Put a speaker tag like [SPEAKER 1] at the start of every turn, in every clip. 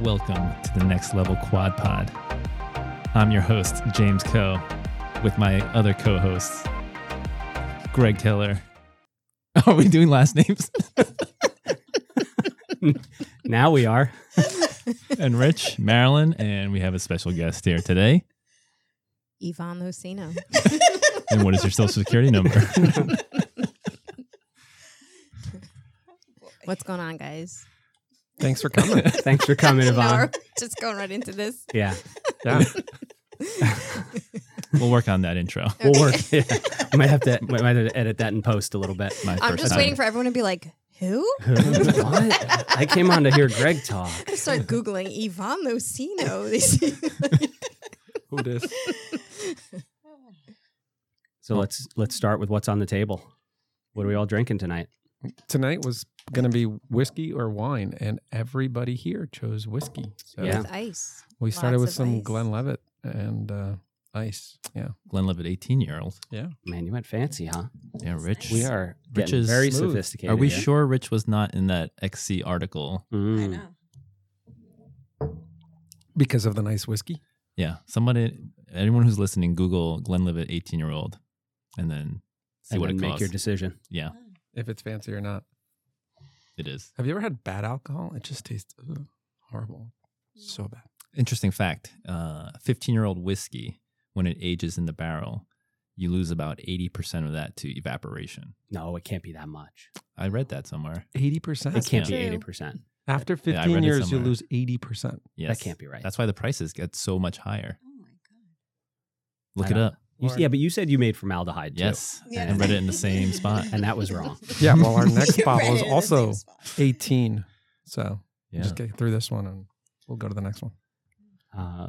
[SPEAKER 1] Welcome to the Next Level Quad Pod. I'm your host, James Coe, with my other co hosts, Greg Keller. Are we doing last names?
[SPEAKER 2] Now we are.
[SPEAKER 1] and Rich, Marilyn, and we have a special guest here today.
[SPEAKER 3] Yvonne Lucino.
[SPEAKER 1] And what is your social security number?
[SPEAKER 3] What's going on, guys?
[SPEAKER 4] Thanks for coming.
[SPEAKER 2] Thanks for coming,
[SPEAKER 3] Now
[SPEAKER 2] Yvonne.
[SPEAKER 3] we're just going right into this.
[SPEAKER 2] Yeah,
[SPEAKER 4] yeah.
[SPEAKER 1] we'll work on that intro.
[SPEAKER 2] we'll
[SPEAKER 3] Okay.
[SPEAKER 2] work. Yeah. We might have to we might have to edit that in post a little bit.
[SPEAKER 1] My
[SPEAKER 3] I'm
[SPEAKER 1] first
[SPEAKER 3] just
[SPEAKER 1] time.
[SPEAKER 3] waiting for everyone to be like, who?
[SPEAKER 2] what? I came on to hear Greg talk.
[SPEAKER 3] I start Googling Yvonne Lucino. They see-
[SPEAKER 4] Who dis?
[SPEAKER 2] So let's let's start with what's on the table. What are we all drinking tonight?
[SPEAKER 4] Tonight was going to be whiskey or wine, and everybody here chose whiskey. So
[SPEAKER 2] Yeah.
[SPEAKER 3] With ice.
[SPEAKER 4] we started with
[SPEAKER 3] Lots of
[SPEAKER 4] some
[SPEAKER 3] ice.
[SPEAKER 4] Glenlivet and uh, ice. Yeah.
[SPEAKER 1] Glenlivet, 18 year old.
[SPEAKER 2] Man, you went fancy, huh?
[SPEAKER 1] Yeah, Rich.
[SPEAKER 2] We are
[SPEAKER 1] Rich
[SPEAKER 2] getting
[SPEAKER 1] is
[SPEAKER 2] very
[SPEAKER 4] smooth.
[SPEAKER 2] sophisticated.
[SPEAKER 1] Are we
[SPEAKER 2] here.
[SPEAKER 1] sure Rich was not in that XC article?
[SPEAKER 2] Mm.
[SPEAKER 4] Because of the nice whiskey.
[SPEAKER 1] Yeah. Somebody, anyone who's listening, Google Glenlivet 18 year old and then see
[SPEAKER 2] And
[SPEAKER 1] what
[SPEAKER 2] then
[SPEAKER 1] it
[SPEAKER 2] make
[SPEAKER 1] costs.
[SPEAKER 2] your decision.
[SPEAKER 1] yeah,
[SPEAKER 4] If it's fancy or not.
[SPEAKER 1] it is.
[SPEAKER 4] Have you ever had bad alcohol? It just tastes ugh, horrible. So bad.
[SPEAKER 1] Interesting fact 15 year old whiskey, when it ages in the barrel, you lose about 80% of that to evaporation.
[SPEAKER 2] No, it can't be that much.
[SPEAKER 1] I read that somewhere.
[SPEAKER 4] 80%.
[SPEAKER 2] it can't be
[SPEAKER 3] true.
[SPEAKER 2] eighty percent.
[SPEAKER 4] After
[SPEAKER 1] Yeah, I
[SPEAKER 4] 15
[SPEAKER 1] read it
[SPEAKER 4] years, you
[SPEAKER 1] somewhere.
[SPEAKER 4] lose 80%.
[SPEAKER 1] Yes.
[SPEAKER 2] That can't be right.
[SPEAKER 1] That's why the prices get so much higher.
[SPEAKER 5] Oh my god.
[SPEAKER 1] Look
[SPEAKER 2] I
[SPEAKER 1] it
[SPEAKER 2] know.
[SPEAKER 1] up.
[SPEAKER 2] You, yeah, but you said you made formaldehyde too.
[SPEAKER 1] Yes.
[SPEAKER 2] Yeah.
[SPEAKER 1] And read it in the same spot.
[SPEAKER 2] And that was wrong.
[SPEAKER 4] Yeah, well, our next
[SPEAKER 5] You
[SPEAKER 4] bottle
[SPEAKER 5] read
[SPEAKER 4] is
[SPEAKER 5] it in the
[SPEAKER 4] also
[SPEAKER 5] same spot.
[SPEAKER 4] 18. So
[SPEAKER 1] Yeah.
[SPEAKER 4] just get through this one and we'll go to the next one.
[SPEAKER 2] Uh,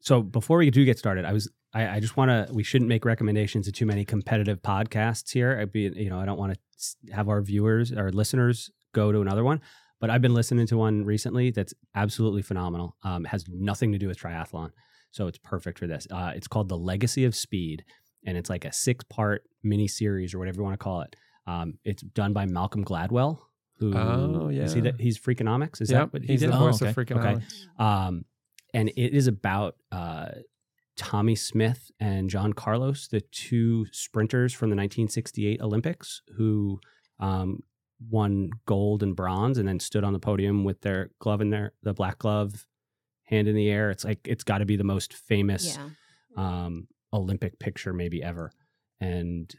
[SPEAKER 2] so before we do get started, I was I, I just want to we shouldn't make recommendations to too many competitive podcasts here. I'd be you know I don't want to have our viewers our listeners go to another one. But I've been listening to one recently that's absolutely phenomenal. Um, it has nothing to do with triathlon, so it's perfect for this. Uh, it's called The Legacy of Speed, and it's like a six part mini series or whatever you want to call it. Um, it's done by Malcolm Gladwell. Who
[SPEAKER 4] Oh,
[SPEAKER 2] is he
[SPEAKER 4] yeah.
[SPEAKER 2] that, he's Freakonomics. Is that
[SPEAKER 4] yep,
[SPEAKER 2] what he
[SPEAKER 4] he's
[SPEAKER 2] did?
[SPEAKER 4] the
[SPEAKER 1] Oh,
[SPEAKER 4] voice of
[SPEAKER 1] okay.
[SPEAKER 4] freaking
[SPEAKER 2] Okay. um, and it is about uh, Tommy Smith and John Carlos, the two sprinters from the 1968 Olympics who um, won gold and bronze, and then stood on the podium with their glove in their the black glove, hand in the air. It's like it's got to be the most famous
[SPEAKER 3] Yeah.
[SPEAKER 2] um, Olympic picture maybe ever, and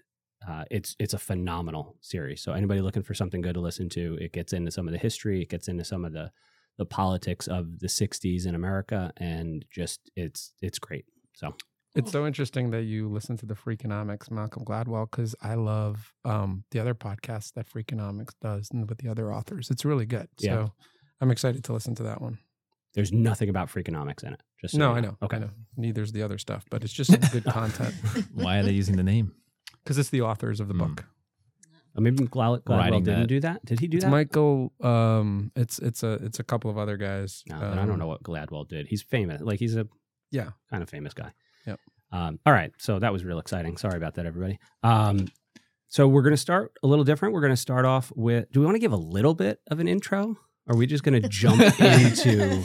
[SPEAKER 2] uh, it's it's a phenomenal series. So anybody looking for something good to listen to, it gets into some of the history, it gets into some of the the politics of the '60s in America, and just it's it's great. So
[SPEAKER 4] It's so interesting that you listen to the Freakonomics Malcolm Gladwell because I love um, the other podcast that Freakonomics does and with the other authors. It's really good.
[SPEAKER 2] Yeah.
[SPEAKER 4] So I'm excited to listen to that one.
[SPEAKER 2] there's nothing about Freakonomics in it. Just so
[SPEAKER 4] no,
[SPEAKER 2] you
[SPEAKER 4] I know.
[SPEAKER 2] Okay,
[SPEAKER 4] I know. Neither's the other stuff, but it's just some good content
[SPEAKER 1] Why are they using the name?
[SPEAKER 4] because it's the authors of the
[SPEAKER 1] Hmm.
[SPEAKER 4] book.
[SPEAKER 2] Uh, maybe Glad- Gladwell
[SPEAKER 1] Writing
[SPEAKER 2] didn't
[SPEAKER 1] that.
[SPEAKER 2] do that. Did he do
[SPEAKER 4] it's
[SPEAKER 2] that?
[SPEAKER 4] Michael. Um, it's it's a it's a couple of other guys.
[SPEAKER 2] no, then Uh, I
[SPEAKER 4] um,
[SPEAKER 2] don't know what Gladwell did. He's famous. Like he's a
[SPEAKER 4] Yeah.
[SPEAKER 2] kind of famous guy.
[SPEAKER 4] Yep.
[SPEAKER 2] Um, all right. So that was real exciting. Sorry about that, everybody. Um, so we're going to start a little different. We're going to start off with. Do we want to give a little bit of an intro? Or are we just going to jump into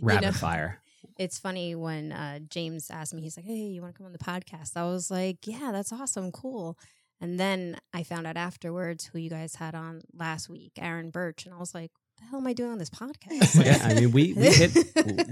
[SPEAKER 2] rapid
[SPEAKER 3] know-
[SPEAKER 2] fire?
[SPEAKER 3] It's funny when uh, James asked me, he's like, hey, you want to come on the podcast? I was like, yeah, that's awesome. Cool. And then I found out afterwards who you guys had on last week, Aaron Birch. And I was like, the hell am I doing on this podcast?
[SPEAKER 2] Yeah, I mean we we hit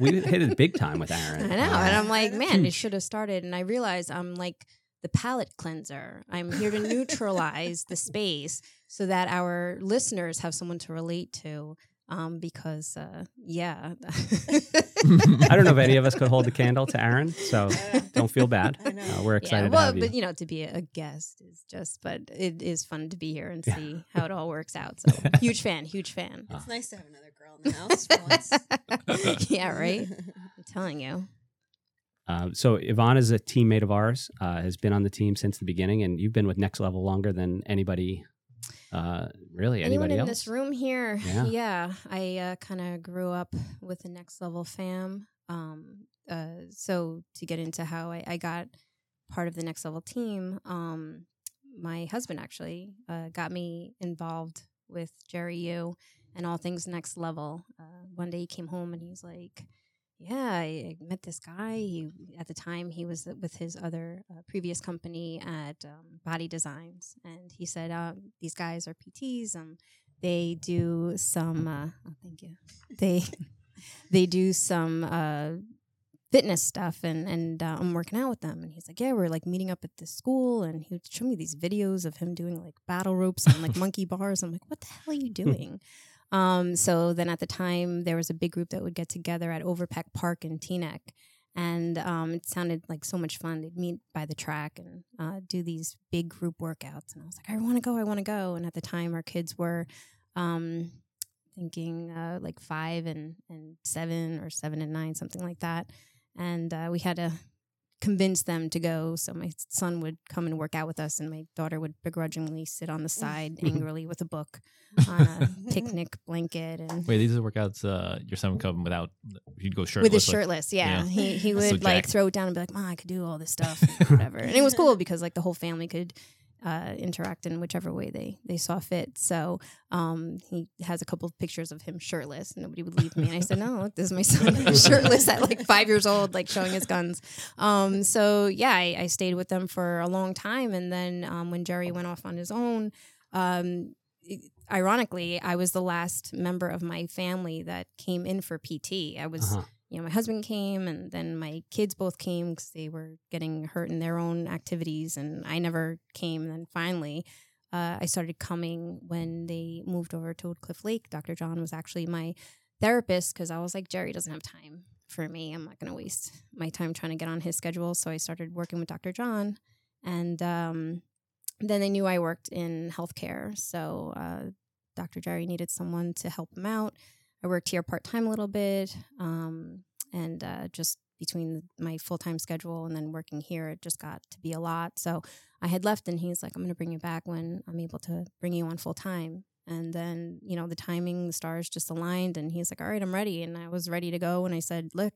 [SPEAKER 2] we hit it big time with Aaron.
[SPEAKER 3] I know.
[SPEAKER 2] Uh,
[SPEAKER 3] And I'm like, man, it
[SPEAKER 2] Huge.
[SPEAKER 3] should have started. And I realized I'm like the palate cleanser. I'm here to neutralize the space so that our listeners have someone to relate to. Um, because uh, yeah,
[SPEAKER 2] I don't know if any of us could hold the candle to Aaron, so don't feel bad.
[SPEAKER 5] I know.
[SPEAKER 2] Uh, we're excited
[SPEAKER 3] yeah,
[SPEAKER 2] to
[SPEAKER 3] well,
[SPEAKER 2] have you.
[SPEAKER 3] but you know, to be a guest is just, but it is fun to be here and see how it all works out. So huge fan, huge fan.
[SPEAKER 1] Ah.
[SPEAKER 5] It's nice to have another girl in the house for once.
[SPEAKER 3] yeah, right. I'm telling you.
[SPEAKER 2] Uh, so Yvonne is a teammate of ours, uh, has been on the team since the beginning, and you've been with Next Level longer than anybody, uh, really
[SPEAKER 3] Anyone
[SPEAKER 2] anybody
[SPEAKER 3] in
[SPEAKER 2] else.
[SPEAKER 3] this room here?
[SPEAKER 2] Yeah.
[SPEAKER 3] Yeah, I uh, kind of grew up with the Next Level fam. Um, uh, so to get into how I, I got part of the Next Level team, um, my husband actually uh, got me involved with Jerry U and all things next level. Uh, one day he came home and he's like, "Yeah, I met this guy. He at the time he was with his other uh, previous company at um, Body Designs, and he said uh, these guys are PTs and they do some. Uh, oh, thank you. They they do some." Uh, fitness stuff and and uh, I'm working out with them and he's like yeah we're like meeting up at this school and he would show me these videos of him doing like battle ropes and like monkey bars I'm like what the hell are you doing um so then at the time there was a big group that would get together at Overpeck Park in Teaneck and um, it sounded like so much fun. They'd meet by the track and uh, do these big group workouts, and I was like, I want to go, I want to go. And at the time, our kids were um, thinking uh, like five and and seven or seven and nine, something like that. And uh, we had to convince them to go. So my son would come and work out with us, and my daughter would begrudgingly sit on the side angrily with a book on a picnic blanket and
[SPEAKER 1] Wait, these are workouts uh, your son would come without, he'd go shirtless.
[SPEAKER 3] with his
[SPEAKER 1] like-
[SPEAKER 3] shirtless. Yeah,
[SPEAKER 1] Yeah.
[SPEAKER 3] he he would
[SPEAKER 1] So
[SPEAKER 3] like
[SPEAKER 1] jacked.
[SPEAKER 3] throw it down and be like, "Ma, I could do all this stuff, and whatever." and it was cool because like the whole family could uh, interact in whichever way they they saw fit. So um, he has a couple of pictures of him shirtless. Nobody would leave me, and I said, "No, look, this is my son shirtless at like five years old, like showing his guns." Um, so yeah, I, I stayed with them for a long time, and then um, when Jerry went off on his own. Um, Ironically, I was the last member of my family that came in for PT. I was
[SPEAKER 2] Uh-huh.
[SPEAKER 3] you know, my husband came and then my kids both came because they were getting hurt in their own activities and I never came. And then finally, uh, I started coming when they moved over to Old Cliff Lake. Dr. John was actually my therapist because I was like, Jerry doesn't have time for me. I'm not going to waste my time trying to get on his schedule. So I started working with Dr. John. And um, then they knew I worked in healthcare. So uh, Dr. Jerry needed someone to help him out. I worked here part time a little bit, um, and uh, just between my full time schedule and then working here, it just got to be a lot. So I had left, and he's like, "I'm going to bring you back when I'm able to bring you on full time." And then you know the timing, the stars just aligned, and he's like, "All right, I'm ready," and I was ready to go. And I said, "Look,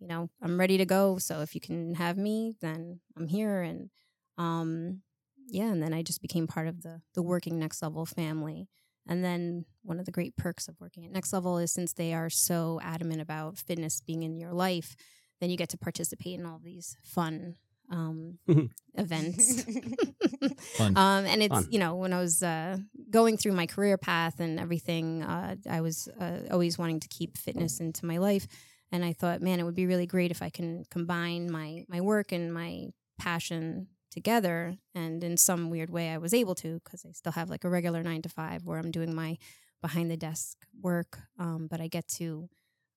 [SPEAKER 3] you know, I'm ready to go. So if you can have me, then I'm here." And um, yeah, and then I just became part of the the working next level family. And then one of the great perks of working at Next Level is since they are so adamant about fitness being in your life, then you get to participate in all these fun um, events.
[SPEAKER 1] Fun.
[SPEAKER 3] Um, and it's,
[SPEAKER 2] Fun.
[SPEAKER 3] you know, when I was uh, going through my career path and everything, uh, I was uh, always wanting to keep fitness into my life. And I thought, man, it would be really great if I can combine my, my work and my passion together and in some weird way i was able to because i still have like a regular nine to five where i'm doing my behind the desk work um, but i get to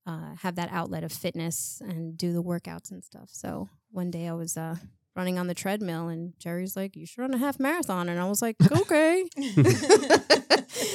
[SPEAKER 3] uh, have that outlet of fitness and do the workouts and stuff so one day i was uh, running on the treadmill and jerry's like you should run a half marathon and i was like okay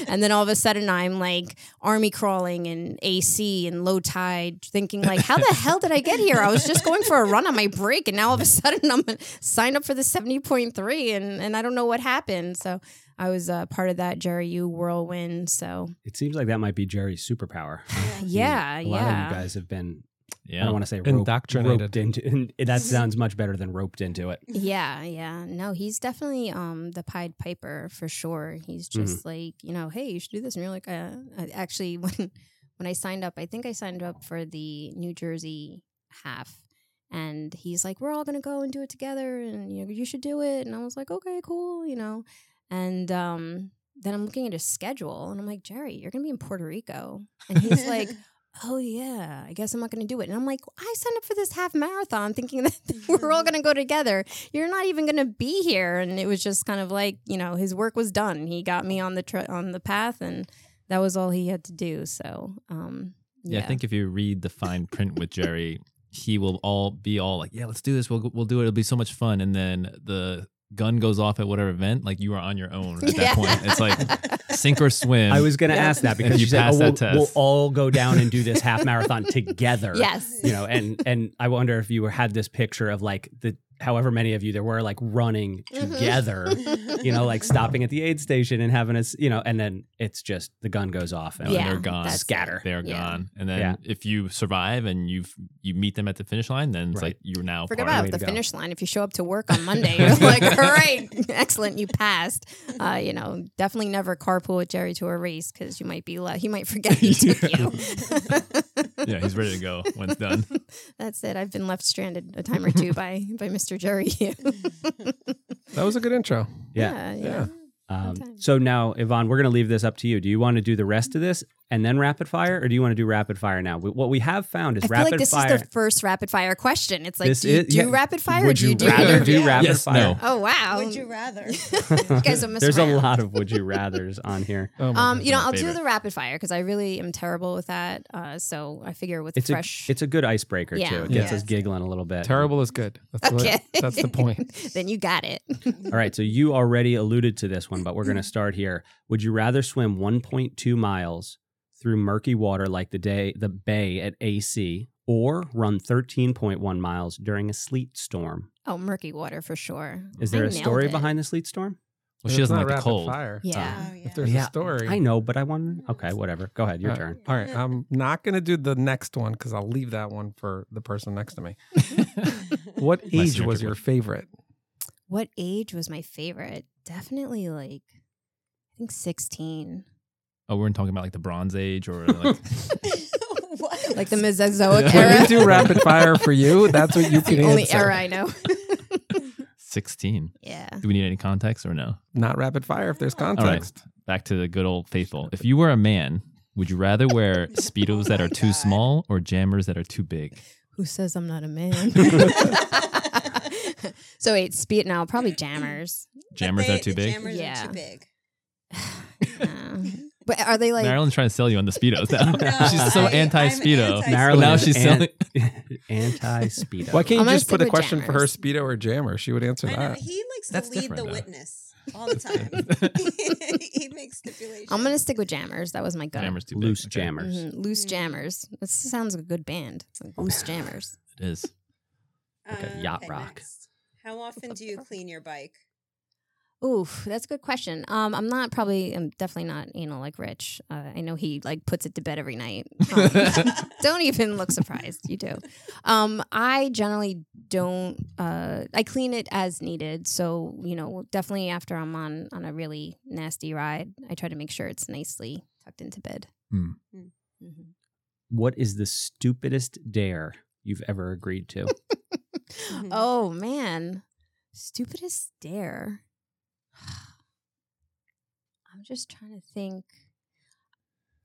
[SPEAKER 3] and then all of a sudden i'm like army crawling and ac and low tide thinking like how the hell did i get here i was just going for a run on my break and now all of a sudden i'm signed up for the 70.3 and, and i don't know what happened so i was uh, part of that jerry you whirlwind so
[SPEAKER 2] It seems like that might be Jerry's superpower.
[SPEAKER 3] yeah
[SPEAKER 2] a lot
[SPEAKER 3] yeah
[SPEAKER 2] of you guys have been. I
[SPEAKER 1] yeah.
[SPEAKER 2] don't want to say rope,
[SPEAKER 4] Indoctrinated.
[SPEAKER 2] roped into. and that sounds much better than roped into it.
[SPEAKER 3] Yeah, yeah. No, he's definitely um the Pied Piper for sure. He's just like, you know, hey, you should do this. And you're like, uh, uh, actually, when when I signed up, I think I signed up for the New Jersey half. And he's like, we're all going to go and do it together. And you, know, you should do it. And I was like, okay, cool, you know. And um, then I'm looking at his schedule and I'm like, Jerry, you're going to be in Puerto Rico. And he's like, oh yeah, I guess I'm not going to do it. And I'm like, I signed up for this half marathon thinking that we're all going to go together. You're not even going to be here. And it was just kind of like, you know, his work was done. He got me on the tr on the path, and that was all he had to do. So, um,
[SPEAKER 1] Yeah, I think if you read the fine print with Jerry, he will all be all like, "Yeah, let's do this. We'll we'll do it. It'll be so much fun." And then the gun goes off at whatever event, like you are on your own at that
[SPEAKER 3] Yeah.
[SPEAKER 1] point. It's like sink or swim.
[SPEAKER 2] I was going to
[SPEAKER 3] Yeah.
[SPEAKER 2] ask that
[SPEAKER 1] If
[SPEAKER 2] because
[SPEAKER 1] you
[SPEAKER 2] you said,
[SPEAKER 1] pass
[SPEAKER 2] oh,
[SPEAKER 1] that
[SPEAKER 2] we'll,
[SPEAKER 1] test.
[SPEAKER 2] we'll all go down and do this half marathon together.
[SPEAKER 3] yes.
[SPEAKER 2] You know, and and I wonder if you were, had this picture of like the however many of you there were like running
[SPEAKER 3] Mhm.
[SPEAKER 2] together, you know, like stopping at the aid station and having us, you know, and then it's just the gun goes off and
[SPEAKER 1] No,
[SPEAKER 3] yeah,
[SPEAKER 1] they're gone.
[SPEAKER 3] that's it.
[SPEAKER 2] Scatter.
[SPEAKER 1] They're
[SPEAKER 3] Yeah.
[SPEAKER 1] gone. And then
[SPEAKER 2] Yeah.
[SPEAKER 1] if you survive and you have you meet them at the finish line, then it's
[SPEAKER 2] Right.
[SPEAKER 1] like you're now
[SPEAKER 3] Forget
[SPEAKER 1] part
[SPEAKER 2] way
[SPEAKER 3] about
[SPEAKER 2] to
[SPEAKER 3] the
[SPEAKER 2] go.
[SPEAKER 3] finish line. If you show up to work on Monday, you're like, great, excellent, you passed. Uh, you know, definitely never carpool with Jerry to a race because you might be le- he might forget he took you.
[SPEAKER 1] of Yeah, he's ready to go when it's done.
[SPEAKER 3] That's it. I've been left stranded a time or two by by Mr. Jerry. Uh, yeah,
[SPEAKER 4] That was a good intro.
[SPEAKER 2] Yeah.
[SPEAKER 4] Yeah.
[SPEAKER 2] Um,
[SPEAKER 3] Okay.
[SPEAKER 2] so now, Yvonne, we're going to leave this up to you. Do you want to do the rest of this and then rapid fire, or do you want to do rapid fire now? We, what we have found is
[SPEAKER 3] I feel
[SPEAKER 2] rapid
[SPEAKER 3] like this
[SPEAKER 2] fire.
[SPEAKER 3] is the first rapid fire question. It's like,
[SPEAKER 2] This
[SPEAKER 3] do you
[SPEAKER 2] is-
[SPEAKER 3] do
[SPEAKER 2] yeah.
[SPEAKER 3] rapid fire or
[SPEAKER 1] Would
[SPEAKER 3] do you,
[SPEAKER 1] you
[SPEAKER 3] do
[SPEAKER 2] rather do
[SPEAKER 5] Yeah.
[SPEAKER 2] rapid
[SPEAKER 1] Yes,
[SPEAKER 2] fire.
[SPEAKER 1] no.
[SPEAKER 3] Oh, wow.
[SPEAKER 5] Would you rather?
[SPEAKER 3] You guys don't mess
[SPEAKER 2] There's a
[SPEAKER 3] around.
[SPEAKER 2] lot of would you rather's on here.
[SPEAKER 4] Oh my
[SPEAKER 3] Um,
[SPEAKER 4] goodness.
[SPEAKER 3] you know,
[SPEAKER 1] my
[SPEAKER 3] I'll
[SPEAKER 1] favorite.
[SPEAKER 3] do the rapid fire because I really am terrible with that. Uh, so I figure with
[SPEAKER 2] It's
[SPEAKER 3] fresh.
[SPEAKER 2] a it's a good icebreaker
[SPEAKER 3] Yeah.
[SPEAKER 2] too. It gets
[SPEAKER 5] Yeah.
[SPEAKER 2] us giggling a little bit.
[SPEAKER 4] terrible is good. That's, what-
[SPEAKER 3] okay,
[SPEAKER 4] that's the point.
[SPEAKER 3] then you got it.
[SPEAKER 2] All right, so you already alluded to this one, but we're going
[SPEAKER 3] Mm-hmm.
[SPEAKER 2] to start here. Would you rather swim 1.2 miles through murky water like the day the bay at AC, or run 13.1 miles during a sleet storm?
[SPEAKER 3] Oh, murky water for sure.
[SPEAKER 2] Is there
[SPEAKER 3] a
[SPEAKER 2] a story behind the sleet storm?
[SPEAKER 1] Well,
[SPEAKER 4] It's
[SPEAKER 1] she doesn't
[SPEAKER 4] not
[SPEAKER 1] like the
[SPEAKER 4] rapid
[SPEAKER 1] cold.
[SPEAKER 4] Fire.
[SPEAKER 3] Yeah.
[SPEAKER 5] Oh, yeah.
[SPEAKER 4] If there's
[SPEAKER 2] Yeah.
[SPEAKER 4] a story.
[SPEAKER 2] I know, but I want. Okay, whatever. Go ahead. Your
[SPEAKER 4] Uh,
[SPEAKER 2] turn.
[SPEAKER 4] All right, I'm not going to do the next one because I'll leave that one for the person next to me. What
[SPEAKER 1] My
[SPEAKER 4] age was
[SPEAKER 1] signature
[SPEAKER 4] your
[SPEAKER 1] one.
[SPEAKER 4] favorite?
[SPEAKER 3] What age was my favorite? Definitely like, I think 16.
[SPEAKER 1] Oh, we're talking about like the Bronze Age or like
[SPEAKER 5] what?
[SPEAKER 3] Like the Mesozoic
[SPEAKER 4] When
[SPEAKER 3] era.
[SPEAKER 4] we do rapid fire for you, that's what you
[SPEAKER 3] It's the
[SPEAKER 4] can
[SPEAKER 3] only
[SPEAKER 4] answer.
[SPEAKER 3] era I know.
[SPEAKER 1] 16.
[SPEAKER 3] yeah.
[SPEAKER 1] Do we need any context or no?
[SPEAKER 4] Not rapid fire if there's
[SPEAKER 5] All right.
[SPEAKER 4] context.
[SPEAKER 1] Back to the good old faithful. If you were a man, would you rather wear speedos that
[SPEAKER 5] Oh my
[SPEAKER 1] are too
[SPEAKER 5] God.
[SPEAKER 1] small or jammers that are too big?
[SPEAKER 3] Who says I'm not a man? so wait, speed now, probably jammers.
[SPEAKER 1] Jammers
[SPEAKER 5] they,
[SPEAKER 1] are too
[SPEAKER 5] the
[SPEAKER 1] big.
[SPEAKER 5] Jammers
[SPEAKER 3] Yeah.
[SPEAKER 5] are too big.
[SPEAKER 3] Uh, but are they like
[SPEAKER 1] Marilyn's trying to sell you on the speedos now.
[SPEAKER 2] No,
[SPEAKER 1] she's so
[SPEAKER 5] I- I'm
[SPEAKER 1] anti speedo.
[SPEAKER 5] anti-Speedo.
[SPEAKER 2] Marilyn
[SPEAKER 1] Now
[SPEAKER 2] is
[SPEAKER 1] she's
[SPEAKER 2] an-
[SPEAKER 1] selling.
[SPEAKER 2] Anti speedo.
[SPEAKER 4] Why can't
[SPEAKER 3] I'm
[SPEAKER 4] you
[SPEAKER 3] gonna
[SPEAKER 4] just
[SPEAKER 3] stick
[SPEAKER 4] put a
[SPEAKER 3] with
[SPEAKER 4] question for her
[SPEAKER 3] jammers.
[SPEAKER 4] speedo or jammer? She would answer
[SPEAKER 5] I know.
[SPEAKER 4] that.
[SPEAKER 5] He likes
[SPEAKER 1] That's
[SPEAKER 5] to lead
[SPEAKER 1] different,
[SPEAKER 5] the
[SPEAKER 1] though.
[SPEAKER 5] witness all the time. he makes stipulations.
[SPEAKER 3] I'm gonna stick with jammers. That was my gut.
[SPEAKER 1] Jammers too big.
[SPEAKER 2] loose
[SPEAKER 1] Okay.
[SPEAKER 2] jammers?
[SPEAKER 4] Mm-hmm.
[SPEAKER 3] Mhm, Loose
[SPEAKER 5] Mm.
[SPEAKER 3] jammers. This sounds like a good band. It's like loose jammers.
[SPEAKER 1] It is.
[SPEAKER 2] like a yacht rock.
[SPEAKER 5] Uh, next. How often do you clean your bike?
[SPEAKER 3] Oof, that's a good question. Um, I'm not probably. I'm definitely not anal like Rich. Uh, I know he like puts it to bed every night. Um, don't even look surprised. You do. Um, I generally don't. Uh, I clean it as needed. So you know, definitely after I'm on on a really nasty ride, I try to make sure it's nicely tucked into bed.
[SPEAKER 1] Hmm.
[SPEAKER 5] Hmm.
[SPEAKER 3] Mhm.
[SPEAKER 2] What is the stupidest dare you've ever agreed to?
[SPEAKER 3] Oh man, stupidest dare. I'm just trying to think.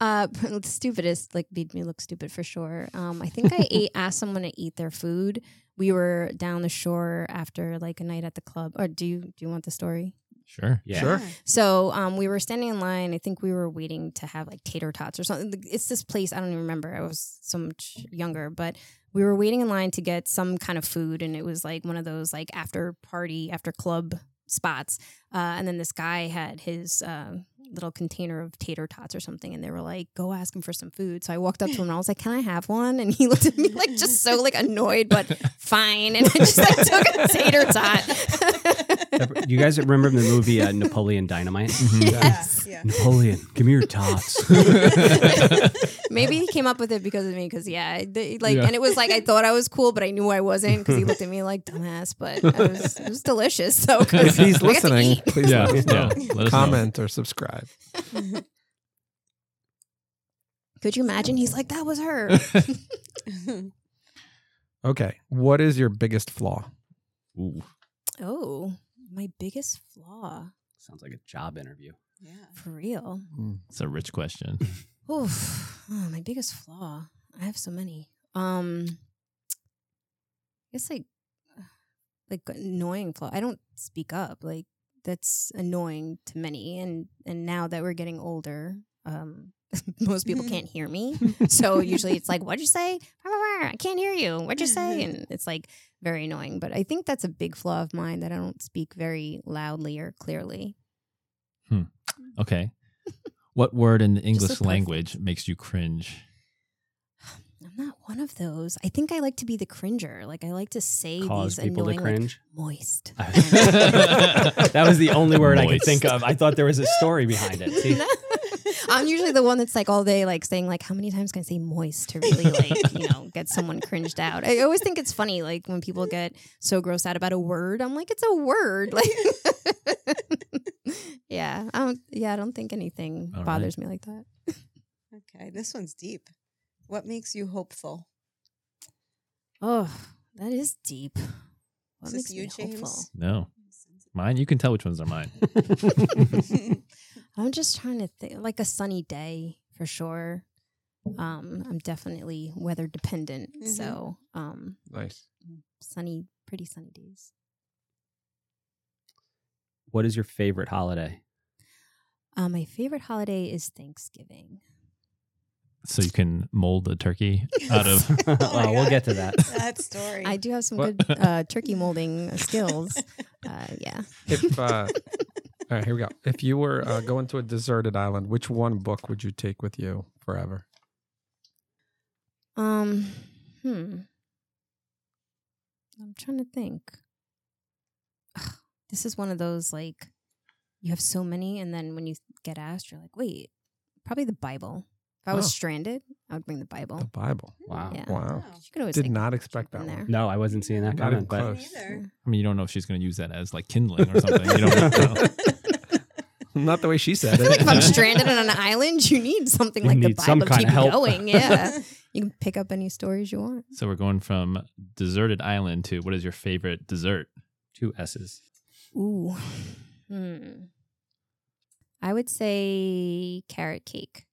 [SPEAKER 3] Uh, stupidest like made me look stupid for sure. Um, I think I ate asked someone to eat their food. We were down the shore after like a night at the club. Or do you do you want the story?
[SPEAKER 1] Sure.
[SPEAKER 2] Yeah.
[SPEAKER 4] Sure.
[SPEAKER 3] So um, we were standing in line. I think we were waiting to have like tater tots or something. Like, It's this place. I don't even remember. I was so much younger, but we were waiting in line to get some kind of food, and it was like one of those like after party, after club spots. Uh, and then this guy had his uh, little container of tater tots or something, and they were like, "Go ask him for some food." So I walked up to him and I was like, "Can I have one?" And he looked at me like just so like annoyed, but fine. And I just like took a tater tot.
[SPEAKER 2] you guys remember the movie uh, Napoleon Dynamite?
[SPEAKER 4] Mm-hmm.
[SPEAKER 3] yes.
[SPEAKER 5] Yeah.
[SPEAKER 2] Napoleon, give me your tots.
[SPEAKER 3] Maybe he came up with it because of me. Because yeah, they, like,
[SPEAKER 1] Yeah.
[SPEAKER 3] and it was like I thought I was cool, but I knew I wasn't because he looked at me like dumbass. But it was, it was delicious. So
[SPEAKER 4] If he's
[SPEAKER 3] I got to
[SPEAKER 4] listening,
[SPEAKER 3] eat.
[SPEAKER 4] please
[SPEAKER 1] Yeah.
[SPEAKER 4] let us know.
[SPEAKER 1] yeah. Let us know.
[SPEAKER 4] Comment or subscribe.
[SPEAKER 3] Could you imagine? He's like, that was her.
[SPEAKER 4] Okay. What is your biggest flaw?
[SPEAKER 1] Ooh.
[SPEAKER 3] oh, my biggest flaw
[SPEAKER 2] Sounds like a job interview.
[SPEAKER 5] yeah.
[SPEAKER 3] for real.
[SPEAKER 4] Hmm,
[SPEAKER 1] It's a rich question.
[SPEAKER 3] Oof, oh, my biggest flaw. I have so many. Um, I guess like, like annoying flaw. I don't speak up. Like that's annoying to many. And and now that we're getting older, um, most people can't hear me. So usually it's like, what'd you say? I can't hear you. What'd you say? And it's like very annoying. But I think that's a big flaw of mine that I don't speak very loudly or clearly.
[SPEAKER 1] Okay. What word in the English
[SPEAKER 3] so perfect.
[SPEAKER 1] language makes you cringe?
[SPEAKER 3] I'm not one of those. I think I like to be the cringer. Like I like to say
[SPEAKER 2] Cause
[SPEAKER 3] these
[SPEAKER 2] people
[SPEAKER 3] annoying
[SPEAKER 2] to
[SPEAKER 3] like,
[SPEAKER 2] cringe.
[SPEAKER 3] moist.
[SPEAKER 2] that was the only word I could think
[SPEAKER 1] Moist.
[SPEAKER 2] of. I thought there was a story behind it. See?
[SPEAKER 3] I'm usually the one that's like all day, like saying like, how many times can I say moist to really like, you know, get someone cringed out? I always think it's funny, like when people get so grossed out about a word. I'm like, it's a word, like. yeah, I don't. Yeah, I don't think anything
[SPEAKER 1] All right.
[SPEAKER 3] bothers me like that.
[SPEAKER 5] Okay, this one's deep. What makes you hopeful?
[SPEAKER 3] Oh, that is deep. What
[SPEAKER 5] Is this
[SPEAKER 3] makes
[SPEAKER 5] you,
[SPEAKER 3] me
[SPEAKER 5] James?
[SPEAKER 3] hopeful?
[SPEAKER 1] No, mine. You can tell which ones are mine.
[SPEAKER 3] I'm just trying to think, like a sunny day for sure. Um, I'm definitely weather dependent,
[SPEAKER 5] Mhm.
[SPEAKER 3] so um,
[SPEAKER 4] Nice.
[SPEAKER 3] sunny, pretty sunny days.
[SPEAKER 2] What is your favorite holiday?
[SPEAKER 3] Uh, my favorite holiday is Thanksgiving.
[SPEAKER 1] So you can mold a turkey out of.
[SPEAKER 5] Oh my
[SPEAKER 2] well, we'll
[SPEAKER 5] God.
[SPEAKER 2] get to that.
[SPEAKER 5] That story.
[SPEAKER 3] I do have some
[SPEAKER 1] What?
[SPEAKER 3] good uh, turkey molding skills. Uh, yeah,
[SPEAKER 4] If uh, all right, here we go.
[SPEAKER 5] Oh.
[SPEAKER 4] If you were uh, going to a deserted island, which one book would you take with you forever?
[SPEAKER 3] Um, hmm. I'm trying to think. Ugh, this is one of those like you have so many, and then when you get asked, you're like, wait, probably the Bible. If I was
[SPEAKER 2] Oh.
[SPEAKER 4] Wow.
[SPEAKER 3] stranded, I would bring the
[SPEAKER 4] The
[SPEAKER 3] Bible.
[SPEAKER 4] Bible.
[SPEAKER 2] Wow.
[SPEAKER 3] Yeah.
[SPEAKER 4] Wow.
[SPEAKER 5] Wow.
[SPEAKER 3] You could always
[SPEAKER 4] Did
[SPEAKER 3] Oh. like,
[SPEAKER 4] not expect
[SPEAKER 3] jump
[SPEAKER 4] that
[SPEAKER 3] in
[SPEAKER 4] one.
[SPEAKER 2] No, I wasn't seeing that
[SPEAKER 4] Not even
[SPEAKER 2] comment, but
[SPEAKER 4] close.
[SPEAKER 5] Neither.
[SPEAKER 1] I mean, you don't know if she's going to use that as like kindling or something. You don't know.
[SPEAKER 4] Not the way she said
[SPEAKER 3] Like, if I'm
[SPEAKER 4] it.
[SPEAKER 3] stranded on an island, you need something
[SPEAKER 2] You
[SPEAKER 3] like the
[SPEAKER 2] need
[SPEAKER 3] Bible
[SPEAKER 2] some
[SPEAKER 3] to
[SPEAKER 2] kind
[SPEAKER 3] keep
[SPEAKER 2] of help.
[SPEAKER 3] going. Yeah, you can pick up any stories you want.
[SPEAKER 1] So we're going from deserted island to what is your favorite dessert?
[SPEAKER 2] two S's.
[SPEAKER 3] Ooh, hmm. I would say carrot cake.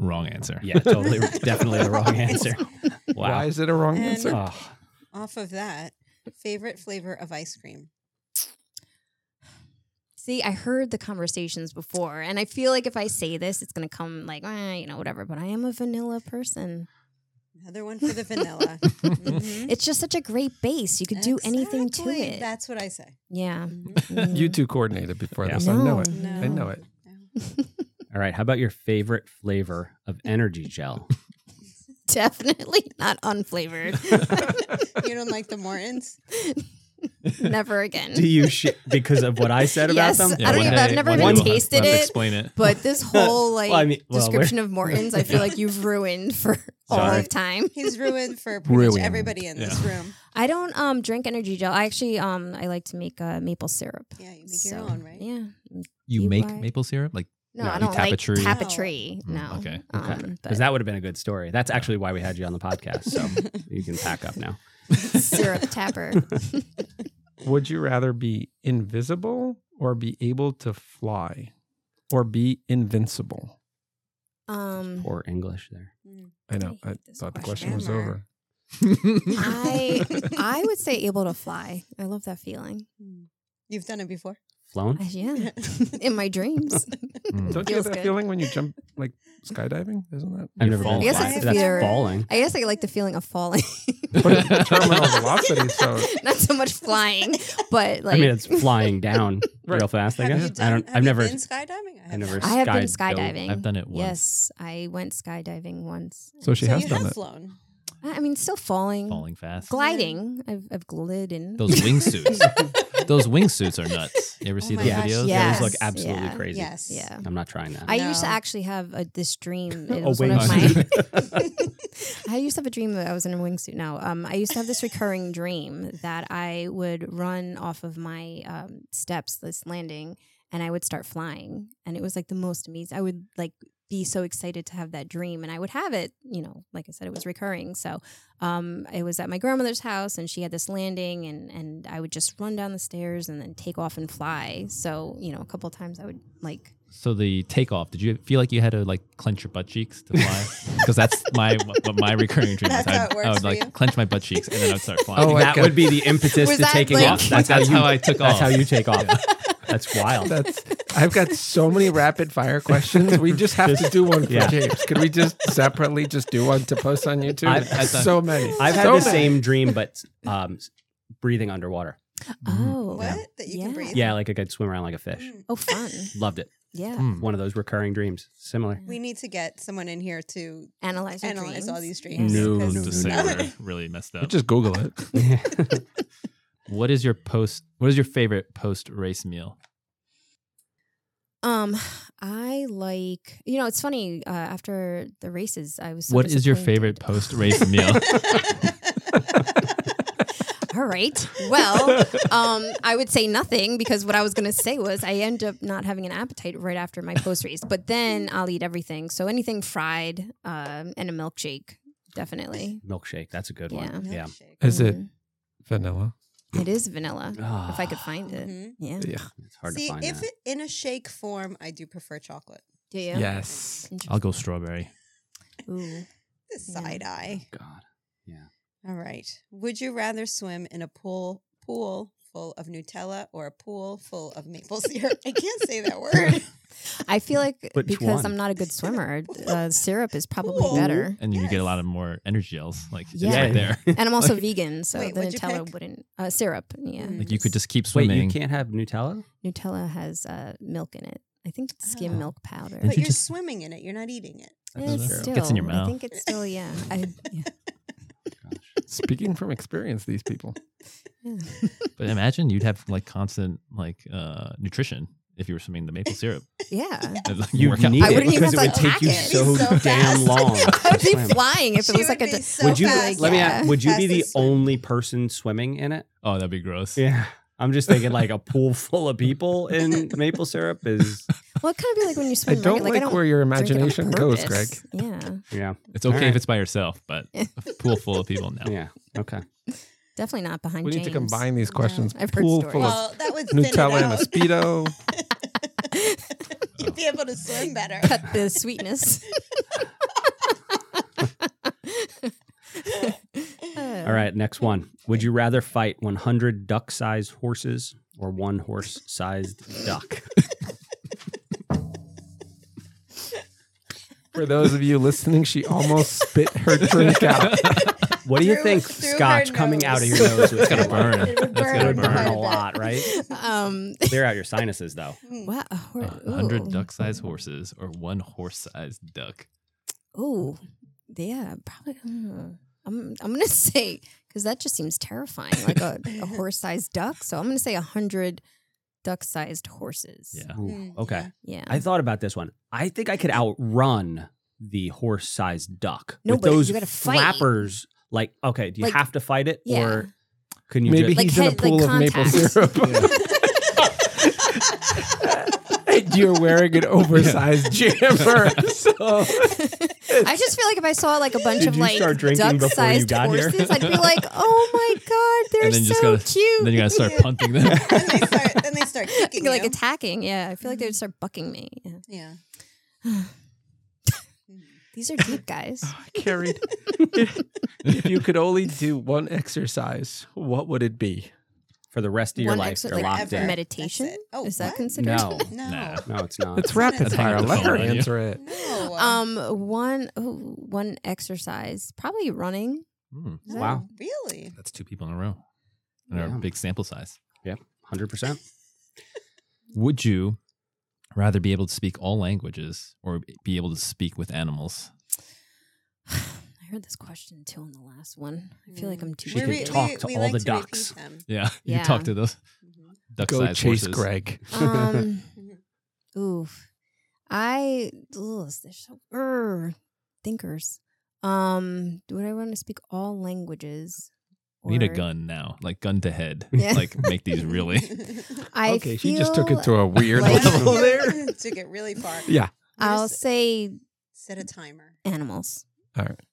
[SPEAKER 1] Wrong answer.
[SPEAKER 2] Yeah, totally, definitely the wrong answer.
[SPEAKER 4] Why
[SPEAKER 2] Wow.
[SPEAKER 4] is it a wrong
[SPEAKER 5] And-
[SPEAKER 4] answer?
[SPEAKER 2] Oh,
[SPEAKER 5] Off of that, favorite flavor of ice cream.
[SPEAKER 3] See, I heard the conversations before, and I feel like if I say this, it's going to come like, eh, you know, whatever. But I am a vanilla person.
[SPEAKER 5] Another one for the vanilla. Mhm.
[SPEAKER 3] It's just such a great base. You could do anything to
[SPEAKER 5] Exactly.
[SPEAKER 3] it. Mm-hmm.
[SPEAKER 5] That's what I say.
[SPEAKER 3] yeah. Mm.
[SPEAKER 5] Mhm.
[SPEAKER 4] You two coordinated before
[SPEAKER 2] Yeah.
[SPEAKER 4] this. I know it.
[SPEAKER 5] No.
[SPEAKER 4] I know it.
[SPEAKER 2] all right. How about your favorite flavor of energy gel?
[SPEAKER 3] Definitely not unflavored.
[SPEAKER 5] Mm-hmm. You don't like the Mortons?
[SPEAKER 3] never again.
[SPEAKER 2] Do you sh- because of what I said about
[SPEAKER 3] Yes,
[SPEAKER 2] them?
[SPEAKER 3] I don't
[SPEAKER 1] one
[SPEAKER 3] even-
[SPEAKER 1] day-
[SPEAKER 3] I've never
[SPEAKER 1] one
[SPEAKER 2] even
[SPEAKER 1] day we'll have- we'll
[SPEAKER 3] tasted
[SPEAKER 1] have to
[SPEAKER 3] it.
[SPEAKER 1] Explain it.
[SPEAKER 3] but this whole like
[SPEAKER 2] Well, I mean- well, we're-
[SPEAKER 3] description of Morton's, I feel like you've ruined for all
[SPEAKER 2] Sorry.
[SPEAKER 3] of time.
[SPEAKER 5] He's ruined for pretty much
[SPEAKER 4] Ruined.
[SPEAKER 5] everybody in this room.
[SPEAKER 3] I don't um drink energy gel. I actually um I like to make uh, maple syrup.
[SPEAKER 5] Yeah, you make
[SPEAKER 3] So,
[SPEAKER 5] your own, right?
[SPEAKER 3] Yeah.
[SPEAKER 1] You
[SPEAKER 3] You
[SPEAKER 1] make
[SPEAKER 3] are-
[SPEAKER 1] maple syrup? Like
[SPEAKER 3] No,
[SPEAKER 1] No,
[SPEAKER 3] I
[SPEAKER 1] you
[SPEAKER 3] don't
[SPEAKER 1] tap a
[SPEAKER 3] like
[SPEAKER 1] tree?
[SPEAKER 3] tap a
[SPEAKER 5] No.
[SPEAKER 3] tree.
[SPEAKER 1] Mm,
[SPEAKER 3] No.
[SPEAKER 1] okay.
[SPEAKER 2] Okay.
[SPEAKER 3] Um, but
[SPEAKER 2] Because that would have been a good story. That's actually why we had you on the podcast. So you can pack up now.
[SPEAKER 3] syrup tapper.
[SPEAKER 4] Would you rather be invisible or be able to fly or be invincible?
[SPEAKER 3] Um,
[SPEAKER 2] Poor English there.
[SPEAKER 5] Mm.
[SPEAKER 4] I know.
[SPEAKER 3] I
[SPEAKER 4] I
[SPEAKER 3] hate this
[SPEAKER 4] thought the
[SPEAKER 3] question.
[SPEAKER 4] question was
[SPEAKER 5] Grammar.
[SPEAKER 4] over.
[SPEAKER 3] I I would say able to fly. I love that feeling.
[SPEAKER 5] Mm. You've done it before.
[SPEAKER 2] Flown?
[SPEAKER 3] I- Yeah, in my dreams.
[SPEAKER 1] Mm.
[SPEAKER 4] Don't you get
[SPEAKER 3] Feels
[SPEAKER 4] that
[SPEAKER 3] good.
[SPEAKER 4] feeling when you jump like skydiving? Isn't that?
[SPEAKER 2] I've never
[SPEAKER 1] fall.
[SPEAKER 2] been.
[SPEAKER 1] I guess
[SPEAKER 2] flying.
[SPEAKER 3] it's
[SPEAKER 2] That's
[SPEAKER 3] fear.
[SPEAKER 2] falling.
[SPEAKER 3] I guess I like the feeling of falling.
[SPEAKER 4] But it's terminal velocity, so
[SPEAKER 3] Not so much flying, but like
[SPEAKER 2] I mean, it's flying down
[SPEAKER 4] Right.
[SPEAKER 2] real fast. I
[SPEAKER 5] Have you
[SPEAKER 2] guess.
[SPEAKER 5] done-
[SPEAKER 2] I don't.
[SPEAKER 5] have
[SPEAKER 2] I've
[SPEAKER 5] you
[SPEAKER 2] never.
[SPEAKER 5] been skydiving.
[SPEAKER 2] I never
[SPEAKER 3] I have been
[SPEAKER 2] sky dove.
[SPEAKER 3] skydiving.
[SPEAKER 1] I've done it once.
[SPEAKER 3] Yes, I went skydiving once.
[SPEAKER 4] So she
[SPEAKER 5] so
[SPEAKER 4] has
[SPEAKER 5] you
[SPEAKER 4] done
[SPEAKER 5] have
[SPEAKER 4] it.
[SPEAKER 5] flown.
[SPEAKER 3] I I mean, still falling,
[SPEAKER 1] Falling fast.
[SPEAKER 3] gliding. I've I've glided in.
[SPEAKER 1] Those wingsuits. Those wingsuits are nuts. You ever
[SPEAKER 5] Oh
[SPEAKER 1] see
[SPEAKER 5] my
[SPEAKER 1] those
[SPEAKER 5] gosh,
[SPEAKER 1] videos?
[SPEAKER 3] Yeah.
[SPEAKER 2] Those look
[SPEAKER 3] Yes.
[SPEAKER 2] absolutely
[SPEAKER 3] Yeah.
[SPEAKER 2] crazy.
[SPEAKER 5] Yes.
[SPEAKER 3] Yeah.
[SPEAKER 2] I'm not trying that.
[SPEAKER 3] I used to
[SPEAKER 5] No.
[SPEAKER 3] actually have a, this dream. It
[SPEAKER 2] A
[SPEAKER 3] was one of
[SPEAKER 1] wingsuit.
[SPEAKER 3] my I used to have a dream that I was in a wingsuit. No, um, I used to have this recurring dream that I would run off of my um, steps, this landing, and I would start flying. And it was like the most amazing. I would like be so excited to have that dream, and I would have it. You know, like I said, it was recurring. So, um, it was at my grandmother's house, and she had this landing, and and I would just run down the stairs and then take off and fly. So, you know, a couple times I would like
[SPEAKER 1] So the takeoff. Did you feel like you had to like clench your butt cheeks to fly? Because that's my what my recurring dream. is.
[SPEAKER 5] That's how it
[SPEAKER 1] I, I
[SPEAKER 5] works
[SPEAKER 1] would
[SPEAKER 5] for
[SPEAKER 1] like
[SPEAKER 5] you.
[SPEAKER 1] clench my butt cheeks and then I'd start flying.
[SPEAKER 4] Oh, I
[SPEAKER 2] that
[SPEAKER 4] got-
[SPEAKER 2] would be the impetus
[SPEAKER 3] Was
[SPEAKER 2] to
[SPEAKER 3] that
[SPEAKER 2] taking
[SPEAKER 3] like-
[SPEAKER 2] off. That's how you.
[SPEAKER 1] I took
[SPEAKER 2] That's
[SPEAKER 1] off.
[SPEAKER 2] how you take off. That's wild.
[SPEAKER 4] That's. I've got so many rapid fire questions. We just have to do one for
[SPEAKER 2] Yeah.
[SPEAKER 4] James. Could we just separately just do one to post on YouTube?
[SPEAKER 2] I've-
[SPEAKER 1] I've done-
[SPEAKER 4] so many.
[SPEAKER 2] I've had
[SPEAKER 4] so
[SPEAKER 2] the
[SPEAKER 4] many.
[SPEAKER 2] same dream, but um, s- breathing underwater.
[SPEAKER 3] oh
[SPEAKER 6] Mm-hmm.
[SPEAKER 1] Mm.
[SPEAKER 5] What? That you
[SPEAKER 3] Yeah.
[SPEAKER 5] can breathe?
[SPEAKER 2] Yeah, like I could swim around like a fish.
[SPEAKER 5] Mm.
[SPEAKER 3] oh fun.
[SPEAKER 2] Loved it.
[SPEAKER 3] Yeah.
[SPEAKER 6] Hmm.
[SPEAKER 2] One of those recurring dreams, similar.
[SPEAKER 5] We need to get someone in here to
[SPEAKER 3] Analyze your
[SPEAKER 5] analyze
[SPEAKER 3] dreams.
[SPEAKER 5] all these
[SPEAKER 3] Yeah.
[SPEAKER 5] dreams.
[SPEAKER 2] No,
[SPEAKER 5] because-
[SPEAKER 2] no,
[SPEAKER 6] to
[SPEAKER 2] no,
[SPEAKER 6] say
[SPEAKER 2] no.
[SPEAKER 6] we're really messed up.
[SPEAKER 4] Just Google it.
[SPEAKER 6] what is your post? What is your favorite post race meal?
[SPEAKER 3] Um, I like you know it's funny. Uh, after the races, I was. So
[SPEAKER 6] What is your
[SPEAKER 3] disappointed.
[SPEAKER 6] favorite post race meal?
[SPEAKER 3] All right. Well, um, I would say nothing because what I was going to say was I end up not having an appetite right after my post race, but then I'll eat everything. So anything fried um, and a milkshake, definitely.
[SPEAKER 2] Milkshake. That's a good one.
[SPEAKER 5] Milkshake.
[SPEAKER 2] Yeah.
[SPEAKER 4] Is it
[SPEAKER 3] Mhm.
[SPEAKER 4] vanilla?
[SPEAKER 3] Mm-hmm. It is vanilla. If I could find it,
[SPEAKER 5] Mhm.
[SPEAKER 3] yeah.
[SPEAKER 4] Yeah.
[SPEAKER 2] Ah, It's hard
[SPEAKER 5] See,
[SPEAKER 2] to find
[SPEAKER 5] if
[SPEAKER 2] that.
[SPEAKER 5] it, in a shake form, I do prefer chocolate.
[SPEAKER 3] Do you?
[SPEAKER 4] Yes.
[SPEAKER 6] I'll go strawberry.
[SPEAKER 3] Ooh.
[SPEAKER 5] The
[SPEAKER 3] Yeah.
[SPEAKER 5] side eye.
[SPEAKER 2] God.
[SPEAKER 5] All right. Would you rather swim in a pool pool full of Nutella or a pool full of maple syrup? I can't say that word.
[SPEAKER 3] I feel like
[SPEAKER 2] Which
[SPEAKER 3] because
[SPEAKER 2] one?
[SPEAKER 3] I'm not a good swimmer, uh, syrup is probably
[SPEAKER 5] Cool.
[SPEAKER 3] better.
[SPEAKER 6] And you get a
[SPEAKER 5] Yes.
[SPEAKER 6] lot of more energy gels. Like it's
[SPEAKER 3] Yeah.
[SPEAKER 6] right there.
[SPEAKER 3] And I'm also vegan, so
[SPEAKER 5] Wait,
[SPEAKER 3] the
[SPEAKER 5] what'd you
[SPEAKER 3] Nutella
[SPEAKER 5] pick?
[SPEAKER 3] wouldn't. Uh, syrup, yeah. Mm.
[SPEAKER 5] Mm.
[SPEAKER 6] Like you could just keep
[SPEAKER 2] Wait,
[SPEAKER 6] swimming.
[SPEAKER 2] you can't have Nutella?
[SPEAKER 3] Nutella has uh, milk in it. I think it's skim
[SPEAKER 5] Oh.
[SPEAKER 3] milk powder.
[SPEAKER 6] Did
[SPEAKER 5] But
[SPEAKER 6] you
[SPEAKER 5] you're
[SPEAKER 6] just-
[SPEAKER 5] swimming in it. You're not eating it.
[SPEAKER 3] Yeah,
[SPEAKER 2] That's
[SPEAKER 3] it's
[SPEAKER 2] true.
[SPEAKER 3] still,
[SPEAKER 6] Gets in your
[SPEAKER 3] I
[SPEAKER 6] mouth.
[SPEAKER 3] think it's still, yeah. I, yeah.
[SPEAKER 2] Gosh.
[SPEAKER 4] Speaking from experience, these people.
[SPEAKER 3] yeah.
[SPEAKER 6] But imagine you'd have like constant like uh nutrition if you were swimming the maple syrup.
[SPEAKER 3] Yeah.
[SPEAKER 6] It'd, like,
[SPEAKER 2] You
[SPEAKER 6] work out
[SPEAKER 2] need
[SPEAKER 3] I
[SPEAKER 6] better.
[SPEAKER 3] wouldn't
[SPEAKER 2] it
[SPEAKER 3] even
[SPEAKER 2] because it
[SPEAKER 3] have
[SPEAKER 2] would
[SPEAKER 3] to
[SPEAKER 2] take you
[SPEAKER 3] pack it.
[SPEAKER 2] so
[SPEAKER 5] It'd be so
[SPEAKER 2] damn
[SPEAKER 5] fast.
[SPEAKER 2] long.
[SPEAKER 3] I would be
[SPEAKER 2] Swim.
[SPEAKER 3] flying if
[SPEAKER 5] She
[SPEAKER 3] it was like
[SPEAKER 5] would
[SPEAKER 3] a.
[SPEAKER 5] be
[SPEAKER 3] di-
[SPEAKER 5] so
[SPEAKER 2] Would you
[SPEAKER 5] fast.
[SPEAKER 2] let me
[SPEAKER 3] yeah.
[SPEAKER 2] ask, would you be the
[SPEAKER 5] Fastest swimmer.
[SPEAKER 2] only person swimming in it?
[SPEAKER 6] Oh, that'd be gross.
[SPEAKER 2] Yeah. I'm just thinking like a pool full of people in maple syrup is
[SPEAKER 3] Well, it kind of be like when you
[SPEAKER 4] I
[SPEAKER 3] swim.
[SPEAKER 4] don't
[SPEAKER 3] right?
[SPEAKER 4] like,
[SPEAKER 3] like, I don't
[SPEAKER 4] where your
[SPEAKER 3] drink it on
[SPEAKER 4] imagination goes, Greg.
[SPEAKER 3] purpose. Yeah.
[SPEAKER 2] yeah.
[SPEAKER 6] It's okay
[SPEAKER 2] Alright.
[SPEAKER 6] if it's by yourself, but a pool full of people now.
[SPEAKER 2] Yeah. Okay.
[SPEAKER 3] Definitely not behind
[SPEAKER 4] We need
[SPEAKER 3] James.
[SPEAKER 4] to combine these questions.
[SPEAKER 3] I've heard
[SPEAKER 4] Pool
[SPEAKER 3] stories.
[SPEAKER 4] full of
[SPEAKER 5] Well, that would thin it
[SPEAKER 4] Nutella and a
[SPEAKER 5] out.
[SPEAKER 4] Speedo.
[SPEAKER 5] You'd be able to swim better.
[SPEAKER 3] Cut the sweetness.
[SPEAKER 2] All right, next one. Would you rather fight 100 duck-sized horses or one horse-sized duck?
[SPEAKER 4] For those of you listening, she almost spit her drink out.
[SPEAKER 2] What do you
[SPEAKER 5] Through-
[SPEAKER 2] think
[SPEAKER 5] through her
[SPEAKER 2] scotch coming out of your
[SPEAKER 5] nose.
[SPEAKER 2] nose was
[SPEAKER 6] It's gonna
[SPEAKER 2] gonna
[SPEAKER 6] burn.
[SPEAKER 5] It would
[SPEAKER 6] It's
[SPEAKER 2] It
[SPEAKER 6] gonna
[SPEAKER 2] would
[SPEAKER 5] burn
[SPEAKER 2] burn
[SPEAKER 5] quite
[SPEAKER 2] a
[SPEAKER 5] bit.
[SPEAKER 2] lot, right?
[SPEAKER 3] Um,
[SPEAKER 2] Clear out your sinuses though.
[SPEAKER 3] wow. hor-
[SPEAKER 6] A hundred
[SPEAKER 3] ooh.
[SPEAKER 6] duck-sized horses or one horse-sized duck.
[SPEAKER 3] Oh, yeah, probably. hmm. I'm I'm gonna say because that just seems terrifying, like a, a horse-sized duck. So I'm gonna say a hundred duck-sized horses.
[SPEAKER 6] Yeah.
[SPEAKER 2] Ooh,
[SPEAKER 5] Mm,
[SPEAKER 2] okay.
[SPEAKER 5] yeah.
[SPEAKER 3] yeah.
[SPEAKER 2] I thought about this one. I think I could outrun the horse-sized duck
[SPEAKER 3] No,
[SPEAKER 2] with
[SPEAKER 3] but
[SPEAKER 2] those
[SPEAKER 3] you gotta fight.
[SPEAKER 2] flappers. Like, okay, do you
[SPEAKER 3] Like-
[SPEAKER 2] have to fight it,
[SPEAKER 3] yeah.
[SPEAKER 2] or can you?
[SPEAKER 4] Maybe
[SPEAKER 2] just,
[SPEAKER 3] Like
[SPEAKER 4] he's in a
[SPEAKER 3] head- like
[SPEAKER 4] pool of maple
[SPEAKER 3] contact.
[SPEAKER 4] syrup. And You're wearing an oversized Oh, jumper. So
[SPEAKER 3] I just feel like if I saw like a bunch
[SPEAKER 2] Did
[SPEAKER 3] of
[SPEAKER 2] you
[SPEAKER 3] like
[SPEAKER 2] start drinking before you
[SPEAKER 3] duck-sized
[SPEAKER 2] got here?
[SPEAKER 3] horses, I'd be like, oh my god,
[SPEAKER 6] And
[SPEAKER 3] they're
[SPEAKER 6] then you
[SPEAKER 3] so
[SPEAKER 6] just gotta-
[SPEAKER 3] cute.
[SPEAKER 6] Then you gotta start punting them.
[SPEAKER 5] then they start. Then they start kicking
[SPEAKER 3] like
[SPEAKER 5] you.
[SPEAKER 3] attacking. Yeah, I feel like they would start bucking me. Yeah.
[SPEAKER 5] yeah. Mm.
[SPEAKER 3] These are deep guys.
[SPEAKER 4] carried. if you could only do one exercise, what would it be?
[SPEAKER 2] for the rest of your
[SPEAKER 3] One
[SPEAKER 2] life,
[SPEAKER 3] exercise-
[SPEAKER 2] you're
[SPEAKER 3] like
[SPEAKER 2] locked
[SPEAKER 5] ever.
[SPEAKER 2] in.
[SPEAKER 3] meditation.
[SPEAKER 5] That's it. Oh,
[SPEAKER 3] Is that
[SPEAKER 5] what?
[SPEAKER 3] considered?
[SPEAKER 2] No,
[SPEAKER 5] No.
[SPEAKER 6] Nah.
[SPEAKER 2] no, it's not.
[SPEAKER 4] It's rapid
[SPEAKER 5] That's
[SPEAKER 4] fire.
[SPEAKER 6] not
[SPEAKER 4] Let her
[SPEAKER 6] the phone,
[SPEAKER 4] answer it.
[SPEAKER 5] No.
[SPEAKER 3] Um, one ooh, one exercise, probably running.
[SPEAKER 6] Hmm.
[SPEAKER 5] No,
[SPEAKER 2] wow.
[SPEAKER 5] Really?
[SPEAKER 6] That's two people in a row. And our
[SPEAKER 2] Yeah.
[SPEAKER 6] big sample size.
[SPEAKER 2] Hundred percent.
[SPEAKER 6] Would you rather be able to speak all languages or be able to speak with animals?
[SPEAKER 3] I heard this question too on the last one. I feel like
[SPEAKER 5] Mm.
[SPEAKER 3] I'm too.
[SPEAKER 2] She
[SPEAKER 5] We
[SPEAKER 2] could
[SPEAKER 5] re-
[SPEAKER 2] talk to all
[SPEAKER 5] like
[SPEAKER 2] the
[SPEAKER 5] to
[SPEAKER 2] ducks.
[SPEAKER 5] repeat them.
[SPEAKER 6] Yeah. You can talk
[SPEAKER 3] Yeah.
[SPEAKER 6] to those
[SPEAKER 5] Mhm.
[SPEAKER 6] duck
[SPEAKER 4] Go
[SPEAKER 6] sized
[SPEAKER 4] chase
[SPEAKER 6] horses.
[SPEAKER 4] Greg.
[SPEAKER 3] Um, oof. I ugh, they're so er, thinkers. Um, do I want to speak all languages?
[SPEAKER 6] We need a
[SPEAKER 3] Or-
[SPEAKER 6] gun now. Like gun to head.
[SPEAKER 3] Yeah.
[SPEAKER 6] Like make these really
[SPEAKER 3] I
[SPEAKER 4] okay, she just took
[SPEAKER 3] feel
[SPEAKER 4] it to a weird
[SPEAKER 3] like-
[SPEAKER 4] level there.
[SPEAKER 5] Took it really far.
[SPEAKER 4] Yeah.
[SPEAKER 3] I'll
[SPEAKER 5] Just
[SPEAKER 3] say
[SPEAKER 5] set a timer.
[SPEAKER 3] animals.
[SPEAKER 4] All right.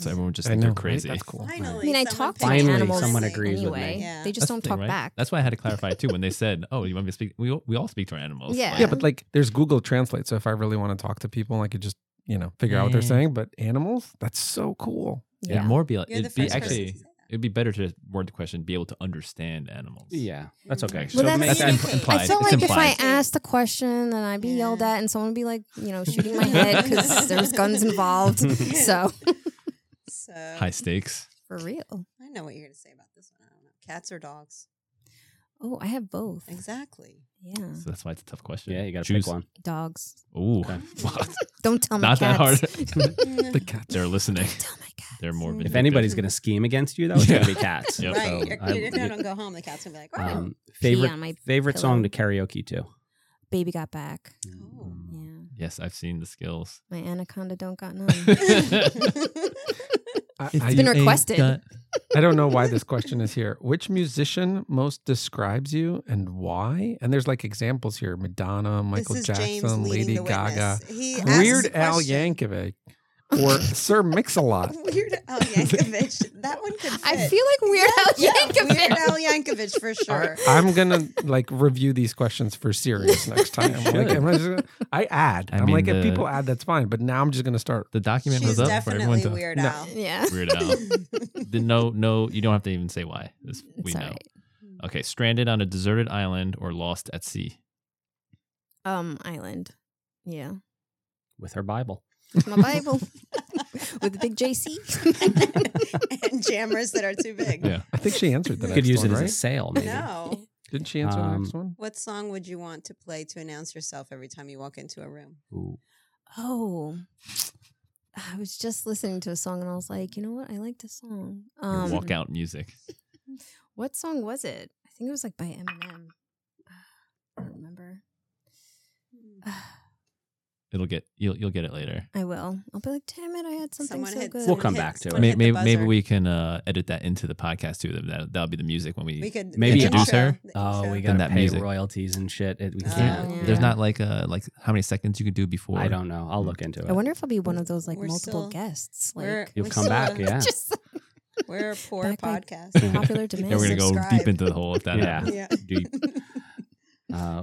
[SPEAKER 6] so everyone just
[SPEAKER 4] I
[SPEAKER 6] think
[SPEAKER 4] know,
[SPEAKER 6] they're
[SPEAKER 4] right?
[SPEAKER 6] crazy.
[SPEAKER 4] That's cool.
[SPEAKER 3] I mean, I
[SPEAKER 5] someone
[SPEAKER 3] talk to
[SPEAKER 5] picked
[SPEAKER 2] Finally,
[SPEAKER 3] animals
[SPEAKER 2] someone agrees with
[SPEAKER 3] anyway.
[SPEAKER 2] me.
[SPEAKER 5] Yeah.
[SPEAKER 3] They
[SPEAKER 6] That's
[SPEAKER 3] just don't
[SPEAKER 6] the
[SPEAKER 3] talk
[SPEAKER 6] thing, right?
[SPEAKER 3] back.
[SPEAKER 6] That's why I had to clarify too when they said, "Oh, you want me to speak? We all, we all speak to our animals."
[SPEAKER 3] Yeah.
[SPEAKER 4] Yeah, but like there's Google Translate. So if I really want to talk to people, I could just, you know, figure out what they're
[SPEAKER 6] Yeah.
[SPEAKER 4] saying. But animals, that's so cool.
[SPEAKER 6] it'd
[SPEAKER 3] yeah.
[SPEAKER 6] more be like
[SPEAKER 5] You're the
[SPEAKER 6] it'd be
[SPEAKER 5] first person
[SPEAKER 6] actually
[SPEAKER 5] to say that.
[SPEAKER 6] it'd be better to word the question, be able to understand animals.
[SPEAKER 2] Yeah, that's okay.
[SPEAKER 6] Well,
[SPEAKER 2] it
[SPEAKER 3] that's-
[SPEAKER 2] makes-
[SPEAKER 6] that's
[SPEAKER 5] Communicate.
[SPEAKER 6] implied.
[SPEAKER 3] I felt
[SPEAKER 6] it's
[SPEAKER 3] like
[SPEAKER 6] implied.
[SPEAKER 3] if I asked the question, then I'd be yelled
[SPEAKER 5] Yeah.
[SPEAKER 3] at, and someone would be like, you know, shooting my head because there's guns involved. So
[SPEAKER 5] So
[SPEAKER 6] high stakes.
[SPEAKER 3] for real,
[SPEAKER 5] I know what you're going to say about this one. I don't know. Cats or dogs?
[SPEAKER 3] Oh, I have both.
[SPEAKER 5] Exactly.
[SPEAKER 3] Yeah.
[SPEAKER 1] So that's why it's a tough question.
[SPEAKER 2] Yeah, you got to
[SPEAKER 1] Choose-
[SPEAKER 2] pick one.
[SPEAKER 3] Dogs.
[SPEAKER 1] Ooh,
[SPEAKER 2] Okay.
[SPEAKER 1] What?
[SPEAKER 3] Don't tell my
[SPEAKER 1] not that hard.
[SPEAKER 3] cats.
[SPEAKER 4] The cat.
[SPEAKER 1] They're listening.
[SPEAKER 3] Don't tell my cats.
[SPEAKER 1] They're morbid.
[SPEAKER 2] If anybody's going to scheme against you, though, it's going to be cats.
[SPEAKER 1] Yep.
[SPEAKER 5] right.
[SPEAKER 2] So
[SPEAKER 5] You're-
[SPEAKER 2] I-
[SPEAKER 5] if I don't go home, the cat's gonna be like, oh,
[SPEAKER 2] um, favorite
[SPEAKER 3] on my
[SPEAKER 2] favorite
[SPEAKER 3] pillow.
[SPEAKER 2] song to karaoke to.
[SPEAKER 3] Baby got back.
[SPEAKER 5] Oh.
[SPEAKER 3] Yeah.
[SPEAKER 1] Yes, I've seen the skills.
[SPEAKER 3] My anaconda don't got none.
[SPEAKER 4] I,
[SPEAKER 1] It's
[SPEAKER 4] I-
[SPEAKER 3] been requested.
[SPEAKER 4] I don't know why this question is here. Which musician most describes you and why? And there's like examples here: Madonna, Michael
[SPEAKER 5] this is James
[SPEAKER 4] Jackson,
[SPEAKER 5] leading
[SPEAKER 4] Lady
[SPEAKER 5] the
[SPEAKER 4] Gaga,
[SPEAKER 5] witness. He
[SPEAKER 3] Weird
[SPEAKER 5] asked
[SPEAKER 4] Weird
[SPEAKER 5] the
[SPEAKER 4] Al
[SPEAKER 5] question.
[SPEAKER 4] Yankovic, or Sir Mix-a-Lot.
[SPEAKER 5] Weird Al Yankovic. That one could. Fit.
[SPEAKER 3] I feel like Weird Al
[SPEAKER 5] Yeah, Weird
[SPEAKER 3] Yankovic.
[SPEAKER 5] Al Yankovic for sure.
[SPEAKER 4] I, am gonna like review these questions for serious next time. I'm like,
[SPEAKER 1] Should.
[SPEAKER 4] I'm just gonna- I add.
[SPEAKER 1] I
[SPEAKER 4] I am
[SPEAKER 1] mean,
[SPEAKER 4] like, if
[SPEAKER 1] the-
[SPEAKER 4] people add, that's fine. But now I'm just gonna start.
[SPEAKER 1] The document
[SPEAKER 5] She's
[SPEAKER 1] was up for everyone
[SPEAKER 5] definitely
[SPEAKER 1] to
[SPEAKER 5] Weird
[SPEAKER 4] No.
[SPEAKER 5] Al.
[SPEAKER 3] Yeah.
[SPEAKER 1] Weird Al. The- no, no, you don't have to even say why. This, we
[SPEAKER 3] It's
[SPEAKER 1] know.
[SPEAKER 3] all right.
[SPEAKER 1] Okay, stranded on a deserted island or lost at sea.
[SPEAKER 3] Um, island. Yeah.
[SPEAKER 2] with her Bible.
[SPEAKER 3] My Bible. With the big JC.
[SPEAKER 5] and jammers that are too big.
[SPEAKER 1] Yeah.
[SPEAKER 4] I think she answered the
[SPEAKER 2] You
[SPEAKER 4] next
[SPEAKER 2] could use
[SPEAKER 4] one,
[SPEAKER 2] it
[SPEAKER 4] right?
[SPEAKER 2] as a um, sale, maybe.
[SPEAKER 5] No.
[SPEAKER 4] Didn't she answer the next one?
[SPEAKER 5] What song would you want to play to announce yourself every time you walk into a room?
[SPEAKER 2] Ooh.
[SPEAKER 3] Oh. I was just listening to a song and I was like, you know what? I like this song.
[SPEAKER 1] Your
[SPEAKER 3] Um
[SPEAKER 1] walkout music.
[SPEAKER 3] What song was it? I think it was like by Eminem. I don't remember.
[SPEAKER 1] It'll get you'll you'll get it later.
[SPEAKER 3] I will. I'll be like, damn it, I had something
[SPEAKER 5] Someone
[SPEAKER 3] so
[SPEAKER 5] hit-
[SPEAKER 3] good.
[SPEAKER 2] We'll come back to it.
[SPEAKER 5] Wanna
[SPEAKER 1] May
[SPEAKER 5] hit the
[SPEAKER 1] maybe, maybe
[SPEAKER 5] buzzer.
[SPEAKER 1] we can uh, edit that into the podcast too. That that'll be the music when we.
[SPEAKER 5] We could
[SPEAKER 2] Maybe
[SPEAKER 5] the
[SPEAKER 2] introduce
[SPEAKER 5] intro,
[SPEAKER 1] her.
[SPEAKER 5] the
[SPEAKER 2] Oh,
[SPEAKER 5] intro.
[SPEAKER 2] we
[SPEAKER 1] got-
[SPEAKER 2] got to
[SPEAKER 1] that
[SPEAKER 2] pay
[SPEAKER 1] music.
[SPEAKER 2] royalties and shit. It, we
[SPEAKER 5] Oh,
[SPEAKER 2] can't.
[SPEAKER 3] yeah.
[SPEAKER 1] There's not Mm. like uh like how many seconds you can do before.
[SPEAKER 2] I don't know. I'll look into it.
[SPEAKER 3] I wonder if I'll be one of those like
[SPEAKER 5] We're
[SPEAKER 3] multiple
[SPEAKER 5] still-
[SPEAKER 3] guests.
[SPEAKER 5] we're-
[SPEAKER 3] Like
[SPEAKER 2] You'll
[SPEAKER 5] we're
[SPEAKER 2] come
[SPEAKER 5] still
[SPEAKER 2] back,
[SPEAKER 5] a-
[SPEAKER 2] yeah.
[SPEAKER 3] just
[SPEAKER 5] We're a poor
[SPEAKER 3] Back by-
[SPEAKER 5] podcast.
[SPEAKER 2] Yeah.
[SPEAKER 3] popular
[SPEAKER 5] Yeah,
[SPEAKER 1] Yeah,
[SPEAKER 3] demand.
[SPEAKER 1] we're gonna
[SPEAKER 5] Subscribe.
[SPEAKER 1] go deep into the hole if that.
[SPEAKER 2] Yeah.
[SPEAKER 1] happens.
[SPEAKER 5] yeah,
[SPEAKER 2] Deep. Uh,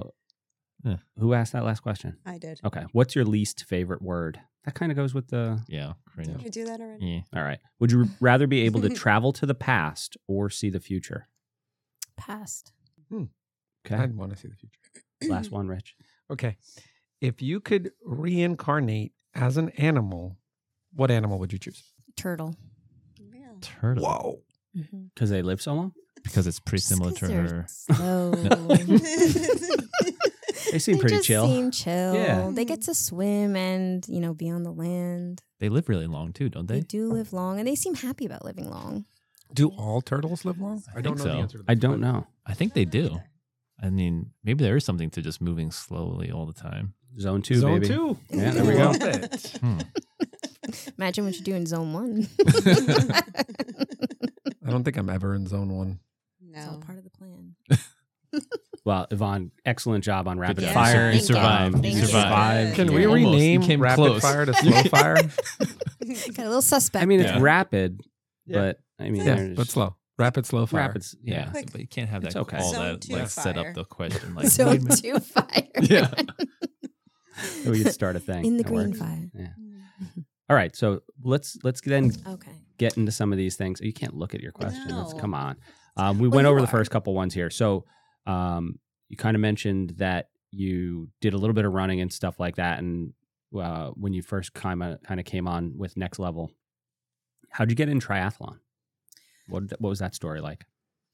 [SPEAKER 1] Yeah.
[SPEAKER 2] Who asked that last question?
[SPEAKER 5] I
[SPEAKER 1] Oh.
[SPEAKER 5] did.
[SPEAKER 2] Okay. What's your least favorite word? That kind of goes with the.
[SPEAKER 1] Yeah.
[SPEAKER 5] Did
[SPEAKER 1] Cringe.
[SPEAKER 5] we do that already?
[SPEAKER 1] Yeah.
[SPEAKER 2] All right. Would you rather be able to travel to the past or see the future?
[SPEAKER 3] past.
[SPEAKER 2] Okay.
[SPEAKER 4] I'd want to see the future.
[SPEAKER 2] Last one, Rich.
[SPEAKER 4] Okay. If you could reincarnate as an animal, what animal would you choose?
[SPEAKER 3] Turtle.
[SPEAKER 5] Real.
[SPEAKER 1] Turtle.
[SPEAKER 3] Mm-hmm.
[SPEAKER 2] Because they live so long.
[SPEAKER 1] Because it's pretty similar to her.
[SPEAKER 3] Slow.
[SPEAKER 2] They seem
[SPEAKER 3] They
[SPEAKER 2] pretty
[SPEAKER 3] just
[SPEAKER 2] chill.
[SPEAKER 3] Seem chill.
[SPEAKER 2] Yeah.
[SPEAKER 3] They get to swim and you know be on the land.
[SPEAKER 1] They live really long too, don't
[SPEAKER 3] They,
[SPEAKER 1] they?
[SPEAKER 3] do live long, and they seem happy about living long.
[SPEAKER 4] Do all turtles live long?
[SPEAKER 1] I think so.
[SPEAKER 4] to
[SPEAKER 2] I
[SPEAKER 4] this,
[SPEAKER 2] don't
[SPEAKER 4] but-
[SPEAKER 2] know.
[SPEAKER 1] I think they do. I mean, maybe there is something to just moving slowly all the time.
[SPEAKER 2] Zone two,
[SPEAKER 4] Zone
[SPEAKER 2] baby.
[SPEAKER 4] two.
[SPEAKER 2] Yeah, there we go.
[SPEAKER 4] Love it.
[SPEAKER 1] Hmm.
[SPEAKER 3] Imagine what you do in zone one.
[SPEAKER 4] I don't think I'm ever in zone one.
[SPEAKER 3] It's all
[SPEAKER 5] No.
[SPEAKER 3] part of the plan.
[SPEAKER 2] Well, Yvonne, excellent job on rapid
[SPEAKER 1] job.
[SPEAKER 2] fire.
[SPEAKER 1] You
[SPEAKER 2] Um,
[SPEAKER 1] survived. You
[SPEAKER 2] you survived.
[SPEAKER 5] survived.
[SPEAKER 4] Can
[SPEAKER 5] Yeah.
[SPEAKER 4] we
[SPEAKER 1] Almost. You
[SPEAKER 4] rename
[SPEAKER 1] came
[SPEAKER 4] rapid
[SPEAKER 1] close.
[SPEAKER 4] fire to slow fire?
[SPEAKER 3] Got a little suspect.
[SPEAKER 2] I mean, it's
[SPEAKER 1] Yeah.
[SPEAKER 2] rapid,
[SPEAKER 4] Yeah.
[SPEAKER 2] but I mean,
[SPEAKER 4] yeah,
[SPEAKER 2] there's
[SPEAKER 4] but slow. Rapid slow fire.
[SPEAKER 2] rapid. s-
[SPEAKER 1] Yeah,
[SPEAKER 2] Yeah.
[SPEAKER 5] Quick.
[SPEAKER 1] but you can't have
[SPEAKER 2] It's
[SPEAKER 1] that
[SPEAKER 2] okay.
[SPEAKER 1] all
[SPEAKER 5] Zone
[SPEAKER 1] that
[SPEAKER 5] two
[SPEAKER 1] like set up
[SPEAKER 5] fire.
[SPEAKER 1] the question like
[SPEAKER 3] so
[SPEAKER 1] wait a minute.
[SPEAKER 3] two fire.
[SPEAKER 1] Yeah.
[SPEAKER 2] So we could start a thing
[SPEAKER 3] in the
[SPEAKER 2] That
[SPEAKER 3] green
[SPEAKER 2] works.
[SPEAKER 3] fire.
[SPEAKER 2] Yeah.
[SPEAKER 3] Mm.
[SPEAKER 2] All right. So let's let's then
[SPEAKER 3] Okay.
[SPEAKER 2] get into some of these things. You can't look at your questions.
[SPEAKER 5] No.
[SPEAKER 2] Come on. Um, we
[SPEAKER 5] Well,
[SPEAKER 2] went
[SPEAKER 5] you
[SPEAKER 2] over the
[SPEAKER 5] are.
[SPEAKER 2] first couple ones here. So um, you kind of mentioned that you did a little bit of running and stuff like that, and uh, when you first kind of kind of came on with Next Level, how'd you get in triathlon? What did- what was that story like?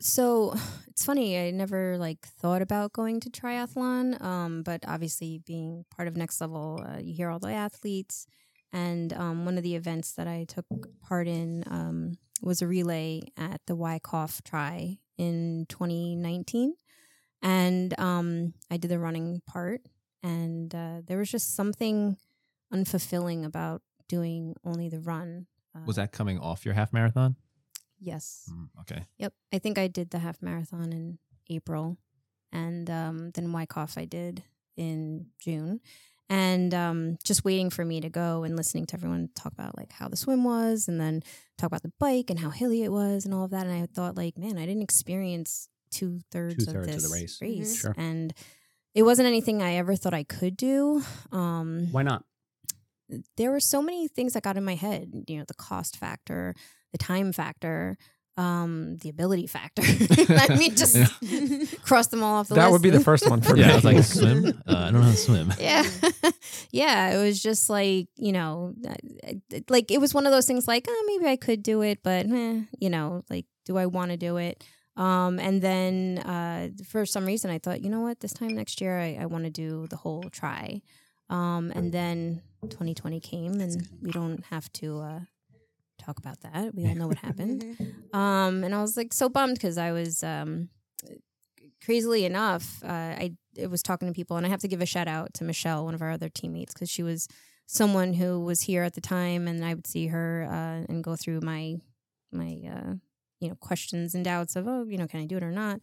[SPEAKER 3] So it's funny. I never like thought about going to triathlon, um, but obviously being part of Next Level, uh, you hear all the athletes. And um, one of the events that I took part in um, was a relay at the Wyckoff Tri in 2019, and um, I did the running part. And uh, there was just something unfulfilling about doing only the run. Uh,
[SPEAKER 1] Was that coming off your half marathon?
[SPEAKER 3] yes?
[SPEAKER 1] Hmm, okay.
[SPEAKER 3] Yep. I think I did the half marathon in April and um, then Wyckoff I did in June. And um, just waiting for me to go and listening to everyone talk about like how the swim was and then talk about the bike and how hilly it was and all of that. And I thought like, man, I didn't experience two thirds of
[SPEAKER 2] Two-thirds of
[SPEAKER 3] this
[SPEAKER 2] the race.
[SPEAKER 5] Mhm.
[SPEAKER 2] Sure.
[SPEAKER 3] And it wasn't anything I ever thought I could do. Um,
[SPEAKER 2] Why not?
[SPEAKER 3] there were so many things that got in my head you know the cost factor the time factor um the ability factor i mean just cross them all off the
[SPEAKER 4] That
[SPEAKER 3] list
[SPEAKER 4] would be the first one for
[SPEAKER 1] Yeah, I was
[SPEAKER 4] me.
[SPEAKER 1] like swim. Uh, I don't know how to swim.
[SPEAKER 3] yeah yeah it was just like you know I- I- like it was one of those things like oh maybe i could do it but eh, you know like do i want to do it Um, and then uh, for some reason, I thought, you know what, this time next year, I, I want to do the whole try. Um, and then 2020 came, and we don't have to uh, talk about that. We all know what happened.
[SPEAKER 5] Mhm.
[SPEAKER 3] Um, and I was like so bummed because I was um, crazily enough, uh, I, I was talking to people, and I have to give a shout out to Michelle, one of our other teammates, because she was someone who was here at the time, and I would see her uh, and go through my my uh, you know questions and doubts of oh you know can I do it or not.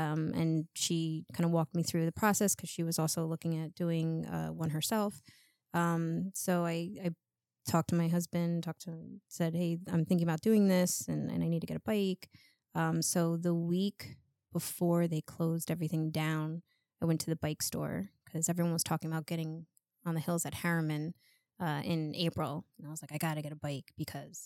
[SPEAKER 3] Um, and she kind of walked me through the process because she was also looking at doing uh, one herself. Um, so I, I talked to my husband, talked to him, said, Hey, I'm thinking about doing this and, and I need to get a bike. Um, so the week before they closed everything down, I went to the bike store because everyone was talking about getting on the hills at Harriman uh, in April. And I was like, I got to get a bike because,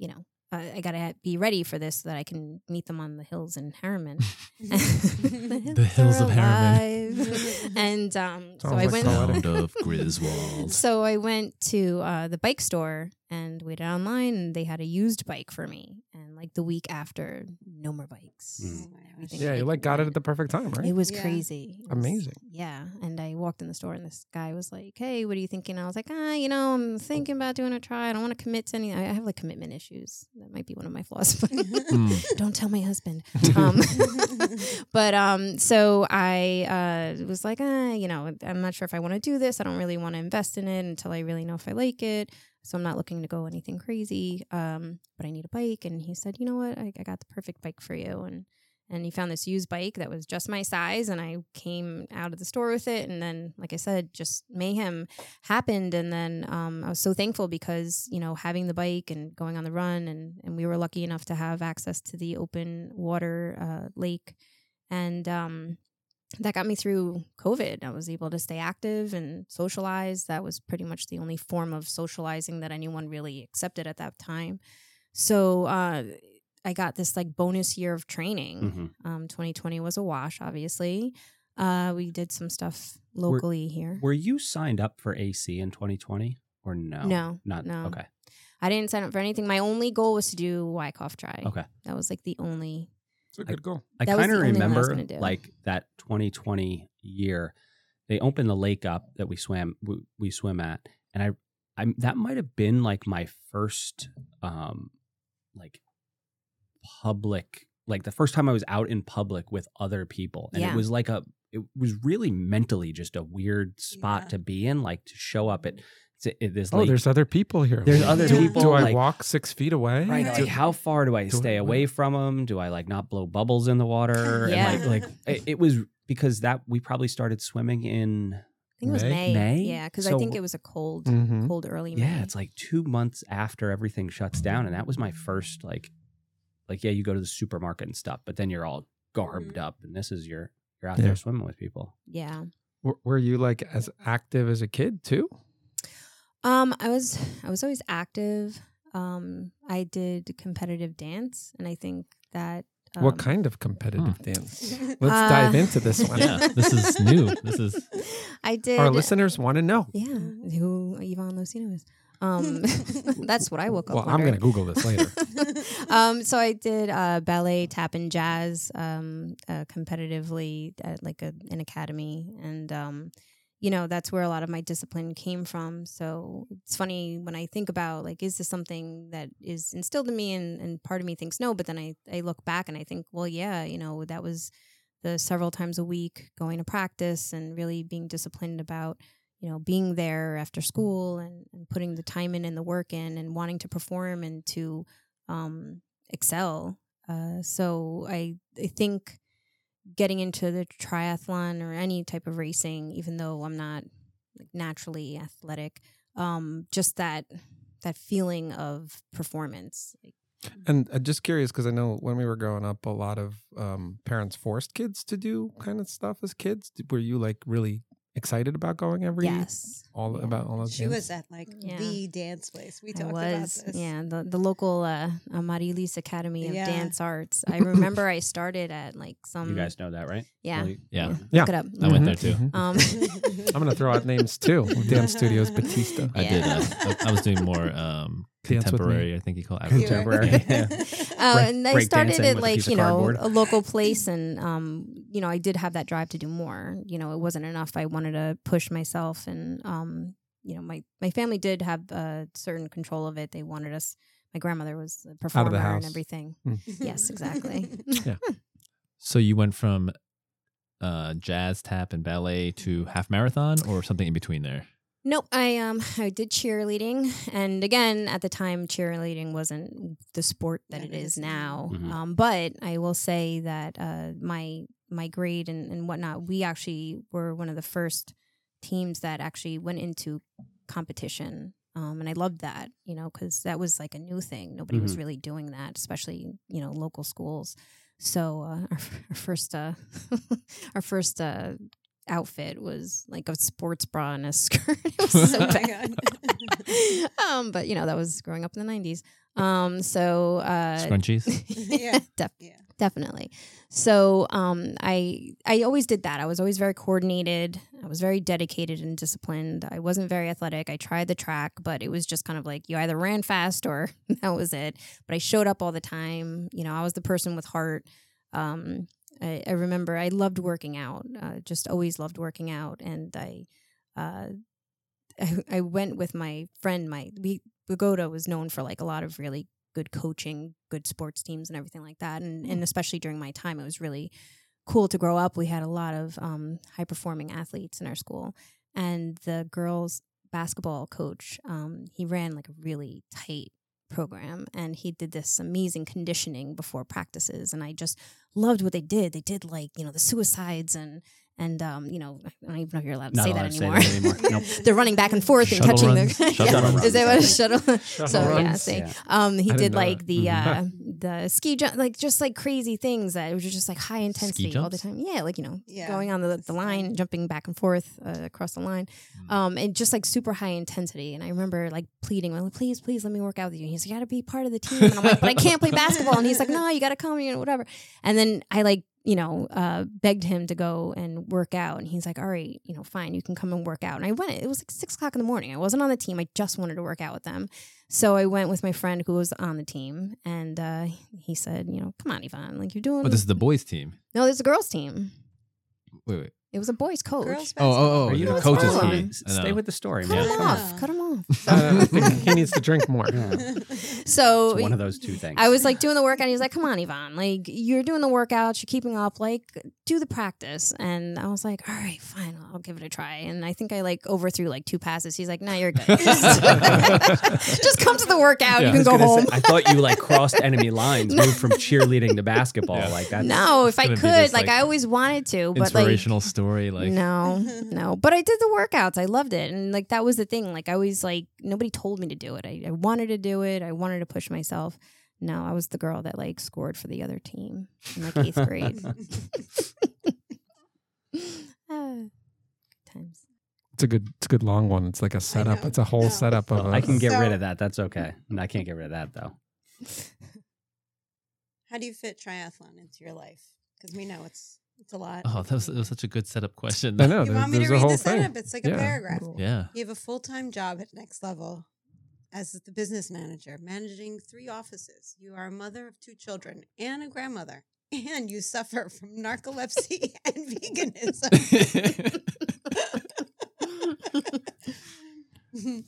[SPEAKER 3] you know, I, I got to be ready for this so that I can meet them on the hills in Harriman.
[SPEAKER 1] The hills
[SPEAKER 3] are
[SPEAKER 1] of Harriman.
[SPEAKER 3] alive. and um, so
[SPEAKER 4] Sounds
[SPEAKER 3] I
[SPEAKER 4] like
[SPEAKER 3] went.
[SPEAKER 4] Colorado.
[SPEAKER 1] Sound of Griswold.
[SPEAKER 3] So I went to uh, the bike store and waited online, and they had a used bike for me. And like the week after, no more bikes.
[SPEAKER 2] Mm.
[SPEAKER 1] Hmm.
[SPEAKER 3] Everything
[SPEAKER 4] Yeah, you like got it at the perfect time, right?
[SPEAKER 3] It was
[SPEAKER 5] Yeah.
[SPEAKER 3] crazy. It was-
[SPEAKER 4] Amazing.
[SPEAKER 3] Yeah. And I walked in the store and this guy was like, Hey, what are you thinking? I was like, Ah, you know, I'm thinking about doing a try. I don't want to commit to any. I I have like commitment issues. That might be one of my flaws, but
[SPEAKER 5] Mm-hmm.
[SPEAKER 1] Mm.
[SPEAKER 3] don't tell my husband. Um, but um, so I uh, was like, ah, you know, I'm not sure if I want to do this. I don't really want to invest in it until I really know if I like it. So I'm not looking to go anything crazy. Um, but I need a bike. And he said, you know what? I, I got the perfect bike for you. And and he found this used bike that was just my size. And I came out of the store with it. And then, like I said, just mayhem happened. And then um, I was so thankful because you know having the bike and going on the run, and and we were lucky enough to have access to the open water uh, lake and um, that got me through COVID. I was able to stay active and socialize. That was pretty much the only form of socializing that anyone really accepted at that time. So uh, I got this like bonus year of training.
[SPEAKER 5] Mm-hmm.
[SPEAKER 2] Mhm.
[SPEAKER 3] Um, 2020 was a wash, obviously. Uh, we did some stuff locally here.
[SPEAKER 2] Were you signed up for AC in 2020 or no?
[SPEAKER 3] No,
[SPEAKER 2] Not
[SPEAKER 3] no.
[SPEAKER 2] okay.
[SPEAKER 3] I didn't sign up for anything. My only goal was to do Wyckoff Try.
[SPEAKER 2] Okay.
[SPEAKER 3] That was like the only.
[SPEAKER 4] It's a good goal.
[SPEAKER 2] I
[SPEAKER 3] That was
[SPEAKER 2] kind of
[SPEAKER 3] the only one I
[SPEAKER 2] remember
[SPEAKER 3] was gonna do.
[SPEAKER 2] like that 2020 year. They opened the lake up that we swam we, we swim at, and I, I that might have been like my first, um, like public, like the first time I was out in public with other people, and
[SPEAKER 3] Yeah.
[SPEAKER 2] it was like a, it was really mentally just a weird spot
[SPEAKER 5] Yeah.
[SPEAKER 2] to be in, like to show up at, at this
[SPEAKER 4] Oh,
[SPEAKER 2] lake.
[SPEAKER 4] there's other people here.
[SPEAKER 2] There's
[SPEAKER 4] Like,
[SPEAKER 2] other
[SPEAKER 4] do-
[SPEAKER 2] people,
[SPEAKER 4] Do I
[SPEAKER 2] like-
[SPEAKER 4] walk six feet away?
[SPEAKER 2] Right.
[SPEAKER 5] Right.
[SPEAKER 2] Like, how far do I
[SPEAKER 4] Do I-
[SPEAKER 2] stay away from them? Do I like not blow bubbles in the water?
[SPEAKER 3] Yeah.
[SPEAKER 2] And like, like it, it was because that we probably started swimming in
[SPEAKER 3] I think it was
[SPEAKER 4] May?
[SPEAKER 3] May.
[SPEAKER 2] May?
[SPEAKER 3] Yeah, because I
[SPEAKER 2] So-
[SPEAKER 3] think it was a cold,
[SPEAKER 4] Mm-hmm.
[SPEAKER 3] cold early May.
[SPEAKER 2] yeah, it's like two months after everything shuts down, and that was my first like, like yeah, you go to the supermarket and stuff, but then you're all garbed
[SPEAKER 3] Mm-hmm.
[SPEAKER 2] up, and this is your you're out
[SPEAKER 4] Yeah.
[SPEAKER 2] there swimming with people.
[SPEAKER 3] yeah.
[SPEAKER 4] Were, were you like as active as a kid too?
[SPEAKER 3] Um, I was I was always active. Um, I did competitive dance, and I think that um,
[SPEAKER 4] what kind of competitive dance? Let's
[SPEAKER 3] Uh,
[SPEAKER 4] dive into this one.
[SPEAKER 1] Yeah, this is new. This is-
[SPEAKER 3] I did.
[SPEAKER 4] Our listeners want to know.
[SPEAKER 3] yeah, who Yvonne Lucino is. Um, that's what I woke up.
[SPEAKER 4] Well, I'm going to
[SPEAKER 3] wondering.
[SPEAKER 4] Google this later.
[SPEAKER 3] um, so I did uh, ballet, tap, and jazz um, uh, competitively at like a, an academy, and um, you know that's where a lot of my discipline came from. So it's funny when I think about like, is this something that is instilled in me, and, and part of me thinks no, but then I I look back and I think, well, yeah, you know that was the several times a week going to practice and really being disciplined about you know, being there after school and, and putting the time in and the work in and wanting to perform and to um, excel. Uh, so I, I think getting into the triathlon or any type of racing, even though I'm not like naturally athletic, um, just that that feeling of performance.
[SPEAKER 4] and I'm just curious because I know when we were growing up, a lot of um, parents forced kids to do kind of stuff as kids. Did- Were you like really excited about going every
[SPEAKER 3] yes.
[SPEAKER 4] all
[SPEAKER 3] Yeah.
[SPEAKER 4] about all those
[SPEAKER 5] She
[SPEAKER 4] dance-
[SPEAKER 5] was at like
[SPEAKER 3] Yeah.
[SPEAKER 5] the dance place. We
[SPEAKER 3] I
[SPEAKER 5] talked
[SPEAKER 3] was,
[SPEAKER 5] about this.
[SPEAKER 3] yeah, the, the local uh, Amarilis Academy of
[SPEAKER 5] Yeah.
[SPEAKER 3] Dance Arts. I remember I started at like some.
[SPEAKER 2] You guys know that, right?
[SPEAKER 3] Um, yeah,
[SPEAKER 2] Really-
[SPEAKER 1] Yeah.
[SPEAKER 4] Yeah.
[SPEAKER 3] Look it up.
[SPEAKER 1] I went
[SPEAKER 4] Mhm,
[SPEAKER 1] there too.
[SPEAKER 4] mhm.
[SPEAKER 3] Um,
[SPEAKER 4] I'm gonna throw out names too. Dance Studios Batista.
[SPEAKER 1] I did.
[SPEAKER 3] Yeah.
[SPEAKER 1] Uh, I, I was doing more um,
[SPEAKER 4] Dance with me.
[SPEAKER 1] contemporary. I think you call it.
[SPEAKER 5] You were-
[SPEAKER 2] Contemporary.
[SPEAKER 1] Yeah.
[SPEAKER 3] Uh,
[SPEAKER 2] Break-
[SPEAKER 3] and I
[SPEAKER 2] break
[SPEAKER 3] started
[SPEAKER 2] dancing
[SPEAKER 3] at
[SPEAKER 2] with a
[SPEAKER 3] like
[SPEAKER 2] piece of
[SPEAKER 3] you know
[SPEAKER 2] cardboard.
[SPEAKER 3] a local place, and um, you know I did have that drive to do more. You know, it wasn't enough. I wanted to push myself, and um, you know, my my family did have a certain control of it. They wanted us. My grandmother was a performer
[SPEAKER 4] house.
[SPEAKER 3] and everything. Yes,
[SPEAKER 5] Yes,
[SPEAKER 3] exactly.
[SPEAKER 1] So you went from uh, jazz, tap, and ballet to half marathon, or something in between there.
[SPEAKER 3] Nope, I um I did cheerleading, and again at the time cheerleading wasn't the sport that it is now.
[SPEAKER 2] Mhm.
[SPEAKER 3] Um, but I will say that uh, my my grade and, and whatnot, we actually were one of the first teams that actually went into competition, um, and I loved that, you know, because that was like a new thing. Nobody was really doing that, especially you know local schools. So uh, our, f- our first uh, our first uh, outfit was like a sports bra and a skirt. It was so
[SPEAKER 5] Oh my
[SPEAKER 3] bad. um, but you know that was growing up in the '90s. Um, so uh,
[SPEAKER 1] Scrunchies.
[SPEAKER 5] Yeah.
[SPEAKER 3] def-
[SPEAKER 5] Yeah.
[SPEAKER 3] definitely. So um, I I always did that. I was always very coordinated. I was very dedicated and disciplined. I wasn't very athletic. I tried the track, but it was just kind of like you either ran fast or that was it. But I showed up all the time. You know, I was the person with heart. Um, I, I remember I loved working out. Uh, just always loved working out, and I. Uh, I, I went with my friend. My we Bogota was known for like a lot of really good coaching, good sports teams, and everything like that. And
[SPEAKER 2] Hmm.
[SPEAKER 3] and especially during my time, it was really cool to grow up. We had a lot of um, high performing athletes in our school, and the girls basketball coach um, he ran like a really tight program and he did this amazing conditioning before practices and i just loved what they did they did like you know the suicides and and um you know i don't even know if you're allowed to
[SPEAKER 2] Not
[SPEAKER 3] say
[SPEAKER 2] allowed
[SPEAKER 3] that
[SPEAKER 2] to say
[SPEAKER 3] anymore
[SPEAKER 2] that anymore. Nope.
[SPEAKER 3] they're running back and forth and
[SPEAKER 1] Shuttle
[SPEAKER 3] touching
[SPEAKER 1] runs.
[SPEAKER 3] the
[SPEAKER 1] Shuttle
[SPEAKER 3] Yeah.
[SPEAKER 2] runs.
[SPEAKER 3] is that what a shuttle so yeah,
[SPEAKER 4] runs.
[SPEAKER 3] see.
[SPEAKER 2] Yeah.
[SPEAKER 3] Um, he
[SPEAKER 4] I didn't
[SPEAKER 3] did
[SPEAKER 4] know
[SPEAKER 3] like
[SPEAKER 4] that.
[SPEAKER 3] the uh,
[SPEAKER 4] Mhm.
[SPEAKER 3] the ski jump, like just like crazy things that was just like high intensity all the
[SPEAKER 1] jumps?
[SPEAKER 3] time. Yeah, like you know,
[SPEAKER 5] Yeah,
[SPEAKER 3] going on the,
[SPEAKER 5] that's
[SPEAKER 3] the
[SPEAKER 5] fun.
[SPEAKER 3] line, jumping back and forth uh, across the line,
[SPEAKER 1] Mm.
[SPEAKER 3] um, and just like super high intensity. And I remember like pleading, like, please, please let me work out with you. And he's like, you got to be part of the team. And I'm like, but I can't play basketball. And he's like, no, you got to come, you know, whatever. And then I like, you know, uh, begged him to go and work out. And he's like, all right, you know, fine, you can come and work out. And I went, it was like six o'clock in the morning. I wasn't on the team. I just wanted to work out with them. So I went with my friend who was on the team. And uh, he said, you know, come on, Yvonne, like you're doing.
[SPEAKER 1] Oh, this is the boys' team.
[SPEAKER 3] no, there's a girls' team.
[SPEAKER 1] Wait, wait.
[SPEAKER 3] It was a boys' coach.
[SPEAKER 5] Girls
[SPEAKER 1] Oh, oh, oh.
[SPEAKER 2] Are you
[SPEAKER 1] the
[SPEAKER 2] not
[SPEAKER 1] coaches'
[SPEAKER 3] following?
[SPEAKER 1] team.
[SPEAKER 2] S-
[SPEAKER 1] I know.
[SPEAKER 2] Stay with the story,
[SPEAKER 3] Cut
[SPEAKER 2] man.
[SPEAKER 3] him
[SPEAKER 5] Come
[SPEAKER 3] off.
[SPEAKER 5] on.
[SPEAKER 3] Cut him off.
[SPEAKER 4] I don't know. he needs to drink more.
[SPEAKER 2] Yeah.
[SPEAKER 3] So
[SPEAKER 2] It's one of those two things.
[SPEAKER 3] I was like doing the workout. He's like, "Come on, Yvonne. Like you're doing the workouts. You're keeping up. Like do the practice." And I was like, "All right, fine. I'll give it a try." And I think I like overthrew like two passes. He's like, "No, you're good. Just come to the workout.
[SPEAKER 1] Yeah.
[SPEAKER 3] you
[SPEAKER 2] I
[SPEAKER 3] can
[SPEAKER 2] was
[SPEAKER 3] go
[SPEAKER 2] gonna say, I
[SPEAKER 3] home."
[SPEAKER 2] thought you like crossed enemy lines,
[SPEAKER 3] No.
[SPEAKER 2] moved from cheerleading to basketball.
[SPEAKER 1] Yeah.
[SPEAKER 2] Like that.
[SPEAKER 3] no, if
[SPEAKER 1] it's
[SPEAKER 3] I
[SPEAKER 1] gonna
[SPEAKER 3] could,
[SPEAKER 1] be this,
[SPEAKER 3] like,
[SPEAKER 1] like,
[SPEAKER 3] I always wanted to, but like
[SPEAKER 1] Inspirational story. Like,
[SPEAKER 3] no no but i did the workouts i loved it and like that was the thing like i always like nobody told me to do it i, I wanted to do it i wanted to push myself no i was the girl that like scored for the other team in like eighth grade Ah, good times
[SPEAKER 4] It's a good. It's a good long one. It's like a setup.
[SPEAKER 5] know.
[SPEAKER 4] It's a whole
[SPEAKER 5] No.
[SPEAKER 4] setup of.
[SPEAKER 2] Well,
[SPEAKER 4] a
[SPEAKER 2] I can get
[SPEAKER 5] So-
[SPEAKER 2] rid of that. That's okay. And I can't get rid of that though.
[SPEAKER 5] How do you fit triathlon into your life? Because we know it's it's a lot.
[SPEAKER 1] Oh, that was, that was such a good setup question.
[SPEAKER 4] I know.
[SPEAKER 5] you
[SPEAKER 4] there's
[SPEAKER 5] want me to
[SPEAKER 4] there's a
[SPEAKER 5] read
[SPEAKER 4] whole
[SPEAKER 5] the
[SPEAKER 4] thing.
[SPEAKER 5] setup? It's like a
[SPEAKER 4] Yeah.
[SPEAKER 5] paragraph.
[SPEAKER 1] Yeah.
[SPEAKER 5] You have a full time job at Next Level as the business manager, managing three offices. You are a mother of two children and a grandmother, and you suffer from narcolepsy and veganism.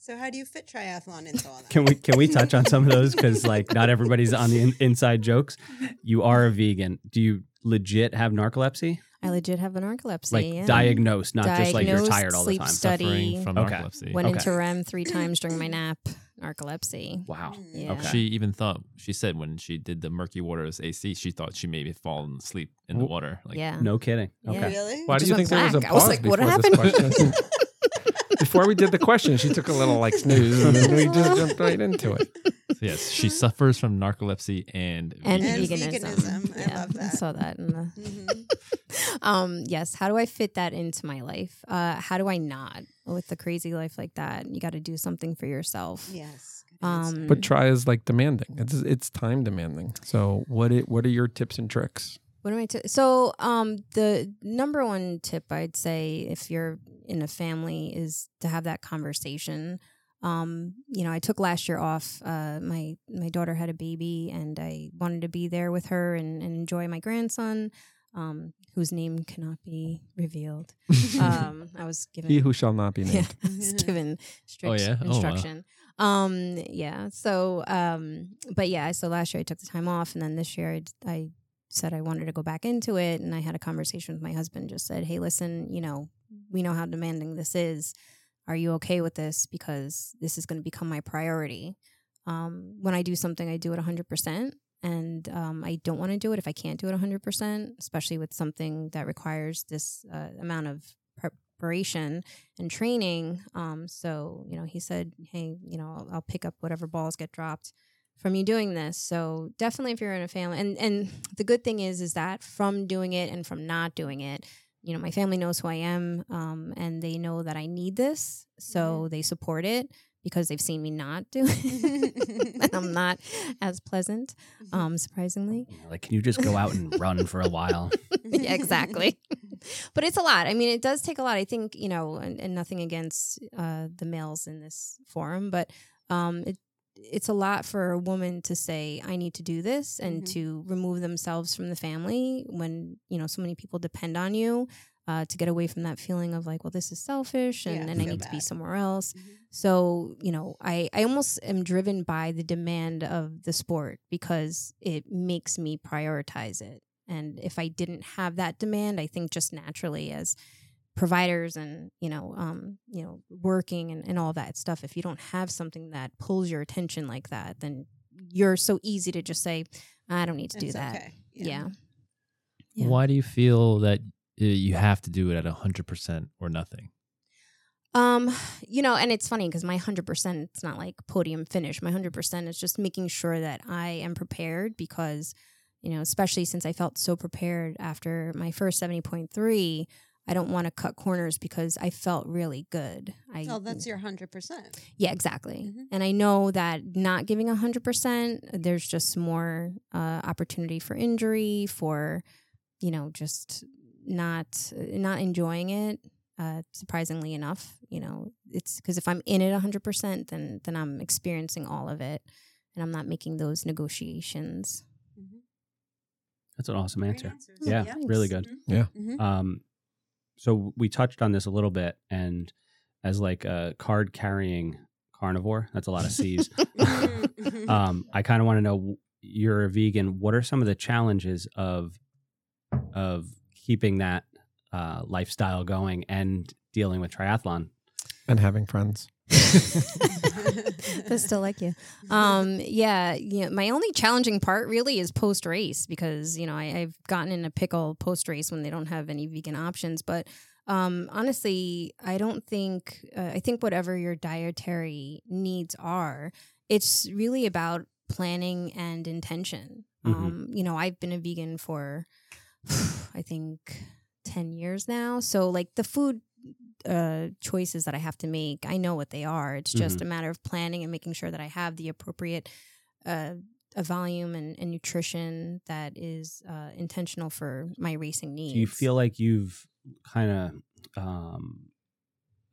[SPEAKER 5] so, how do you fit triathlon into all that?
[SPEAKER 2] Can we can we touch on some of those? Because like not everybody's on the in- inside jokes. You are a vegan. Do you legit have narcolepsy?
[SPEAKER 3] i legit have an narcolepsy
[SPEAKER 2] Like
[SPEAKER 3] yeah.
[SPEAKER 2] diagnosed, not just like you're
[SPEAKER 3] Diagnosed
[SPEAKER 2] tired all the
[SPEAKER 3] sleep
[SPEAKER 2] time.
[SPEAKER 3] study.
[SPEAKER 1] Suffering from
[SPEAKER 2] Okay.
[SPEAKER 1] narcolepsy.
[SPEAKER 3] went
[SPEAKER 2] Okay.
[SPEAKER 3] into rem three times during my nap narcolepsy
[SPEAKER 2] Wow.
[SPEAKER 5] Mm.
[SPEAKER 3] yeah
[SPEAKER 2] Okay.
[SPEAKER 1] She even thought she said when she did the murky waters AC, she thought she maybe had fallen asleep in the
[SPEAKER 2] W-
[SPEAKER 1] water. Like,
[SPEAKER 3] yeah
[SPEAKER 2] No kidding.
[SPEAKER 3] Yeah.
[SPEAKER 2] Okay.
[SPEAKER 5] Really?
[SPEAKER 4] Why do
[SPEAKER 3] Just
[SPEAKER 4] you
[SPEAKER 3] went
[SPEAKER 4] think there was a
[SPEAKER 3] black. I was
[SPEAKER 4] pause
[SPEAKER 3] like,
[SPEAKER 4] before
[SPEAKER 3] what
[SPEAKER 4] this question? before we did the question, she took a little like snooze, and then we just jumped right into it.
[SPEAKER 1] so yes, she suffers from narcolepsy and,
[SPEAKER 3] and,
[SPEAKER 1] veganism.
[SPEAKER 5] And
[SPEAKER 3] veganism,
[SPEAKER 5] veganism. I love
[SPEAKER 3] i
[SPEAKER 5] that.
[SPEAKER 3] saw that in the
[SPEAKER 5] Mhm.
[SPEAKER 3] um, yes. How do I fit that into my life? Uh, how do I not with a crazy life like that? You got to do something for yourself.
[SPEAKER 5] Yes. good answer.
[SPEAKER 3] Um,
[SPEAKER 4] But try is like demanding. It's it's time demanding. So what it, what are your tips and tricks?
[SPEAKER 3] What am I? T- so, um, the number one tip I'd say if you're in a family is to have that conversation. Um, you know, I took last year off. Uh, my my daughter had a baby, and I wanted to be there with her and, and enjoy my grandson, um, whose name cannot be revealed. Um, I was given
[SPEAKER 4] he who shall not be named.
[SPEAKER 3] yeah, I was given strict
[SPEAKER 1] yeah? Oh, wow.
[SPEAKER 3] instruction. Um, yeah. So, um, but yeah. So last year I took the time off, and then this year I, I said I wanted to go back into it, and I had a conversation with my husband. Just said, "Hey, listen, you know, we know how demanding this is. Are you okay with this? Because this is going to become my priority. Um, when I do something, I do it hundred percent." And um, I don't want to do it if I can't do it 100%, especially with something that requires this uh, amount of preparation and training. Um, so, you know, he said, hey, you know, I'll, I'll pick up whatever balls get dropped from you doing this. So definitely if you're in a family and, and the good thing is, is that from doing it and from not doing it, you know, my family knows who I am um, and they know that I need this. So they support it because they've seen me not do it. and I'm not as pleasant, um, surprisingly.
[SPEAKER 2] Like, can you just go out and run for a while?
[SPEAKER 3] yeah, exactly. but it's a lot. I mean, it does take a lot. I think you know, and, and nothing against uh, the males in this forum, but um, it it's a lot for a woman to say, "I need to do this," and
[SPEAKER 5] Mhm.
[SPEAKER 3] to remove themselves from the family when you know so many people depend on you. Uh, to get away from that feeling of like, well, this is selfish, and,
[SPEAKER 5] Yeah,
[SPEAKER 3] and I
[SPEAKER 5] feel
[SPEAKER 3] need to be
[SPEAKER 5] bad.
[SPEAKER 3] somewhere else.
[SPEAKER 5] Mhm.
[SPEAKER 3] So you know, I I almost am driven by the demand of the sport because it makes me prioritize it. And if I didn't have that demand, I think just naturally as providers and you know um you know working and, and all that stuff if you don't have something that pulls your attention like that then you're so easy to just say i don't need to do
[SPEAKER 5] It's
[SPEAKER 3] that
[SPEAKER 5] okay,
[SPEAKER 3] yeah Yeah.
[SPEAKER 1] Why do you feel that uh, you have to do it at 100% or nothing?
[SPEAKER 3] Um, you know, and it's funny because my hundred percent, it's not like podium finish. My hundred percent is just making sure that I am prepared because, you know, especially since I felt so prepared after my first seventy point three, I don't want to cut corners because I felt really good. I
[SPEAKER 5] Oh, that's your hundred percent.
[SPEAKER 3] yeah, exactly.
[SPEAKER 5] Mhm.
[SPEAKER 3] And I know that not giving 100%, there's just more uh, opportunity for injury, for, you know, just not not enjoying it. Uh, surprisingly enough, you know, it's because if I'm in it 100%, then then I'm experiencing all of it and I'm not making those negotiations.
[SPEAKER 2] That's an awesome answer. Yeah, really good.
[SPEAKER 4] Yeah.
[SPEAKER 2] Um, so we touched on this a little bit, and as like a card carrying carnivore, that's a lot of C's.
[SPEAKER 5] Mm-hmm.
[SPEAKER 2] um, I kind of want to know you're a vegan. What are some of the challenges of of keeping that uh, lifestyle going and dealing with triathlon?
[SPEAKER 4] And having friends.
[SPEAKER 5] Mm-hmm.
[SPEAKER 3] but still like you. um yeah you know, my only challenging part really is post race because you know I, i've gotten in a pickle post race when they don't have any vegan options but um honestly i don't think uh, i think whatever your dietary needs are it's really about planning and intention
[SPEAKER 2] Mhm.
[SPEAKER 3] um you know i've been a vegan for i think 10 years now so like the food uh, choices that I have to make. I know what they are. It's just
[SPEAKER 2] Mm-hmm.
[SPEAKER 3] a matter of planning and making sure that I have the appropriate uh, a volume and, and nutrition that is uh, intentional for my racing needs.
[SPEAKER 2] Do you feel like you've kind of um,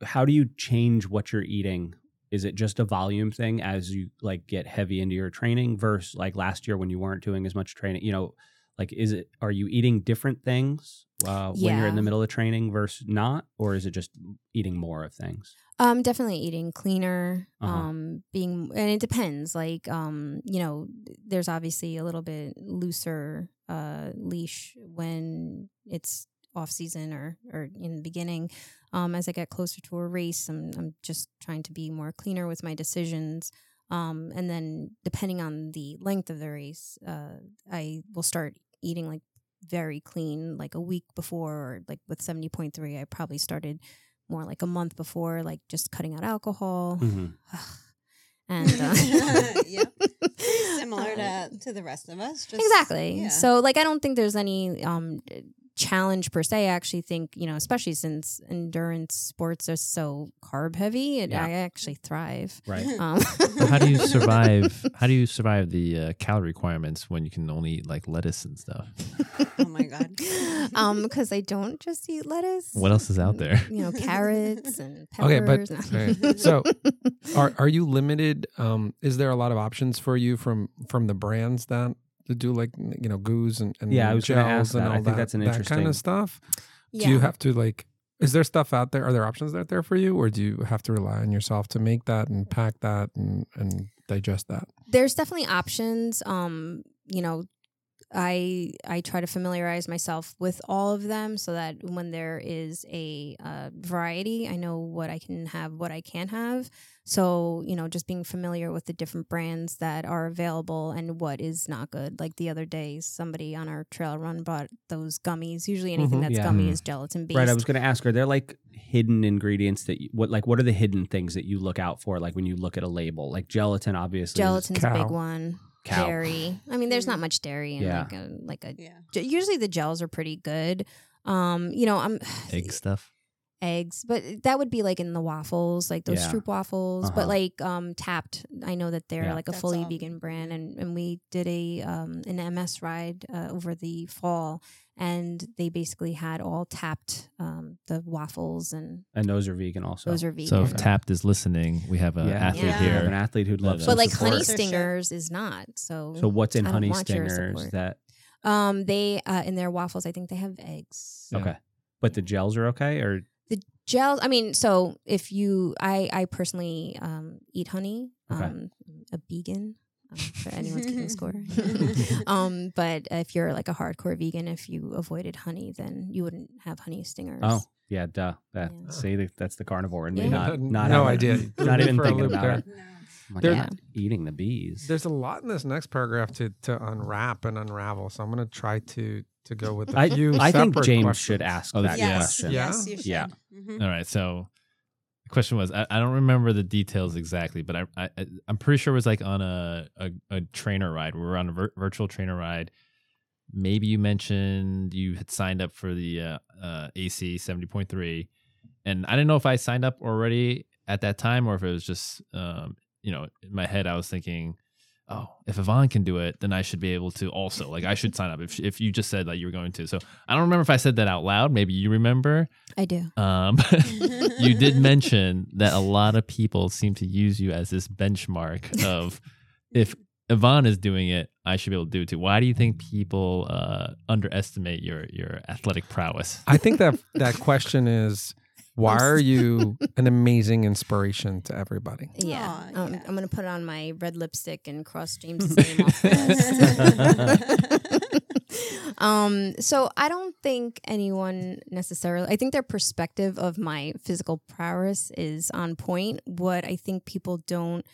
[SPEAKER 2] how do you change what you're eating? Is it just a volume thing as you like get heavy into your training versus like last year when you weren't doing as much training? You know, like is it are you eating different things uh, when you're
[SPEAKER 3] Yeah.
[SPEAKER 2] in the middle of training versus not, or is it just eating more of things?
[SPEAKER 3] Um, definitely eating cleaner.
[SPEAKER 2] Uh-huh.
[SPEAKER 3] Um, being and it depends. Like, um, you know, there's obviously a little bit looser uh leash when it's off season or or in the beginning. Um, as I get closer to a race, I'm I'm just trying to be more cleaner with my decisions. Um, and then depending on the length of the race, uh, I will start eating like very clean, like a week before, or like with seventy point three, I probably started more like a month before, like just cutting out alcohol.
[SPEAKER 2] Mm. Mm-hmm.
[SPEAKER 3] And uh,
[SPEAKER 5] Yep. Pretty similar
[SPEAKER 3] uh,
[SPEAKER 5] to, to the rest of us. Just,
[SPEAKER 3] exactly.
[SPEAKER 5] yeah.
[SPEAKER 3] So like I don't think there's any um challenge per se. I actually think, you know, especially since endurance sports are so carb heavy, and
[SPEAKER 6] Yeah.
[SPEAKER 3] I actually thrive.
[SPEAKER 2] Right.
[SPEAKER 3] Um,
[SPEAKER 6] Well, how do you survive? how do you survive the uh, calorie requirements when you can only eat like lettuce and stuff?
[SPEAKER 5] Oh my God.
[SPEAKER 3] um, because I don't just eat lettuce.
[SPEAKER 6] What else is out there?
[SPEAKER 3] You know, carrots and
[SPEAKER 4] Okay,
[SPEAKER 3] peppers.
[SPEAKER 4] but- okay. So, Are are you limited? Um, is there a lot of options for you from from the brands that to do like you know goos and, and
[SPEAKER 2] Yeah, I was
[SPEAKER 4] gels
[SPEAKER 2] gonna ask
[SPEAKER 4] and
[SPEAKER 2] that.
[SPEAKER 4] all
[SPEAKER 2] I think
[SPEAKER 4] that,
[SPEAKER 2] that's an
[SPEAKER 4] that kind
[SPEAKER 2] interesting-
[SPEAKER 4] of stuff?
[SPEAKER 3] yeah.
[SPEAKER 4] Do you have to like? Is there stuff out there? Are there options out there for you, or do you have to rely on yourself to make that and pack that and and digest that?
[SPEAKER 3] there's definitely options um you know i i try to familiarize myself with all of them so that when there is a uh, variety i know what i can have what i can have so you know just being familiar with the different brands that are available and what is not good like the other day somebody on our trail run bought those gummies usually anything
[SPEAKER 4] Mhm.
[SPEAKER 3] that's
[SPEAKER 2] Yeah.
[SPEAKER 3] gummy
[SPEAKER 6] Mhm.
[SPEAKER 3] is gelatin based
[SPEAKER 2] Right. I was going to ask, are there like hidden ingredients that you, what like what are the hidden things that you look out for like when you look at a label like gelatin obviously is-
[SPEAKER 3] gelatin's a
[SPEAKER 4] Cow.
[SPEAKER 3] big one
[SPEAKER 2] Cow.
[SPEAKER 3] dairy i mean there's not much dairy in
[SPEAKER 2] Yeah.
[SPEAKER 3] like a like a
[SPEAKER 5] Yeah.
[SPEAKER 3] Ge- usually the gels are pretty good um you know i'm
[SPEAKER 6] Egg stuff.
[SPEAKER 3] eggs but that would be like in the waffles like those
[SPEAKER 2] Yeah.
[SPEAKER 3] stroop waffles
[SPEAKER 2] Uh-huh.
[SPEAKER 3] but like um tapped i know that they're
[SPEAKER 2] Yeah.
[SPEAKER 3] like a
[SPEAKER 5] That's
[SPEAKER 3] fully
[SPEAKER 5] all.
[SPEAKER 3] vegan brand and and we did a um an ms ride uh, over the fall and they basically had all tapped um the waffles and
[SPEAKER 2] and those are vegan also.
[SPEAKER 3] those are vegan
[SPEAKER 6] So if
[SPEAKER 2] Okay.
[SPEAKER 6] Tapped is listening, we have an
[SPEAKER 2] Yeah.
[SPEAKER 6] athlete
[SPEAKER 3] Yeah.
[SPEAKER 2] We have an
[SPEAKER 6] here.
[SPEAKER 2] athlete who'd love
[SPEAKER 6] But
[SPEAKER 3] but
[SPEAKER 2] some
[SPEAKER 3] like
[SPEAKER 2] support.
[SPEAKER 3] honey
[SPEAKER 5] Sponsorship.
[SPEAKER 3] stingers is not so,
[SPEAKER 2] So what's in
[SPEAKER 3] I don't
[SPEAKER 2] honey
[SPEAKER 3] want your
[SPEAKER 2] stingers
[SPEAKER 3] support.
[SPEAKER 2] that
[SPEAKER 3] um they uh in their waffles i think they have eggs
[SPEAKER 4] Yeah.
[SPEAKER 2] okay. But the gels are okay or
[SPEAKER 3] gels i mean so if you i i personally um eat honey
[SPEAKER 2] Okay.
[SPEAKER 3] um a vegan um, for anyone's keeping score um but if you're like a hardcore vegan if you avoided honey then you wouldn't have honey stingers
[SPEAKER 2] Oh, yeah, duh. That
[SPEAKER 3] Yeah.
[SPEAKER 2] see that- that's the carnivore in me.
[SPEAKER 3] Yeah.
[SPEAKER 2] Not, not
[SPEAKER 4] no
[SPEAKER 2] having-
[SPEAKER 4] idea.
[SPEAKER 2] Not even
[SPEAKER 4] For a
[SPEAKER 2] thinking
[SPEAKER 4] loop
[SPEAKER 2] about
[SPEAKER 4] there.
[SPEAKER 2] it.
[SPEAKER 5] No.
[SPEAKER 2] I'm like,
[SPEAKER 4] There-
[SPEAKER 2] I'm not eating the bees.
[SPEAKER 4] There's a lot in this next paragraph to to unwrap and unravel. So I'm gonna try to to go with a
[SPEAKER 2] I,
[SPEAKER 4] few.
[SPEAKER 2] I think
[SPEAKER 4] separate
[SPEAKER 2] James
[SPEAKER 4] questions.
[SPEAKER 2] should ask
[SPEAKER 6] Oh,
[SPEAKER 2] that
[SPEAKER 6] that's- yeah.
[SPEAKER 5] yes.
[SPEAKER 2] question.
[SPEAKER 4] Yeah.
[SPEAKER 5] Yes, you should.
[SPEAKER 2] Yeah.
[SPEAKER 5] Mhm.
[SPEAKER 6] All right. So the question was, I, I don't remember the details exactly, but I, I I- I'm pretty sure it was like on a a, a trainer ride. We were on a vir- virtual trainer ride. Maybe you mentioned you had signed up for the uh, uh, AC 70.3, and I didn't know if I signed up already at that time or if it was just um, you know in my head I was thinking. Oh, if Yvonne can do it, then I should be able to also. Like, I should sign up if, if you just said that you were going to. So, I don't remember if I said that out loud. Maybe you remember.
[SPEAKER 3] i do
[SPEAKER 6] Um, you did mention that a lot of people seem to use you as this benchmark of if Yvonne is doing it, I should be able to do it too. Why do you think people uh, underestimate your your athletic prowess?
[SPEAKER 4] I think that that question is why are you an amazing inspiration to everybody?
[SPEAKER 3] yeah,
[SPEAKER 5] Aw,
[SPEAKER 3] um,
[SPEAKER 5] yeah.
[SPEAKER 3] i'm gonna put on my red lipstick and cross james's name off the list. um so i don't think anyone necessarily i think their perspective of my physical prowess is on point what i think people don't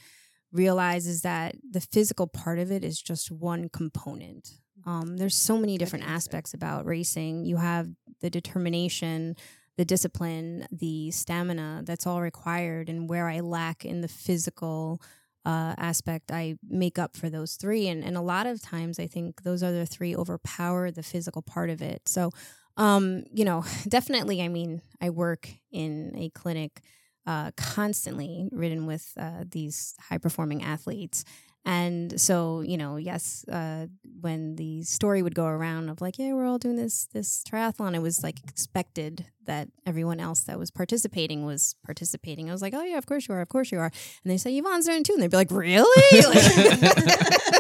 [SPEAKER 3] realize is that the physical part of it is just one component. Um, there's so many different
[SPEAKER 5] think so.
[SPEAKER 3] aspects about racing. You have the determination, the discipline, the stamina that's all required, and where I lack in the physical uh, aspect, I make up for those three. And, and a lot of times, I think those other three overpower the physical part of it. So, um, you know, definitely, I mean, I work in a clinic uh, constantly ridden with uh, these high performing athletes. And so, you know, yes, uh, when the story would go around of like, yeah, we're all doing this this triathlon, it was like expected that everyone else that was participating was participating. I was like, oh yeah, of course you are, of course you are. And they say Yvonne's there too, and they'd be like, really?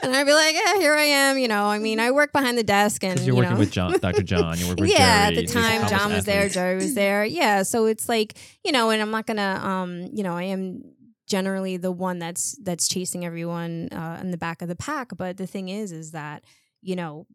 [SPEAKER 3] Like- and I'd be like, yeah, here I am. You know, I mean, I work behind the desk, and
[SPEAKER 6] Because
[SPEAKER 3] you
[SPEAKER 6] you're working
[SPEAKER 3] know
[SPEAKER 6] with John, Dr. John. You're working with
[SPEAKER 3] yeah,
[SPEAKER 6] Jerry,
[SPEAKER 3] at the
[SPEAKER 6] these
[SPEAKER 3] time,
[SPEAKER 6] college
[SPEAKER 3] John was there,
[SPEAKER 6] athletes.
[SPEAKER 3] Jerry was there. Yeah, so it's like you know, and I'm not gonna, um, you know, I am generally the one that's that's chasing everyone uh, in the back of the pack. But the thing is, is that you know,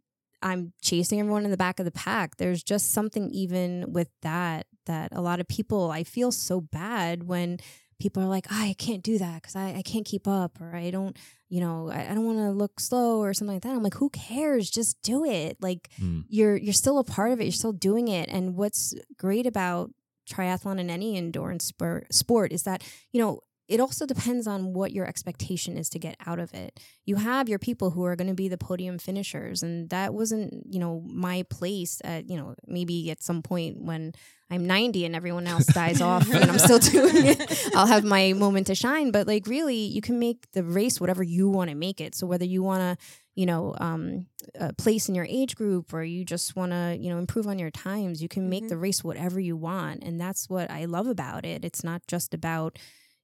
[SPEAKER 3] I'm chasing everyone in the back of the pack. There's just something even with that that a lot of people I feel so bad when people are like, "Ah, I can't do that because I, I can't keep up or I don't, you know, I, I don't want to look slow or something like that. I'm like, who cares? Just do it. Like
[SPEAKER 6] Mm.
[SPEAKER 3] you're you're still a part of it. You're still doing it. And what's great about triathlon and any endurance spor- sport is that you know it also depends on what your expectation is to get out of it. You have your people who are going to be the podium finishers, and that wasn't, you know, my place. At you know, maybe at some point when I'm 90 and everyone else dies off, and I'm still doing it, I'll have my moment to shine. But like, really, you can make the race whatever you want to make it. So whether you want to, you know, um, uh, place in your age group, or you just want to, you know, improve on your times, you can make
[SPEAKER 5] Mhm.
[SPEAKER 3] the race whatever you want, and that's what I love about it. It's not just about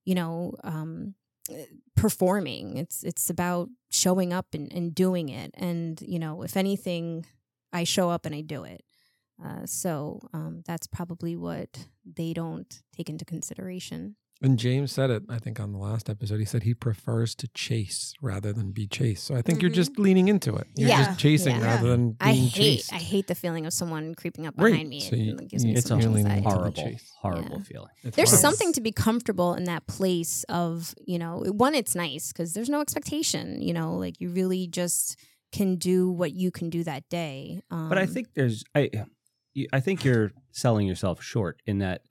[SPEAKER 3] you know um eh, performing it's it's about showing up and, and doing it and you know if anything i show up and i do it uh, so um, that's probably what they don't take into consideration
[SPEAKER 4] And James said it, I think, on the last episode. He said he prefers to chase rather than be chased. So I think you're
[SPEAKER 5] Mhm.
[SPEAKER 4] just leaning into it. You're
[SPEAKER 3] Mm-hmm. Yeah.
[SPEAKER 4] just chasing
[SPEAKER 5] Yeah.
[SPEAKER 4] rather than being
[SPEAKER 3] i hate
[SPEAKER 4] chased.
[SPEAKER 3] i hate the feeling of someone creeping up
[SPEAKER 4] Right.
[SPEAKER 3] behind me
[SPEAKER 4] So
[SPEAKER 3] It,
[SPEAKER 4] you-
[SPEAKER 3] like, gives me
[SPEAKER 4] it's
[SPEAKER 3] so much
[SPEAKER 4] really
[SPEAKER 3] anxiety.
[SPEAKER 4] hard.
[SPEAKER 2] horrible,
[SPEAKER 4] Chase.
[SPEAKER 2] horrible
[SPEAKER 3] Yeah.
[SPEAKER 2] feeling.
[SPEAKER 4] It's
[SPEAKER 3] there's
[SPEAKER 4] horrible.
[SPEAKER 3] something to be comfortable in that place of you know one it's nice because there's no expectation you know like you really just can do what you can do that day um,
[SPEAKER 2] But I think there's I you- I think you're selling yourself short in that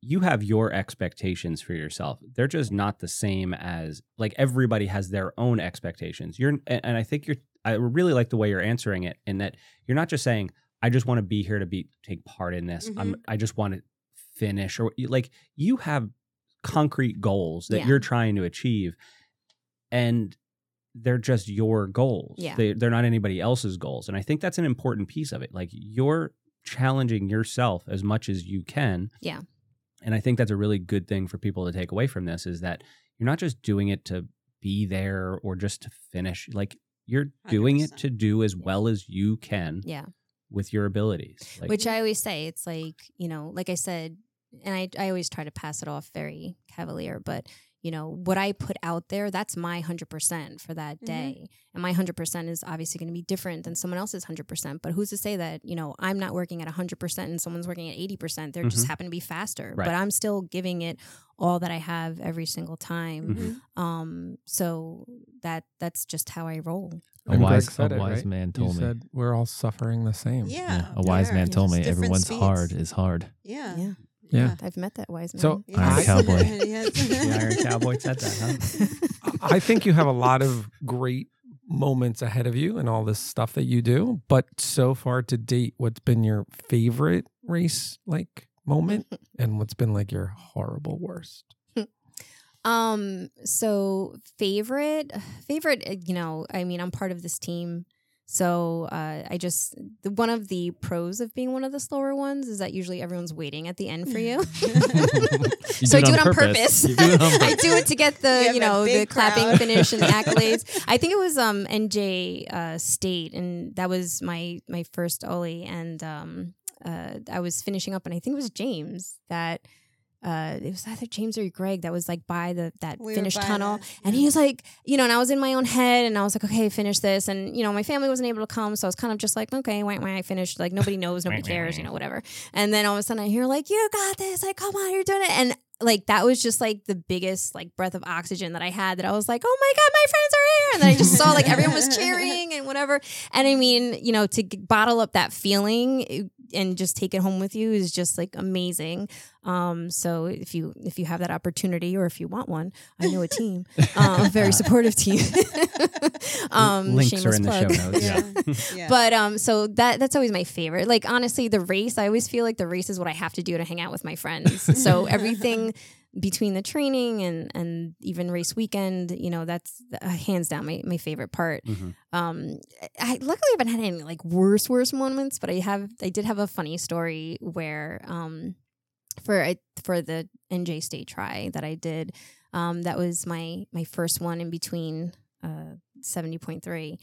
[SPEAKER 2] you have your expectations for yourself. They're just not the same as like everybody has their own expectations. You're and and I think you're I really like the way you're answering it in that you're not just saying I just want to be here to be take part in this. I'm I just want to finish or like you have concrete goals that
[SPEAKER 3] Yeah.
[SPEAKER 2] you're trying to achieve and they're just your goals.
[SPEAKER 3] Yeah.
[SPEAKER 2] They, they're not anybody else's goals. And I think that's an important piece of it. Like you're challenging yourself as much as you can.
[SPEAKER 3] Yeah.
[SPEAKER 2] And I think that's a really good thing for people to take away from this is that you're not just doing it to be there or just to finish. Like you're doing it
[SPEAKER 5] 100%.
[SPEAKER 2] to do as well as you can
[SPEAKER 3] yeah
[SPEAKER 2] with your abilities. Like,
[SPEAKER 3] which I always say, it's like, you know, like I said, and I, I always try to pass it off very cavalier, but, you know, what I put out there, that's my 100% for that
[SPEAKER 2] Mm-hmm.
[SPEAKER 5] Mhm.
[SPEAKER 3] day. And my 100% is obviously going to be different than someone else's 100%. But who's to say that, you know, I'm not working at 100% and someone's working at 80%? They are just happen to be faster,
[SPEAKER 2] Mm-hmm. Right.
[SPEAKER 3] but I'm still giving it all that I have every single time.
[SPEAKER 6] Mm-hmm.
[SPEAKER 5] Mhm.
[SPEAKER 2] Mm-hmm.
[SPEAKER 3] Um, so that that's just how I roll.
[SPEAKER 6] A
[SPEAKER 4] And Greg
[SPEAKER 6] wise, a
[SPEAKER 4] said it,
[SPEAKER 6] wise
[SPEAKER 4] right?
[SPEAKER 6] man
[SPEAKER 4] You
[SPEAKER 6] told me.
[SPEAKER 4] said we're all suffering the same.
[SPEAKER 5] Yeah.
[SPEAKER 6] a wise
[SPEAKER 5] yeah.
[SPEAKER 6] man told me
[SPEAKER 5] Just different
[SPEAKER 6] everyone's
[SPEAKER 5] speeds.
[SPEAKER 6] hard is hard.
[SPEAKER 5] Yeah.
[SPEAKER 3] Yeah.
[SPEAKER 4] Yeah.
[SPEAKER 3] Uh, I've met that wise man.
[SPEAKER 4] So
[SPEAKER 5] Yeah.
[SPEAKER 6] Iron Cowboy.
[SPEAKER 5] Yes.
[SPEAKER 2] The Iron Cowboy said that,
[SPEAKER 4] I think you have a lot of great moments ahead of you and all this stuff that you do. But so far to date, what's been your favorite race like moment and what's been like your horrible worst?
[SPEAKER 3] Um, so favorite, favorite, uh, you know, I mean, I'm part of this team. So uh, I just, the, one of the pros of being one of the slower ones is that usually everyone's waiting at the end
[SPEAKER 5] Mm-hmm.
[SPEAKER 3] for you.
[SPEAKER 6] You
[SPEAKER 3] so I do it on
[SPEAKER 6] purpose.
[SPEAKER 3] purpose.
[SPEAKER 6] You do it on
[SPEAKER 3] I do it to get the,
[SPEAKER 5] You have
[SPEAKER 3] you
[SPEAKER 5] that
[SPEAKER 3] know, the
[SPEAKER 5] big
[SPEAKER 3] clapping
[SPEAKER 5] crowd.
[SPEAKER 3] finish and the accolades. I think it was um, NJ uh, State, and that was my, my first Ollie. And um, uh, I was finishing up, and I think it was James that. Uh, it was either James or Greg that was like by the that
[SPEAKER 5] We were
[SPEAKER 3] finished
[SPEAKER 5] by
[SPEAKER 3] tunnel,
[SPEAKER 5] the-
[SPEAKER 3] and
[SPEAKER 5] yeah.
[SPEAKER 3] he's like, you know, and I was in my own head and I was like, okay, finish this. And, you know, my family wasn't able to come. So I was kind of just like, okay, why, why I finished? Like, nobody knows, nobody cares, you know, whatever. And then all of a sudden I hear, like, you got this. Like, come on, you're doing it. And like, that was just like the biggest, like, breath of oxygen that I had that I was like, oh my God, my friends are here. And then I just saw like everyone was cheering and whatever. And I mean, you know, to g- bottle up that feeling it- and just take it home with you is just like amazing. Um, so if you if you have that opportunity or if you want one, I know a team um, a very supportive team. um,
[SPEAKER 2] Links are
[SPEAKER 3] shameless
[SPEAKER 2] in the
[SPEAKER 3] plug.
[SPEAKER 2] show notes.
[SPEAKER 5] Yeah. Yeah.
[SPEAKER 3] But um, so that that's always my favorite. Like honestly, the race. I always feel like the race is what I have to do to hang out with my friends. so everything between the training and and even race weekend, you know, that's uh, hands down my my favorite part.
[SPEAKER 2] Mhm.
[SPEAKER 3] Um, I luckily I haven't had any like worse worse moments, but I have I did have a funny story where um for I for the NJ state try that I did. Um, that was my my first one in between uh, seventy point three,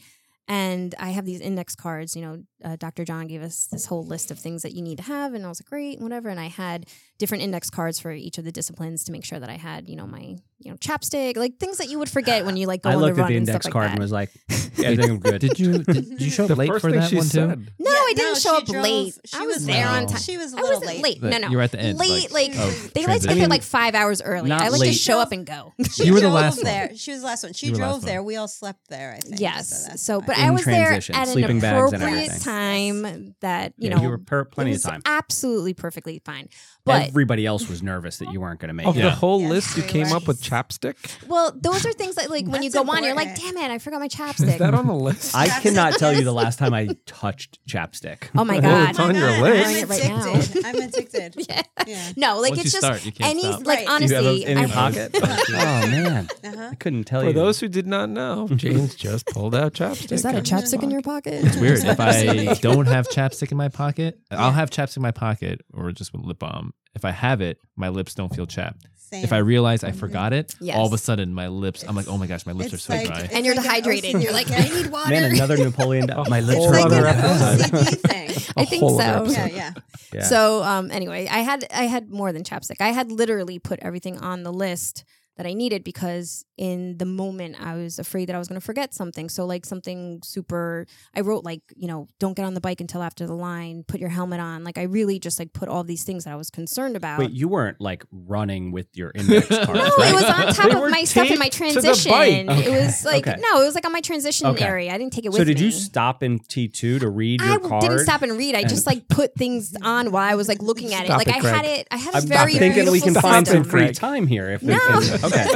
[SPEAKER 3] and I have these index cards. You know, uh, Dr. John gave us this whole list of things that you need to have, and I was like, great, whatever. And I had different index cards for each of the disciplines to make sure that I had, you know, my you know chapstick, like things that you would forget when you like go
[SPEAKER 2] I
[SPEAKER 3] on the
[SPEAKER 2] looked
[SPEAKER 3] run
[SPEAKER 2] at the
[SPEAKER 3] and
[SPEAKER 2] index
[SPEAKER 3] stuff
[SPEAKER 2] card
[SPEAKER 3] like
[SPEAKER 2] and
[SPEAKER 3] that.
[SPEAKER 2] was like, yeah, I think I'm good.
[SPEAKER 6] Did you did, did you show
[SPEAKER 4] The
[SPEAKER 6] up late
[SPEAKER 4] first
[SPEAKER 6] for
[SPEAKER 4] thing
[SPEAKER 6] that
[SPEAKER 4] she
[SPEAKER 6] one too?
[SPEAKER 4] said,
[SPEAKER 3] no,
[SPEAKER 5] Yeah,
[SPEAKER 3] I didn't
[SPEAKER 5] no,
[SPEAKER 3] show
[SPEAKER 5] she
[SPEAKER 3] up
[SPEAKER 5] drove-
[SPEAKER 3] late.
[SPEAKER 5] She
[SPEAKER 3] I
[SPEAKER 5] was,
[SPEAKER 3] was, there
[SPEAKER 6] late.
[SPEAKER 3] on time.
[SPEAKER 5] She was a
[SPEAKER 3] I
[SPEAKER 5] little
[SPEAKER 3] wasn't
[SPEAKER 5] late.
[SPEAKER 3] late. No, no,
[SPEAKER 6] You were at the end.
[SPEAKER 3] late, like,
[SPEAKER 6] of
[SPEAKER 3] They like to
[SPEAKER 6] transition.
[SPEAKER 3] put like five hours early.
[SPEAKER 6] not
[SPEAKER 3] I like to
[SPEAKER 6] late.
[SPEAKER 3] show up and go.
[SPEAKER 5] She
[SPEAKER 6] You were the
[SPEAKER 5] drove
[SPEAKER 6] last one.
[SPEAKER 5] there. She was the last one. She
[SPEAKER 6] You were the
[SPEAKER 5] drove
[SPEAKER 6] last
[SPEAKER 5] there. We all slept there, I think.
[SPEAKER 3] Yes. So,
[SPEAKER 5] that's fine.
[SPEAKER 3] but
[SPEAKER 2] In
[SPEAKER 3] I was
[SPEAKER 2] transition,
[SPEAKER 3] there at
[SPEAKER 2] sleeping
[SPEAKER 3] an
[SPEAKER 2] bags and
[SPEAKER 3] appropriate
[SPEAKER 2] everything.
[SPEAKER 3] time that you
[SPEAKER 2] Yeah,
[SPEAKER 3] know
[SPEAKER 2] you were per-
[SPEAKER 3] it
[SPEAKER 2] plenty of
[SPEAKER 3] was
[SPEAKER 2] time.
[SPEAKER 3] Absolutely perfectly fine. But
[SPEAKER 2] everybody else was nervous that you weren't going to make
[SPEAKER 4] Of
[SPEAKER 2] it.
[SPEAKER 4] the
[SPEAKER 6] Yeah.
[SPEAKER 4] whole
[SPEAKER 5] Yes,
[SPEAKER 4] list, you
[SPEAKER 5] we
[SPEAKER 4] came
[SPEAKER 5] were.
[SPEAKER 4] up with chapstick.
[SPEAKER 3] Well, those are things that like when you go
[SPEAKER 5] That's
[SPEAKER 3] on, you're like, damn
[SPEAKER 5] important.
[SPEAKER 3] it, I forgot my chapstick.
[SPEAKER 4] Is that on the list?
[SPEAKER 2] I
[SPEAKER 5] Chapstick.
[SPEAKER 2] cannot tell you the last time I touched chapstick.
[SPEAKER 3] oh my
[SPEAKER 4] Whoa,
[SPEAKER 3] god.
[SPEAKER 4] it's on your list.
[SPEAKER 3] I'm doing
[SPEAKER 5] I'm
[SPEAKER 3] it right now.
[SPEAKER 5] addicted. I'm addicted.
[SPEAKER 3] yeah.
[SPEAKER 5] Yeah.
[SPEAKER 3] No, like
[SPEAKER 6] Once
[SPEAKER 3] it's
[SPEAKER 6] you
[SPEAKER 3] just
[SPEAKER 6] start, you can't
[SPEAKER 3] any
[SPEAKER 6] stop.
[SPEAKER 3] like
[SPEAKER 5] Right.
[SPEAKER 3] honestly,
[SPEAKER 2] Do you have it in your
[SPEAKER 3] I-
[SPEAKER 2] pocket? oh man,
[SPEAKER 5] Uh-huh.
[SPEAKER 2] I couldn't tell
[SPEAKER 4] For
[SPEAKER 2] you.
[SPEAKER 4] those who did not know, James just pulled out chapstick.
[SPEAKER 3] Is that a
[SPEAKER 4] I'm
[SPEAKER 3] chapstick in
[SPEAKER 4] shocked.
[SPEAKER 3] your pocket?
[SPEAKER 6] It's weird. if I don't have chapstick in my pocket, I'll have chapstick in my pocket or just with lip balm. If I have it, my lips don't feel chapped.
[SPEAKER 5] Same.
[SPEAKER 6] If I realize I
[SPEAKER 5] Mhm.
[SPEAKER 6] forgot it,
[SPEAKER 3] Mm-hmm. Yes.
[SPEAKER 6] all of a sudden my lips, I'm like, oh my gosh, my lips
[SPEAKER 5] It's
[SPEAKER 6] are so
[SPEAKER 5] like-
[SPEAKER 6] dry.
[SPEAKER 5] it's
[SPEAKER 3] and you're
[SPEAKER 5] like an
[SPEAKER 3] dehydrated.
[SPEAKER 5] OCD
[SPEAKER 3] You're like, I need water.
[SPEAKER 2] man, another Napoleon. my lips
[SPEAKER 4] whole
[SPEAKER 5] it's
[SPEAKER 2] are
[SPEAKER 5] like
[SPEAKER 4] other
[SPEAKER 5] an
[SPEAKER 2] dry.
[SPEAKER 4] episode.
[SPEAKER 5] OCD thing.
[SPEAKER 4] A
[SPEAKER 3] I think
[SPEAKER 4] whole other
[SPEAKER 3] so.
[SPEAKER 4] episode.
[SPEAKER 5] Yeah, yeah.
[SPEAKER 2] Yeah.
[SPEAKER 3] So um anyway, I had I had more than chapstick. I had literally put everything on the list that I needed because in the moment I was afraid that I was going to forget something. So like something super I wrote like, you know, don't get on the bike until after the line, put your helmet on. Like I really just like put all these things that I was concerned about.
[SPEAKER 2] Wait, you weren't like running with your index cards,
[SPEAKER 6] No,
[SPEAKER 3] No,
[SPEAKER 2] right?
[SPEAKER 3] it was on top
[SPEAKER 4] They
[SPEAKER 3] of
[SPEAKER 4] were
[SPEAKER 3] my stuff in my
[SPEAKER 4] taped to the
[SPEAKER 3] transition.
[SPEAKER 4] bike.
[SPEAKER 3] It was
[SPEAKER 2] Okay,
[SPEAKER 3] like
[SPEAKER 2] okay.
[SPEAKER 3] no, it was like on my transition
[SPEAKER 2] Okay.
[SPEAKER 3] area. I didn't take it with
[SPEAKER 2] So did
[SPEAKER 3] me.
[SPEAKER 2] you stop in T two to read
[SPEAKER 3] I
[SPEAKER 2] your
[SPEAKER 3] w-
[SPEAKER 2] card?
[SPEAKER 3] didn't stop and read. I just like put things on while I was like looking at
[SPEAKER 4] Stop
[SPEAKER 3] it. Like
[SPEAKER 4] it,
[SPEAKER 3] I
[SPEAKER 4] Greg.
[SPEAKER 3] had it. I had a
[SPEAKER 2] I'm,
[SPEAKER 3] very
[SPEAKER 2] I'm thinking we can
[SPEAKER 3] beautiful
[SPEAKER 2] find some
[SPEAKER 3] system.
[SPEAKER 2] free
[SPEAKER 4] Greg.
[SPEAKER 2] time here if
[SPEAKER 3] No.
[SPEAKER 2] we can. Okay,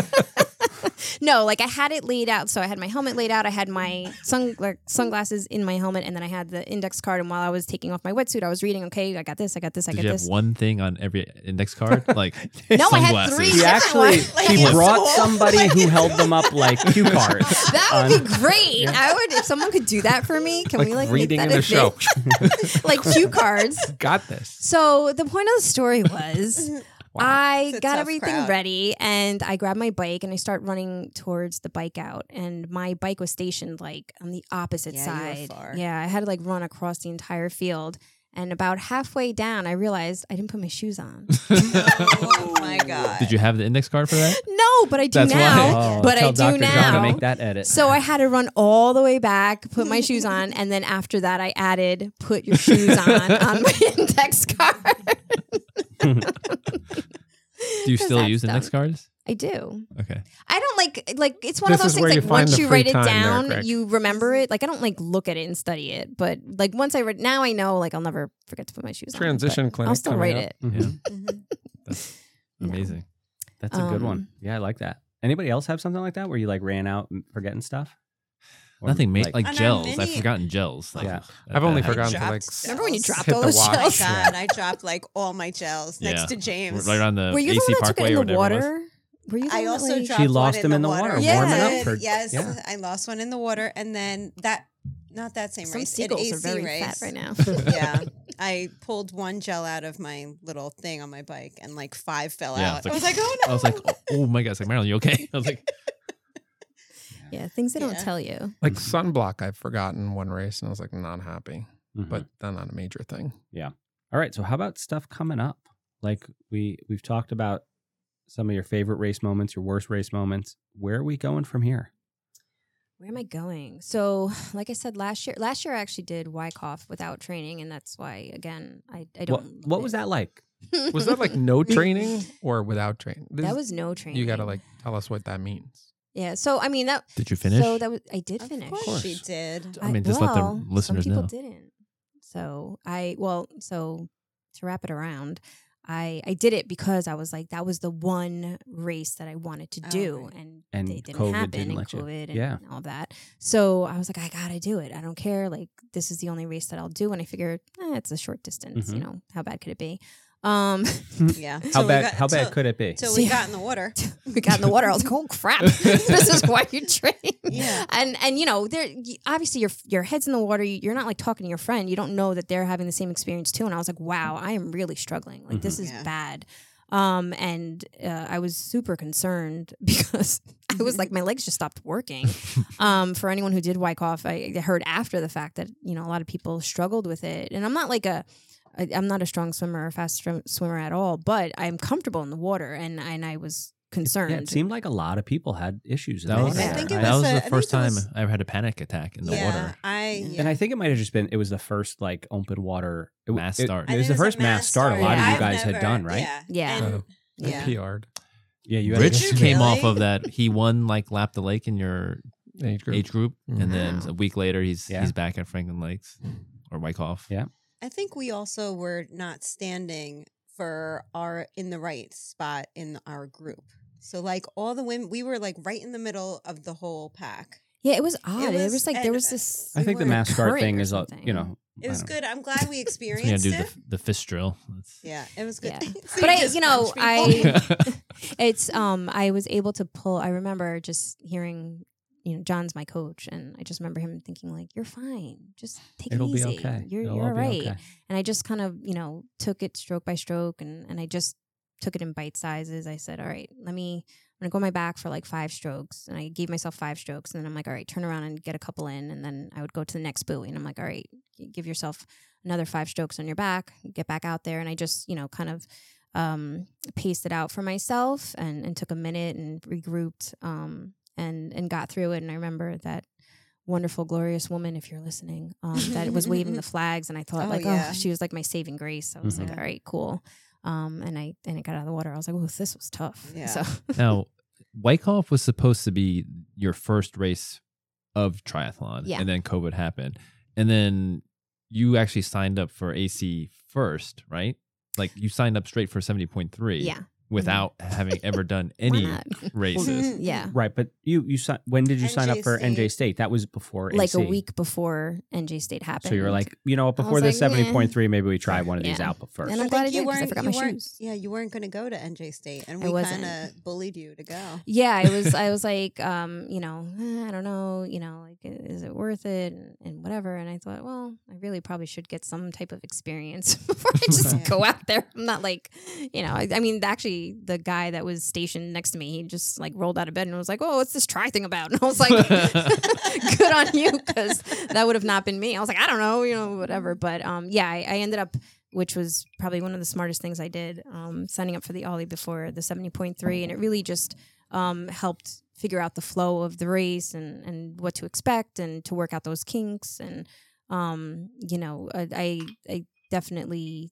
[SPEAKER 3] No, like I had it laid out. So I had my helmet laid out. I had my sun like, sunglasses in my helmet, and then I had the index card. And while I was taking off my wetsuit, I was reading. Okay, I got this. I got this. I
[SPEAKER 6] Did
[SPEAKER 3] got
[SPEAKER 6] you have
[SPEAKER 3] this.
[SPEAKER 6] one thing on every index card? Like
[SPEAKER 3] No, I had
[SPEAKER 6] sunglasses.
[SPEAKER 3] three.
[SPEAKER 2] she
[SPEAKER 3] Yeah.
[SPEAKER 2] actually
[SPEAKER 5] Like,
[SPEAKER 2] she
[SPEAKER 5] it's
[SPEAKER 2] brought
[SPEAKER 5] all-
[SPEAKER 2] somebody who held them up like cue cards.
[SPEAKER 3] That
[SPEAKER 2] on-
[SPEAKER 3] would be great. I would if someone could do that for me. Can
[SPEAKER 4] Like
[SPEAKER 3] we like
[SPEAKER 4] reading
[SPEAKER 3] make
[SPEAKER 4] in
[SPEAKER 3] that
[SPEAKER 4] the
[SPEAKER 3] a
[SPEAKER 4] show.
[SPEAKER 3] thing? like cue cards.
[SPEAKER 4] Got this.
[SPEAKER 3] So the point of the story was
[SPEAKER 5] It's
[SPEAKER 3] I
[SPEAKER 5] a
[SPEAKER 3] got
[SPEAKER 5] tough
[SPEAKER 3] everything
[SPEAKER 5] crowd.
[SPEAKER 3] ready and I grabbed my bike and I start running towards the bike out and my bike was stationed like on the opposite
[SPEAKER 5] Yeah, you were
[SPEAKER 3] side.
[SPEAKER 5] far.
[SPEAKER 3] Yeah, I had to like run across the entire field and about halfway down I realized I didn't put my shoes on.
[SPEAKER 5] Oh my god.
[SPEAKER 6] Did you have the index card for that?
[SPEAKER 3] no, but I do
[SPEAKER 6] That's why.
[SPEAKER 3] now.
[SPEAKER 2] Oh,
[SPEAKER 3] But I
[SPEAKER 2] tell
[SPEAKER 3] do
[SPEAKER 2] Dr. John to
[SPEAKER 3] now.
[SPEAKER 2] make that edit.
[SPEAKER 3] So I had to run all the way back, put my shoes on, and then after that I added put your shoes on on my index card.
[SPEAKER 6] Do you
[SPEAKER 3] 'Cause
[SPEAKER 6] still
[SPEAKER 3] that's
[SPEAKER 6] use index
[SPEAKER 3] dumb.
[SPEAKER 6] cards?
[SPEAKER 3] I do.
[SPEAKER 6] Okay.
[SPEAKER 3] I don't like like it's one
[SPEAKER 4] This
[SPEAKER 3] of
[SPEAKER 4] is
[SPEAKER 3] those
[SPEAKER 4] where
[SPEAKER 3] things like
[SPEAKER 4] you find
[SPEAKER 3] once
[SPEAKER 4] the
[SPEAKER 3] you
[SPEAKER 4] free
[SPEAKER 3] write it
[SPEAKER 4] time there,
[SPEAKER 3] down,
[SPEAKER 4] Greg.
[SPEAKER 3] you remember it. Like I don't like look at it and study it, but like once I read now I know like I'll never forget to put my shoes on.
[SPEAKER 4] Transition
[SPEAKER 3] but
[SPEAKER 4] clinic.
[SPEAKER 3] I'll still
[SPEAKER 4] coming
[SPEAKER 3] write
[SPEAKER 4] up.
[SPEAKER 3] it.
[SPEAKER 2] Mhm.
[SPEAKER 6] Yeah.
[SPEAKER 5] Mhm.
[SPEAKER 3] No.
[SPEAKER 6] Amazing.
[SPEAKER 2] That's a good one.
[SPEAKER 3] Um,
[SPEAKER 2] Yeah, I like that. Anybody else have something like that where you like ran out and forgetting stuff? Or,
[SPEAKER 6] Nothing made like,
[SPEAKER 5] And our
[SPEAKER 6] gels. I've
[SPEAKER 5] mini-
[SPEAKER 6] forgotten gels. Like,
[SPEAKER 2] Yeah.
[SPEAKER 6] that-
[SPEAKER 4] I've only
[SPEAKER 6] that
[SPEAKER 4] forgotten to
[SPEAKER 5] dropped
[SPEAKER 4] like.
[SPEAKER 5] gels.
[SPEAKER 3] Remember when you
[SPEAKER 5] Hit
[SPEAKER 3] dropped
[SPEAKER 4] the
[SPEAKER 3] all those
[SPEAKER 4] wash.
[SPEAKER 5] Oh my
[SPEAKER 3] shells?
[SPEAKER 5] god, I dropped like all my gels next
[SPEAKER 6] Yeah.
[SPEAKER 5] to James.
[SPEAKER 6] Right on the
[SPEAKER 3] Were you the
[SPEAKER 6] AC
[SPEAKER 3] one that took it
[SPEAKER 6] Parkway
[SPEAKER 3] in
[SPEAKER 6] or
[SPEAKER 3] the
[SPEAKER 6] whatever. it was.
[SPEAKER 3] water? Were you the
[SPEAKER 5] I
[SPEAKER 3] one that,
[SPEAKER 5] also
[SPEAKER 3] like-
[SPEAKER 5] dropped
[SPEAKER 2] She
[SPEAKER 5] one
[SPEAKER 2] lost
[SPEAKER 5] in
[SPEAKER 2] them
[SPEAKER 5] the
[SPEAKER 2] in the water,
[SPEAKER 5] water.
[SPEAKER 3] warming up
[SPEAKER 5] Yes,
[SPEAKER 2] for-
[SPEAKER 5] yes,
[SPEAKER 2] yeah.
[SPEAKER 5] I lost one in the water, and then that not that same
[SPEAKER 3] some
[SPEAKER 5] race. an
[SPEAKER 3] seagulls
[SPEAKER 5] AC
[SPEAKER 3] are very
[SPEAKER 5] race.
[SPEAKER 3] fat right now.
[SPEAKER 5] yeah, I pulled one gel out of my little thing on my bike, and like five fell
[SPEAKER 6] Yeah, it's
[SPEAKER 5] out.
[SPEAKER 6] like-
[SPEAKER 5] I was like, oh no!
[SPEAKER 6] I was like, oh, oh my god, it's like Marilyn, you okay? I was like,
[SPEAKER 3] yeah, things they don't
[SPEAKER 5] Yeah.
[SPEAKER 3] tell you.
[SPEAKER 4] Like sunblock, I've forgotten one race, and I was like, not happy,
[SPEAKER 2] Mhm.
[SPEAKER 6] Mm-hmm.
[SPEAKER 4] but that's not a major thing.
[SPEAKER 2] all right. So how about stuff coming up? Like we we've talked about some of your favorite race moments, your worst race moments. Where are we going from here?
[SPEAKER 3] Where am I going? So, like I said last year, last year I actually did Wyckoff without training, and that's why again I, I don't.
[SPEAKER 2] What what was that like?
[SPEAKER 3] that?
[SPEAKER 4] Was that like no training or without training?
[SPEAKER 3] that was no training.
[SPEAKER 4] You got to like tell us what that means.
[SPEAKER 3] Yeah. So I mean that.
[SPEAKER 6] did you finish?
[SPEAKER 3] So that was I did
[SPEAKER 5] of
[SPEAKER 3] finish.
[SPEAKER 5] course she did.
[SPEAKER 6] I mean, just let the listeners
[SPEAKER 3] some people
[SPEAKER 6] know.
[SPEAKER 3] didn't. So I well, so to wrap it around, I I did it because I was like that was the one race that I wanted to
[SPEAKER 5] Oh,
[SPEAKER 3] do,
[SPEAKER 5] right.
[SPEAKER 3] and
[SPEAKER 2] And
[SPEAKER 3] it didn't
[SPEAKER 2] COVID
[SPEAKER 3] happen,
[SPEAKER 2] didn't
[SPEAKER 3] and
[SPEAKER 2] let you-
[SPEAKER 3] COVID, and
[SPEAKER 2] yeah.
[SPEAKER 3] all that. So I was like, I gotta do it. I don't care. Like this is the only race that I'll do, and I figured eh, it's a short distance. You
[SPEAKER 2] Mhm.
[SPEAKER 3] know, how bad could it be? Um,
[SPEAKER 5] Yeah.
[SPEAKER 2] How
[SPEAKER 5] Till we
[SPEAKER 2] bad
[SPEAKER 5] got-
[SPEAKER 2] how bad
[SPEAKER 5] till-
[SPEAKER 2] could it be?
[SPEAKER 5] Till we got in the water.
[SPEAKER 3] we got in the water. I was like, oh crap, this is why you train.
[SPEAKER 5] Yeah.
[SPEAKER 3] And and you know, there y- obviously your your head's in the water. You- You're not like talking to your friend. You don't know that they're having the same experience too. And I was like, wow, I am really struggling. Like this
[SPEAKER 5] Mhm.
[SPEAKER 3] is
[SPEAKER 5] Yeah.
[SPEAKER 3] bad. Um, and uh, I was super concerned because I
[SPEAKER 2] Mm-hmm.
[SPEAKER 3] was like, my legs just stopped working. Um, for anyone who did Wyckoff, I I heard after the fact that you know a lot of people struggled with it. And I'm not like a I, I'm not a strong swimmer or fast swim, swimmer at all, but I'm comfortable in the water, and and I was concerned.
[SPEAKER 2] yeah, it seemed like a lot of people had issues. in
[SPEAKER 6] that
[SPEAKER 2] the
[SPEAKER 6] was,
[SPEAKER 2] water,
[SPEAKER 5] I think it
[SPEAKER 2] right?
[SPEAKER 6] that
[SPEAKER 5] was
[SPEAKER 6] was
[SPEAKER 5] a- I
[SPEAKER 6] the
[SPEAKER 5] think
[SPEAKER 6] first
[SPEAKER 5] it
[SPEAKER 6] time
[SPEAKER 5] was-
[SPEAKER 6] I ever had a panic attack in the
[SPEAKER 5] yeah,
[SPEAKER 6] water.
[SPEAKER 5] I yeah.
[SPEAKER 2] And I think it might have just been it was the first like open water it, w-
[SPEAKER 6] Mass
[SPEAKER 2] it-
[SPEAKER 6] start.
[SPEAKER 2] It,
[SPEAKER 6] I
[SPEAKER 2] was
[SPEAKER 5] think
[SPEAKER 2] the
[SPEAKER 5] a
[SPEAKER 2] first mass start. A lot of
[SPEAKER 5] yeah.
[SPEAKER 2] you
[SPEAKER 5] I've
[SPEAKER 2] guys had
[SPEAKER 5] never-
[SPEAKER 2] done right.
[SPEAKER 5] Yeah.
[SPEAKER 3] Yeah.
[SPEAKER 5] And-
[SPEAKER 6] Uh-huh.
[SPEAKER 4] Oh, I
[SPEAKER 5] yeah.
[SPEAKER 4] PR'd.
[SPEAKER 2] Yeah, you had
[SPEAKER 6] Rich
[SPEAKER 5] Did you
[SPEAKER 6] came off
[SPEAKER 5] really?
[SPEAKER 6] of that. He won like lap the lake in your
[SPEAKER 4] Age group.
[SPEAKER 6] age group,
[SPEAKER 5] Mm-hmm.
[SPEAKER 6] and then
[SPEAKER 3] Wow.
[SPEAKER 6] a week later he's
[SPEAKER 2] Yeah.
[SPEAKER 6] he's back at Franklin Lakes or Wyckoff.
[SPEAKER 2] Yeah.
[SPEAKER 5] I think we also were not standing for our in the right spot in our group. So like all the women, we were like right in the middle of the whole pack.
[SPEAKER 3] Yeah, it was odd. It was,
[SPEAKER 5] was-
[SPEAKER 3] like there
[SPEAKER 5] and,
[SPEAKER 3] was
[SPEAKER 5] uh,
[SPEAKER 3] this.
[SPEAKER 5] I
[SPEAKER 3] we
[SPEAKER 5] think the
[SPEAKER 3] were in
[SPEAKER 5] mass
[SPEAKER 3] current or
[SPEAKER 7] a-
[SPEAKER 3] something.
[SPEAKER 7] you know.
[SPEAKER 5] It
[SPEAKER 7] I
[SPEAKER 5] was
[SPEAKER 7] don't know.
[SPEAKER 5] good. I'm glad we
[SPEAKER 6] We're gonna
[SPEAKER 5] experienced
[SPEAKER 6] do
[SPEAKER 5] it.
[SPEAKER 6] the, f- the fist drill. That's-
[SPEAKER 5] yeah, it was good.
[SPEAKER 3] Yeah.
[SPEAKER 5] So
[SPEAKER 3] But I-
[SPEAKER 5] just
[SPEAKER 3] you know,
[SPEAKER 5] punch
[SPEAKER 3] I-
[SPEAKER 5] people.
[SPEAKER 3] it's um i was able to pull i remember just hearing you know john's my coach and i just remember him thinking like you're fine just take
[SPEAKER 2] It'll
[SPEAKER 3] it easy
[SPEAKER 2] be okay.
[SPEAKER 3] you're,
[SPEAKER 2] It'll
[SPEAKER 3] you're
[SPEAKER 2] all
[SPEAKER 3] all
[SPEAKER 2] be
[SPEAKER 3] right
[SPEAKER 2] okay.
[SPEAKER 3] and i just kind of you know took it stroke by stroke and and i just took it in bite sizes i said all right let me i'm gonna go on my back for like five strokes and i gave myself five strokes and then i'm like all right turn around and get a couple in and then i would go to the next buoy and i'm like all right give yourself another five strokes on your back get back out there and i just you know kind of um, paced it out for myself and, and took a minute and regrouped um, and and got through it. And I remember that wonderful, glorious woman, if you're listening, um, that was waving the flags, and I thought
[SPEAKER 5] Oh,
[SPEAKER 3] like,
[SPEAKER 5] yeah.
[SPEAKER 3] oh, she was like my saving grace. I was
[SPEAKER 2] Mhm.
[SPEAKER 3] like, all right, cool. Um, and I and I got out of the water. I was like, oh, this was tough.
[SPEAKER 5] Yeah.
[SPEAKER 3] So
[SPEAKER 6] now, Wyckoff was supposed to be your first race of triathlon,
[SPEAKER 3] Yeah.
[SPEAKER 6] and then COVID happened, and then you actually signed up for AC first, right? Like you signed up straight for seventy point three,
[SPEAKER 3] yeah,
[SPEAKER 6] without having ever done
[SPEAKER 3] why
[SPEAKER 6] any
[SPEAKER 3] not?
[SPEAKER 6] races.
[SPEAKER 3] yeah,
[SPEAKER 2] Right, but you you si- when did you sign up for
[SPEAKER 5] NJ State.
[SPEAKER 2] NJ State? That was before
[SPEAKER 3] like a
[SPEAKER 2] AC.
[SPEAKER 3] week before NJ State happened.
[SPEAKER 2] So you were like, you know, what,
[SPEAKER 3] I was
[SPEAKER 2] before the
[SPEAKER 3] like, meh.
[SPEAKER 2] seventy point three, maybe we try one of these
[SPEAKER 3] Yeah.
[SPEAKER 2] out but first.
[SPEAKER 3] And
[SPEAKER 5] I
[SPEAKER 3] I'm glad I
[SPEAKER 5] think
[SPEAKER 3] did
[SPEAKER 5] you
[SPEAKER 3] 'cause I
[SPEAKER 5] weren't-
[SPEAKER 3] forgot
[SPEAKER 5] you
[SPEAKER 3] my
[SPEAKER 5] weren't-
[SPEAKER 3] shoes.
[SPEAKER 5] Yeah, you weren't going to go to NJ State, and
[SPEAKER 3] I
[SPEAKER 5] we
[SPEAKER 3] wasn't.
[SPEAKER 5] kind of bullied you to go.
[SPEAKER 3] Yeah, I was. I was like, um, you know, "Eh, I don't know, you know, like, is it worth it, and, and whatever. And I thought, well, I really probably should get some type of experience before I just
[SPEAKER 5] Yeah.
[SPEAKER 3] go out there. I'm not like, you know, I, I mean, actually, the guy that was stationed next to me, he just like rolled out of bed and was like, "Oh, what's this try thing about?" And I was like, "Good on you," because that would have not been me. I was like, I don't know, you know, whatever. But um, yeah, I, I ended up, which was probably one of the smartest things I did, um, signing up for the Ollie before the seventy point three, and it really just um, helped figure out the flow of the race and and what to expect and to work out those kinks and um, you know, I I, I definitely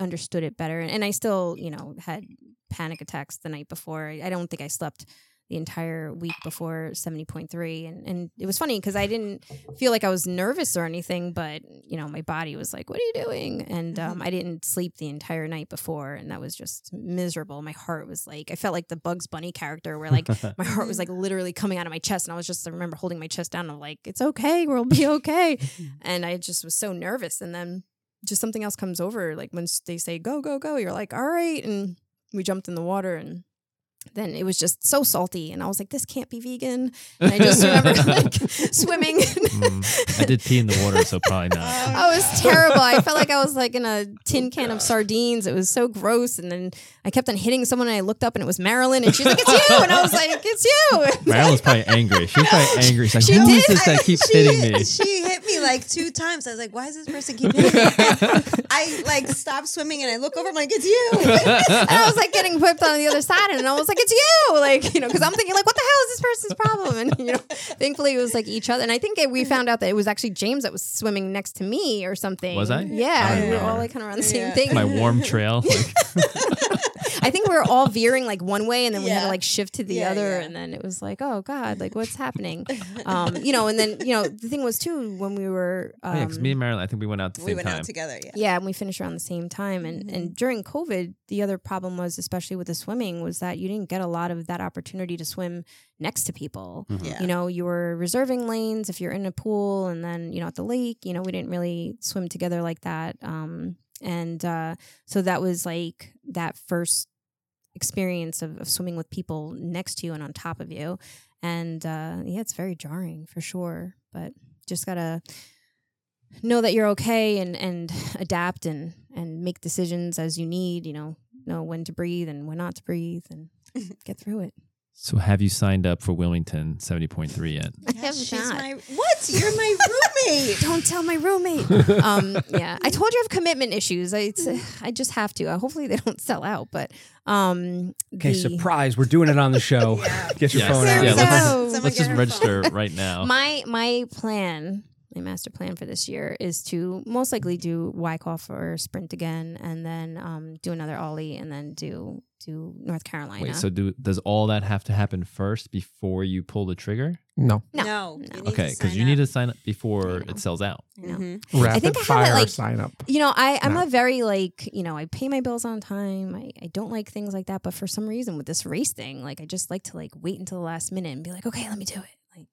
[SPEAKER 3] understood it better, and, and I still you know had panic attacks the night before. I, I don't think I slept the entire week before 70.3 and, and it was funny because i didn't feel like i was nervous or anything but you know my body was like what are you doing and um, i didn't sleep the entire night before and that was just miserable my heart was like i felt like the bugs bunny character where like my heart was like literally coming out of my chest and i was just i remember holding my chest down and i'm like it's okay we'll be okay and i just was so nervous and then just something else comes over like when they say go go go you're like all right and we jumped in the water and then it was just so salty and i was like this can't be vegan and i just remember like swimming
[SPEAKER 6] Mm, I did pee in the water, so probably not.
[SPEAKER 3] I was terrible. I felt like I was like in a tin can of sardines. It was so gross. And then I kept on hitting someone, and I looked up, and it was Marilyn, and she's like, "It's you!" And I was like, "It's you!"
[SPEAKER 6] Marilyn's probably angry. She's probably angry. She's like,
[SPEAKER 3] She
[SPEAKER 6] "Who
[SPEAKER 3] did.
[SPEAKER 6] is this that keeps
[SPEAKER 5] she,
[SPEAKER 6] hitting me?"
[SPEAKER 5] she hit me like two times. I was like, "Why is this person keep hitting me?" I like stop swimming and I look over. I'm like, "It's you."
[SPEAKER 3] and I was like getting whipped on the other side, and I was like, "It's you!" Like you know, because I'm thinking like, "What the hell is this person's problem?" And you know, thankfully it was like each other. And I think it, we found out that it was actually James that was swimming next to me or something.
[SPEAKER 6] Was I? I
[SPEAKER 3] Yeah,
[SPEAKER 6] don't
[SPEAKER 3] we were all
[SPEAKER 6] remember.
[SPEAKER 3] like kind of around the same
[SPEAKER 5] Yeah.
[SPEAKER 3] thing.
[SPEAKER 6] My warm trail. Like,
[SPEAKER 3] I think we were all veering like one way, and then we had to
[SPEAKER 5] Yeah.
[SPEAKER 3] like shift to the
[SPEAKER 5] Yeah,
[SPEAKER 3] other,
[SPEAKER 5] yeah.
[SPEAKER 3] and then it was like, "Oh God, like what's happening?" um, you know, and then you know the thing was too when we were um,
[SPEAKER 6] yeah, because me and Marilyn, I think we went out at the
[SPEAKER 5] we
[SPEAKER 6] same
[SPEAKER 5] went
[SPEAKER 6] time.
[SPEAKER 5] out together. Yeah.
[SPEAKER 3] yeah, and we finished around the same time, and and during COVID, the other problem was especially with the swimming was that you didn't get a lot of that opportunity to swim next to people.
[SPEAKER 5] Yeah.
[SPEAKER 3] You know, you were reserving lanes if you're in a pool, and then you know at the lake. You know, we didn't really swim together like that, um, and uh, so that was like that first experience of, of swimming with people next to you and on top of you. And uh, yeah, it's very jarring for sure, but just gotta know that you're okay and and adapt and and make decisions as you need. You know, know when to breathe and when not to breathe and get through it.
[SPEAKER 6] So, have you signed up for Wilmington seventy point three yet?
[SPEAKER 3] I have
[SPEAKER 5] She's
[SPEAKER 3] not.
[SPEAKER 5] my what? You're my roommate.
[SPEAKER 3] Don't tell my roommate. um, yeah, I told you I have commitment issues. I it's, I just have to. Uh, hopefully they don't sell out. But um,
[SPEAKER 2] okay,
[SPEAKER 3] the-
[SPEAKER 2] surprise, we're doing it on the show.
[SPEAKER 5] Yeah.
[SPEAKER 2] Get your
[SPEAKER 6] Yes.
[SPEAKER 2] phone
[SPEAKER 5] There
[SPEAKER 2] out.
[SPEAKER 5] we
[SPEAKER 6] Yeah,
[SPEAKER 5] go.
[SPEAKER 6] let's
[SPEAKER 3] just-
[SPEAKER 6] Let's
[SPEAKER 5] Someone get
[SPEAKER 6] just
[SPEAKER 5] her phone.
[SPEAKER 6] register right now.
[SPEAKER 3] my my plan. my master plan for this year is to most likely do Wyckoff or sprint again, and then um, do another ollie, and then do do North Carolina.
[SPEAKER 6] Wait, so do does all that have to happen first before you pull the trigger?
[SPEAKER 4] No.
[SPEAKER 3] No. No.
[SPEAKER 5] No. you need to
[SPEAKER 6] Okay, because
[SPEAKER 5] sign
[SPEAKER 6] you need to
[SPEAKER 5] up.
[SPEAKER 6] sign up before
[SPEAKER 3] I know.
[SPEAKER 6] it sells out.
[SPEAKER 3] you know?
[SPEAKER 5] Mhm.
[SPEAKER 4] Rapid
[SPEAKER 3] think I have it,
[SPEAKER 4] fire
[SPEAKER 3] like-
[SPEAKER 4] sign up.
[SPEAKER 3] You know, I, I'm
[SPEAKER 4] No.
[SPEAKER 3] a very like, you know, I pay my bills on time. I, I don't like things like that. But for some reason with this race thing, like I just like to like wait until the last minute and be like, okay, let me do it. Like,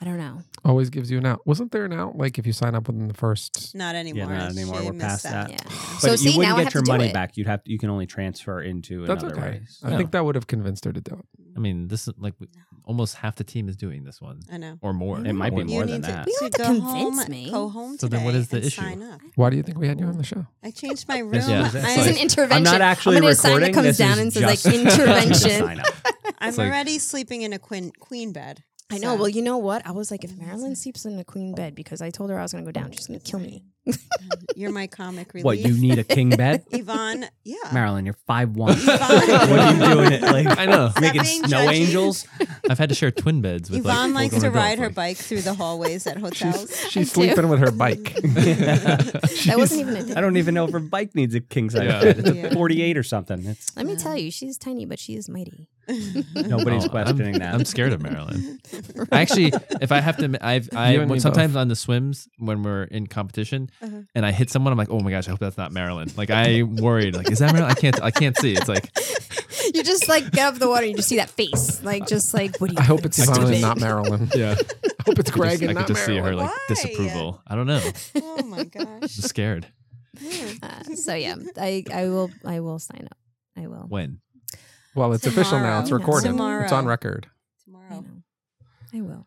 [SPEAKER 3] I don't know.
[SPEAKER 4] Always gives you an out. Wasn't there an out like if you sign up within the first?
[SPEAKER 5] Not anymore.
[SPEAKER 2] not anymore.
[SPEAKER 5] She
[SPEAKER 2] We're past
[SPEAKER 5] missed that.
[SPEAKER 2] that.
[SPEAKER 3] Yeah.
[SPEAKER 2] But
[SPEAKER 3] So
[SPEAKER 2] you
[SPEAKER 3] see,
[SPEAKER 2] wouldn't
[SPEAKER 3] now I
[SPEAKER 2] get
[SPEAKER 3] have
[SPEAKER 2] your
[SPEAKER 3] to do
[SPEAKER 2] money
[SPEAKER 3] it.
[SPEAKER 2] back. You'd have to, you can only transfer into
[SPEAKER 4] That's
[SPEAKER 2] another
[SPEAKER 4] okay.
[SPEAKER 2] race.
[SPEAKER 4] I
[SPEAKER 6] Yeah.
[SPEAKER 4] think that would have convinced her to do it.
[SPEAKER 6] I mean, this is like almost half the team is doing this one
[SPEAKER 5] I know.
[SPEAKER 6] or more.
[SPEAKER 2] It might be
[SPEAKER 6] Or
[SPEAKER 5] You
[SPEAKER 2] more than
[SPEAKER 5] need to-
[SPEAKER 2] that.
[SPEAKER 3] You don't
[SPEAKER 5] to
[SPEAKER 3] have to
[SPEAKER 5] go
[SPEAKER 3] convince
[SPEAKER 5] home-
[SPEAKER 3] me.
[SPEAKER 5] Go home
[SPEAKER 6] So then what
[SPEAKER 5] today
[SPEAKER 6] is the
[SPEAKER 5] and
[SPEAKER 6] issue?
[SPEAKER 5] Sign up.
[SPEAKER 4] Why do you think we had you on the show?
[SPEAKER 5] I changed my room.
[SPEAKER 2] This is-
[SPEAKER 5] I-
[SPEAKER 2] this
[SPEAKER 3] This is
[SPEAKER 2] Like,
[SPEAKER 3] an intervention.
[SPEAKER 2] I'm not actually
[SPEAKER 3] I'm gonna do a sign that
[SPEAKER 2] recording.
[SPEAKER 3] comes
[SPEAKER 2] this
[SPEAKER 3] down
[SPEAKER 2] is
[SPEAKER 3] and says, like,
[SPEAKER 2] just- just to
[SPEAKER 3] intervention.
[SPEAKER 2] sign up.
[SPEAKER 5] I'm
[SPEAKER 6] It's like-
[SPEAKER 5] already sleeping in a queen queen bed.
[SPEAKER 3] I know.
[SPEAKER 5] so-
[SPEAKER 3] Well, you know what? I was like, if Marilyn sleeps in a queen bed because I told her I was going to go down, she's going to kill me.
[SPEAKER 5] You're my comic relief.
[SPEAKER 2] What you need a king bed,
[SPEAKER 5] Yvonne? Yeah.
[SPEAKER 2] Marilyn? You're five one.
[SPEAKER 5] Yvonne.
[SPEAKER 2] what are you doing? It like
[SPEAKER 6] I know.
[SPEAKER 5] Stop
[SPEAKER 2] making
[SPEAKER 5] being
[SPEAKER 2] snow
[SPEAKER 5] judgy.
[SPEAKER 2] angels?
[SPEAKER 6] I've had to share twin beds with
[SPEAKER 5] Yvonne
[SPEAKER 6] like,
[SPEAKER 5] likes
[SPEAKER 6] older
[SPEAKER 5] to ride
[SPEAKER 6] adults,
[SPEAKER 5] her
[SPEAKER 6] like-
[SPEAKER 5] bike through the hallways at hotels.
[SPEAKER 4] She's,
[SPEAKER 3] I
[SPEAKER 4] she's
[SPEAKER 3] do.
[SPEAKER 4] sleeping with her bike.
[SPEAKER 3] That wasn't even a thing.
[SPEAKER 2] I don't even know if her bike needs a king size
[SPEAKER 6] Yeah.
[SPEAKER 2] bed. It's a
[SPEAKER 5] Yeah.
[SPEAKER 2] 48 or something. It's
[SPEAKER 3] Let me
[SPEAKER 5] Yeah.
[SPEAKER 3] tell you, she's tiny, but she is mighty.
[SPEAKER 2] nobody's
[SPEAKER 6] Oh, I'm-
[SPEAKER 2] questioning that.
[SPEAKER 6] I'm scared of Maryland. I actually, if I have to, admit, I've I
[SPEAKER 4] You and me
[SPEAKER 6] when, sometimes on the swims when we're in competition,
[SPEAKER 5] Uh-huh.
[SPEAKER 6] and I hit someone, I'm like, oh my gosh, I hope that's not Marilyn. Like I worried, like is that Marilyn? I can't, I can't see. It's like
[SPEAKER 3] you just like get out of the water, you just see that face, like just like what do you?
[SPEAKER 4] I hope it's Yvonne
[SPEAKER 3] stupid?
[SPEAKER 4] and not Marilyn.
[SPEAKER 6] yeah,
[SPEAKER 4] I hope it's Greg
[SPEAKER 6] I
[SPEAKER 4] and
[SPEAKER 6] could
[SPEAKER 4] not
[SPEAKER 6] just see her
[SPEAKER 4] Marilyn.
[SPEAKER 6] like
[SPEAKER 5] Why?
[SPEAKER 6] disapproval. I don't know, I'm
[SPEAKER 5] oh my gosh.
[SPEAKER 6] just scared.
[SPEAKER 5] Yeah.
[SPEAKER 3] Uh, so yeah, I I will I will sign up. I will.
[SPEAKER 6] When
[SPEAKER 4] Well, it's official now. It's
[SPEAKER 3] Tomorrow.
[SPEAKER 4] recorded. It's on
[SPEAKER 5] Tomorrow.
[SPEAKER 4] record.
[SPEAKER 3] I,
[SPEAKER 5] Tomorrow.
[SPEAKER 3] know. I will.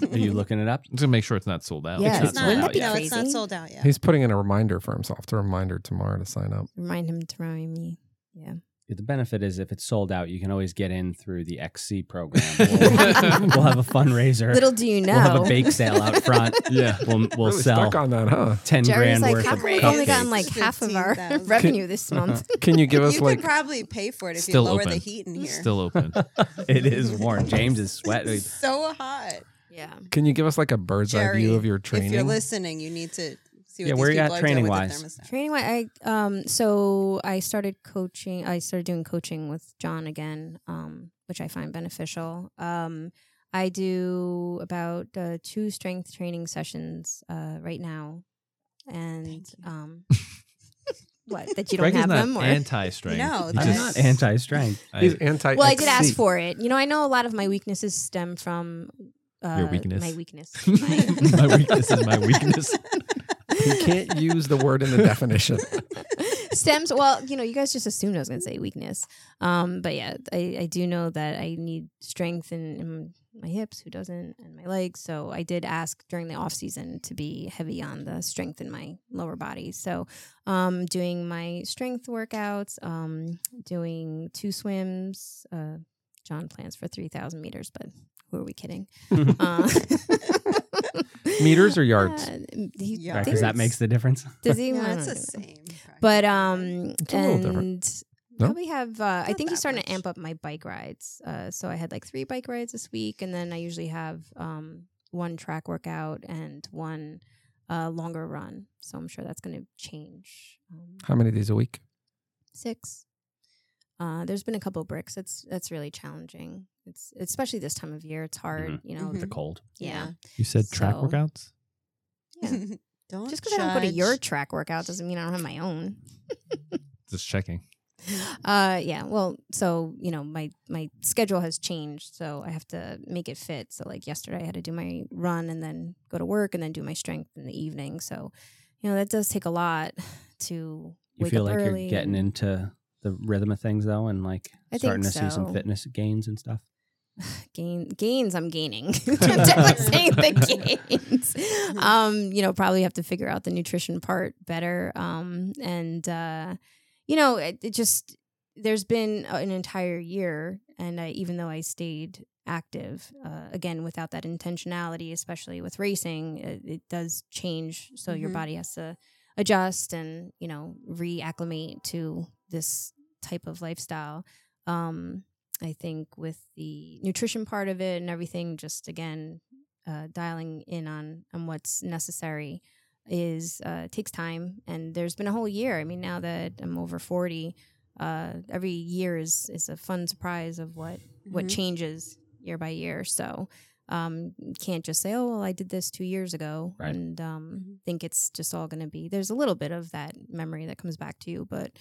[SPEAKER 2] Are you looking it up?
[SPEAKER 6] I'm just gonna make sure it's not sold out.
[SPEAKER 3] Yeah,
[SPEAKER 5] Mm-hmm. It's
[SPEAKER 3] It's
[SPEAKER 5] not,
[SPEAKER 3] wouldn't
[SPEAKER 5] no,
[SPEAKER 3] that be
[SPEAKER 5] it's not
[SPEAKER 3] crazy?
[SPEAKER 5] sold out yet.
[SPEAKER 4] He's putting in a reminder for himself to remind her tomorrow to sign up.
[SPEAKER 3] Remind him to remind me. Yeah.
[SPEAKER 2] The benefit is if it's sold out, you can always get in through the XC program. We'll, we'll have a fundraiser.
[SPEAKER 3] Little do you know.
[SPEAKER 2] We'll have a bake sale out front.
[SPEAKER 6] Yeah.
[SPEAKER 2] We'll, we'll
[SPEAKER 4] really
[SPEAKER 2] sell
[SPEAKER 4] stuck on that, huh?
[SPEAKER 2] 10
[SPEAKER 3] Jerry's
[SPEAKER 2] grand
[SPEAKER 3] like,
[SPEAKER 2] worth
[SPEAKER 3] how
[SPEAKER 2] of
[SPEAKER 3] come we've only
[SPEAKER 5] cupcakes?"
[SPEAKER 3] gotten like half of our
[SPEAKER 5] 15,000.
[SPEAKER 3] revenue this month?
[SPEAKER 4] Can you give
[SPEAKER 5] you
[SPEAKER 4] us
[SPEAKER 5] could
[SPEAKER 4] like
[SPEAKER 5] probably pay for it if you
[SPEAKER 6] Still
[SPEAKER 5] lower the
[SPEAKER 6] open.
[SPEAKER 5] heat in here.
[SPEAKER 6] Still open.
[SPEAKER 2] it is warm. James is sweating.
[SPEAKER 5] It's so hot.
[SPEAKER 3] yeah.
[SPEAKER 4] can you give us like a bird's eye view
[SPEAKER 5] Jerry,
[SPEAKER 4] of your training?
[SPEAKER 5] If you're listening, you need to see what
[SPEAKER 2] Yeah,
[SPEAKER 5] these
[SPEAKER 2] where you
[SPEAKER 5] people
[SPEAKER 2] at
[SPEAKER 5] are
[SPEAKER 2] training-wise?
[SPEAKER 5] doing with the thermostat.
[SPEAKER 3] Training wise, I um so I started coaching. I started doing coaching with John again, um, which I find beneficial. Um, I do about uh, two strength training sessions uh, right now, and
[SPEAKER 5] Thank you.
[SPEAKER 3] um, what that you don't
[SPEAKER 6] Greg is
[SPEAKER 3] have
[SPEAKER 6] not
[SPEAKER 3] them or
[SPEAKER 6] anti-strength.
[SPEAKER 5] No,
[SPEAKER 6] He
[SPEAKER 5] that's-
[SPEAKER 2] I'm
[SPEAKER 6] just-
[SPEAKER 2] not anti strength.
[SPEAKER 6] I-
[SPEAKER 4] He's anti.
[SPEAKER 3] Well, I did ask
[SPEAKER 4] XC.
[SPEAKER 3] for it. You know, I know a lot of my weaknesses stem from uh,
[SPEAKER 6] weakness.
[SPEAKER 3] My weakness. My-
[SPEAKER 6] my weakness is my weakness.
[SPEAKER 4] You can't use the word in the definition.
[SPEAKER 3] stems well you know you guys just assumed i was going to say weakness um but yeah I, I do know that i need strength in, in my hips who doesn't and my legs so i did ask during the off season to be heavy on the strength in my lower body so um doing my strength workouts um doing two swims uh john plans for 3000 meters but who are we kidding uh,
[SPEAKER 4] Meters or yards?
[SPEAKER 3] Uh, he
[SPEAKER 5] Yards.
[SPEAKER 2] Because that
[SPEAKER 3] thinks-
[SPEAKER 2] makes the difference.
[SPEAKER 3] does he
[SPEAKER 5] Yeah,
[SPEAKER 3] I don't
[SPEAKER 5] it's the
[SPEAKER 3] know
[SPEAKER 5] same.
[SPEAKER 3] but um
[SPEAKER 4] It's a little
[SPEAKER 3] and
[SPEAKER 4] different. No?
[SPEAKER 3] probably have uh, i
[SPEAKER 5] Not
[SPEAKER 3] think he's
[SPEAKER 5] that
[SPEAKER 3] starting
[SPEAKER 5] much.
[SPEAKER 3] to amp up my bike rides uh, so i had like three bike rides this week and then i usually have um, one track workout and one uh, longer run so i'm sure that's going to change um,
[SPEAKER 4] How many days a week?
[SPEAKER 3] six uh, there's been a couple bricks that's that's really challenging it's especially this time of year it's hard
[SPEAKER 2] Mhm.
[SPEAKER 3] you know
[SPEAKER 5] Mhm.
[SPEAKER 2] The cold.
[SPEAKER 3] yeah
[SPEAKER 6] You said track
[SPEAKER 3] So-
[SPEAKER 6] workouts.
[SPEAKER 3] yeah
[SPEAKER 5] don't
[SPEAKER 3] just because i don't go to
[SPEAKER 5] judge.
[SPEAKER 3] your track workout doesn't mean i don't have my own
[SPEAKER 6] Just checking.
[SPEAKER 3] Uh, yeah. Well, so you know, my my schedule has changed, so I have to make it fit. So like yesterday, I had to do my run and then go to work and then do my strength in the evening. So, you know, that does take a lot to
[SPEAKER 2] You
[SPEAKER 3] wake
[SPEAKER 2] feel
[SPEAKER 3] up
[SPEAKER 2] like
[SPEAKER 3] early
[SPEAKER 2] you're getting
[SPEAKER 3] and-
[SPEAKER 2] into the rhythm of things, though, and like
[SPEAKER 3] I think
[SPEAKER 2] starting to see some
[SPEAKER 3] so.
[SPEAKER 2] fitness gains and stuff.
[SPEAKER 3] gain gains I'm gaining. I'm definitely saying the gains. Um, you know, probably have to figure out the nutrition part better. Um, and uh, you know, it, it just there's been uh, an entire year, and I, even though I stayed active, uh, again without that intentionality, especially with racing, it, it does change. So your
[SPEAKER 5] Mhm.
[SPEAKER 3] body has to adjust and you know reacclimate to this type of lifestyle. Um, I think with the nutrition part of it and everything, just again, uh, dialing in on on what's necessary is uh, takes time, and there's been a whole year. I mean, now that I'm over forty, uh, every year is is a fun surprise of what what
[SPEAKER 5] Mhm.
[SPEAKER 3] changes year by year. So um, you can't just say, "Oh, well, I did this two years ago,"
[SPEAKER 2] Right.
[SPEAKER 3] and um,
[SPEAKER 5] Mhm.
[SPEAKER 3] think it's just all going to be. There's a little bit of that memory that comes back to you, but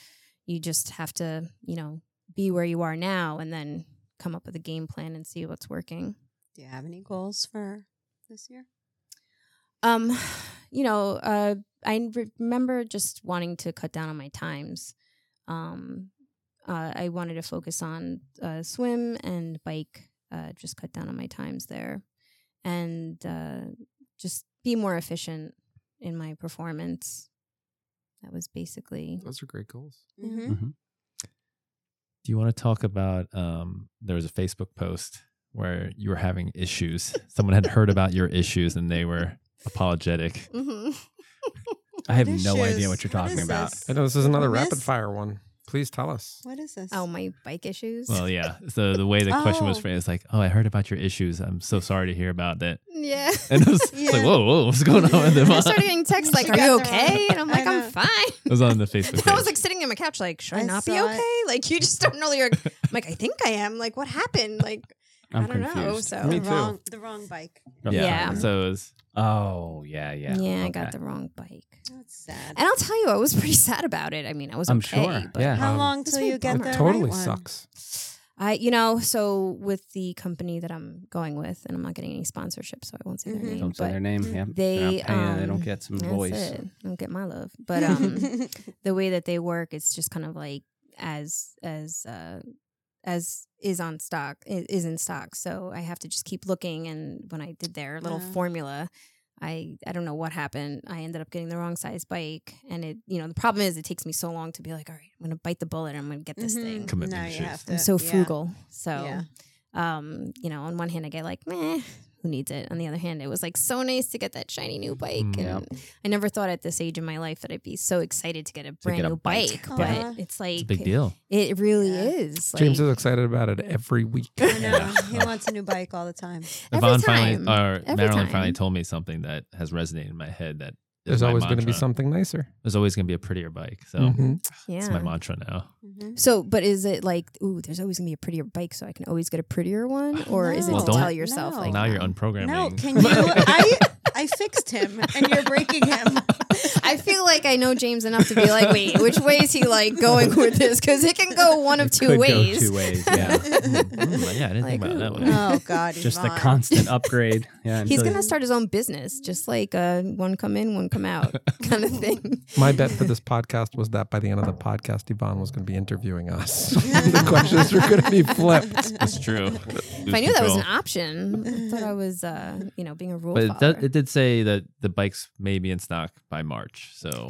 [SPEAKER 3] you just have to, you know, be where you are now, and then come up with a game plan and see what's working.
[SPEAKER 5] Do you have any goals for this year?
[SPEAKER 3] Um, you know, uh, I re- remember just wanting to cut down on my times. Um, uh, I wanted to focus on uh, swim and bike. Uh, just cut down on my times there, and uh, just be more efficient in my performance. That was basically
[SPEAKER 4] Those are great goals.
[SPEAKER 5] Mm-hmm.
[SPEAKER 6] Do you want to talk about? Um, there was a Facebook post where you were having issues. Someone had heard about your issues and they were apologetic.
[SPEAKER 5] Mm-hmm.
[SPEAKER 2] I have no idea what you're talking about.
[SPEAKER 4] I know this is another
[SPEAKER 5] Miss-
[SPEAKER 4] rapid fire one. Please tell us.
[SPEAKER 5] What is this?
[SPEAKER 3] oh my bike issues.
[SPEAKER 6] Well, yeah. So the way the question was
[SPEAKER 5] Oh.
[SPEAKER 6] phrased, like, "Oh, I heard about your issues. I'm so sorry to hear about that."
[SPEAKER 3] yeah.
[SPEAKER 6] And it was it's
[SPEAKER 5] Yeah.
[SPEAKER 6] like, "Whoa, whoa, what's going on?" With them?
[SPEAKER 3] I started getting texts like,
[SPEAKER 5] She
[SPEAKER 3] "Are
[SPEAKER 5] got
[SPEAKER 3] you
[SPEAKER 5] the wrong-
[SPEAKER 3] okay?" And I'm
[SPEAKER 5] I
[SPEAKER 3] like,
[SPEAKER 5] know.
[SPEAKER 3] "I'm fine."
[SPEAKER 6] It was on the Facebook.
[SPEAKER 3] I
[SPEAKER 6] page.
[SPEAKER 3] was like sitting on my couch, like, should I,
[SPEAKER 5] I
[SPEAKER 3] not be
[SPEAKER 5] saw it.
[SPEAKER 3] okay? Like, you just don't know. You're I'm like, I think I am. Like, what happened? Like, I'm I
[SPEAKER 2] I'm
[SPEAKER 3] do not know.
[SPEAKER 2] confused.
[SPEAKER 3] So,
[SPEAKER 5] the
[SPEAKER 4] Me too.
[SPEAKER 5] wrong the wrong bike.
[SPEAKER 6] yeah.
[SPEAKER 3] Yeah.
[SPEAKER 6] So it was,
[SPEAKER 2] Oh yeah, yeah.
[SPEAKER 3] yeah, I got the wrong bike.
[SPEAKER 5] That's sad.
[SPEAKER 3] And I'll tell you, I was pretty sad about it. I mean, I was
[SPEAKER 2] I'm
[SPEAKER 3] okay,
[SPEAKER 2] sure,
[SPEAKER 3] but
[SPEAKER 2] yeah.
[SPEAKER 5] How
[SPEAKER 4] Um,
[SPEAKER 5] long
[SPEAKER 3] That's
[SPEAKER 5] till
[SPEAKER 3] my
[SPEAKER 5] you get
[SPEAKER 3] bummer.
[SPEAKER 5] the
[SPEAKER 4] It
[SPEAKER 5] right
[SPEAKER 4] totally
[SPEAKER 5] one?
[SPEAKER 4] sucks.
[SPEAKER 3] I, you know, so with the company that I'm going with, and I'm not getting any sponsorship, so I won't say
[SPEAKER 5] Mhm.
[SPEAKER 3] their name.
[SPEAKER 2] Mm-hmm. Don't say
[SPEAKER 3] but
[SPEAKER 2] their name. Yeah. They're
[SPEAKER 3] Mm, They
[SPEAKER 2] not paying, they
[SPEAKER 3] um,
[SPEAKER 2] don't get some
[SPEAKER 3] that's
[SPEAKER 2] voice.
[SPEAKER 3] it. Don't get my love, but um, the way that they work it's just kind of like as as uh as is on stock i- is in stock so i have to just keep looking and when i did their little
[SPEAKER 5] Ah.
[SPEAKER 3] formula i i don't know what happened i ended up getting the wrong size bike and it you know the problem is it takes me so long to be like all right i'm gonna bite the bullet and i'm gonna get this thing
[SPEAKER 5] Mhm.
[SPEAKER 6] Commitment
[SPEAKER 5] Now you
[SPEAKER 6] issues.
[SPEAKER 5] have
[SPEAKER 3] i'm
[SPEAKER 5] to-
[SPEAKER 3] so
[SPEAKER 5] yeah.
[SPEAKER 3] frugal so
[SPEAKER 5] Yeah.
[SPEAKER 3] um you know on one hand i get like meh who needs it on the other hand it was like so nice to get that shiny new bike
[SPEAKER 6] Mm.
[SPEAKER 3] and I never thought at this age in my life that I'd be so excited to get a brand
[SPEAKER 2] get a
[SPEAKER 3] new bike,
[SPEAKER 2] bike.
[SPEAKER 3] but
[SPEAKER 5] Aw.
[SPEAKER 3] it's like
[SPEAKER 6] it's a big deal.
[SPEAKER 3] It really
[SPEAKER 5] Yeah.
[SPEAKER 3] is. Like,
[SPEAKER 4] James is excited about it every week.
[SPEAKER 5] I know. He wants a new bike all the time.
[SPEAKER 3] every
[SPEAKER 6] Yvonne
[SPEAKER 3] time.
[SPEAKER 6] finally, or
[SPEAKER 3] Every
[SPEAKER 6] Marilyn finally
[SPEAKER 3] time.
[SPEAKER 6] told me something that has resonated in my head. That is
[SPEAKER 4] There's
[SPEAKER 6] my
[SPEAKER 4] always going to be
[SPEAKER 6] mantra.
[SPEAKER 4] something nicer.
[SPEAKER 6] There's always going to be a prettier bike. So
[SPEAKER 2] Mm-hmm.
[SPEAKER 4] Mhm.
[SPEAKER 6] it's
[SPEAKER 3] yeah.
[SPEAKER 6] my mantra now.
[SPEAKER 5] Mhm.
[SPEAKER 3] so, but is it like, ooh, there's always gonna be a prettier bike, so I can always get a prettier one, or is it to
[SPEAKER 5] No.
[SPEAKER 6] Well, don't-
[SPEAKER 3] tell yourself
[SPEAKER 5] no.
[SPEAKER 3] like,
[SPEAKER 6] now you're
[SPEAKER 3] no?
[SPEAKER 6] unprogramming.
[SPEAKER 5] No, can you? I I fixed him, and you're breaking him.
[SPEAKER 3] I feel like I know James enough to be like, wait, which way is he like going with this? Because it can go one of two
[SPEAKER 2] Could go
[SPEAKER 3] ways.
[SPEAKER 2] two ways. Yeah.
[SPEAKER 6] Mm, yeah, I didn't think
[SPEAKER 3] Like,
[SPEAKER 6] about that
[SPEAKER 3] ooh.
[SPEAKER 6] one.
[SPEAKER 5] oh God,
[SPEAKER 2] just the
[SPEAKER 5] Yvonne.
[SPEAKER 2] constant upgrade. Yeah.
[SPEAKER 3] He's
[SPEAKER 2] until you-
[SPEAKER 3] gonna start his own business, just like uh, one come in, one come out, kind of thing.
[SPEAKER 4] My bet for this podcast was that by the end of the podcast, Yvonne was going to be interviewing us. the questions were going to be flipped.
[SPEAKER 6] It's true.
[SPEAKER 3] if I knew that was an option, I thought I was, uh, you know, being a rule
[SPEAKER 6] but it,
[SPEAKER 3] follower.
[SPEAKER 6] does, it did say that the bikes may be in stock by March. So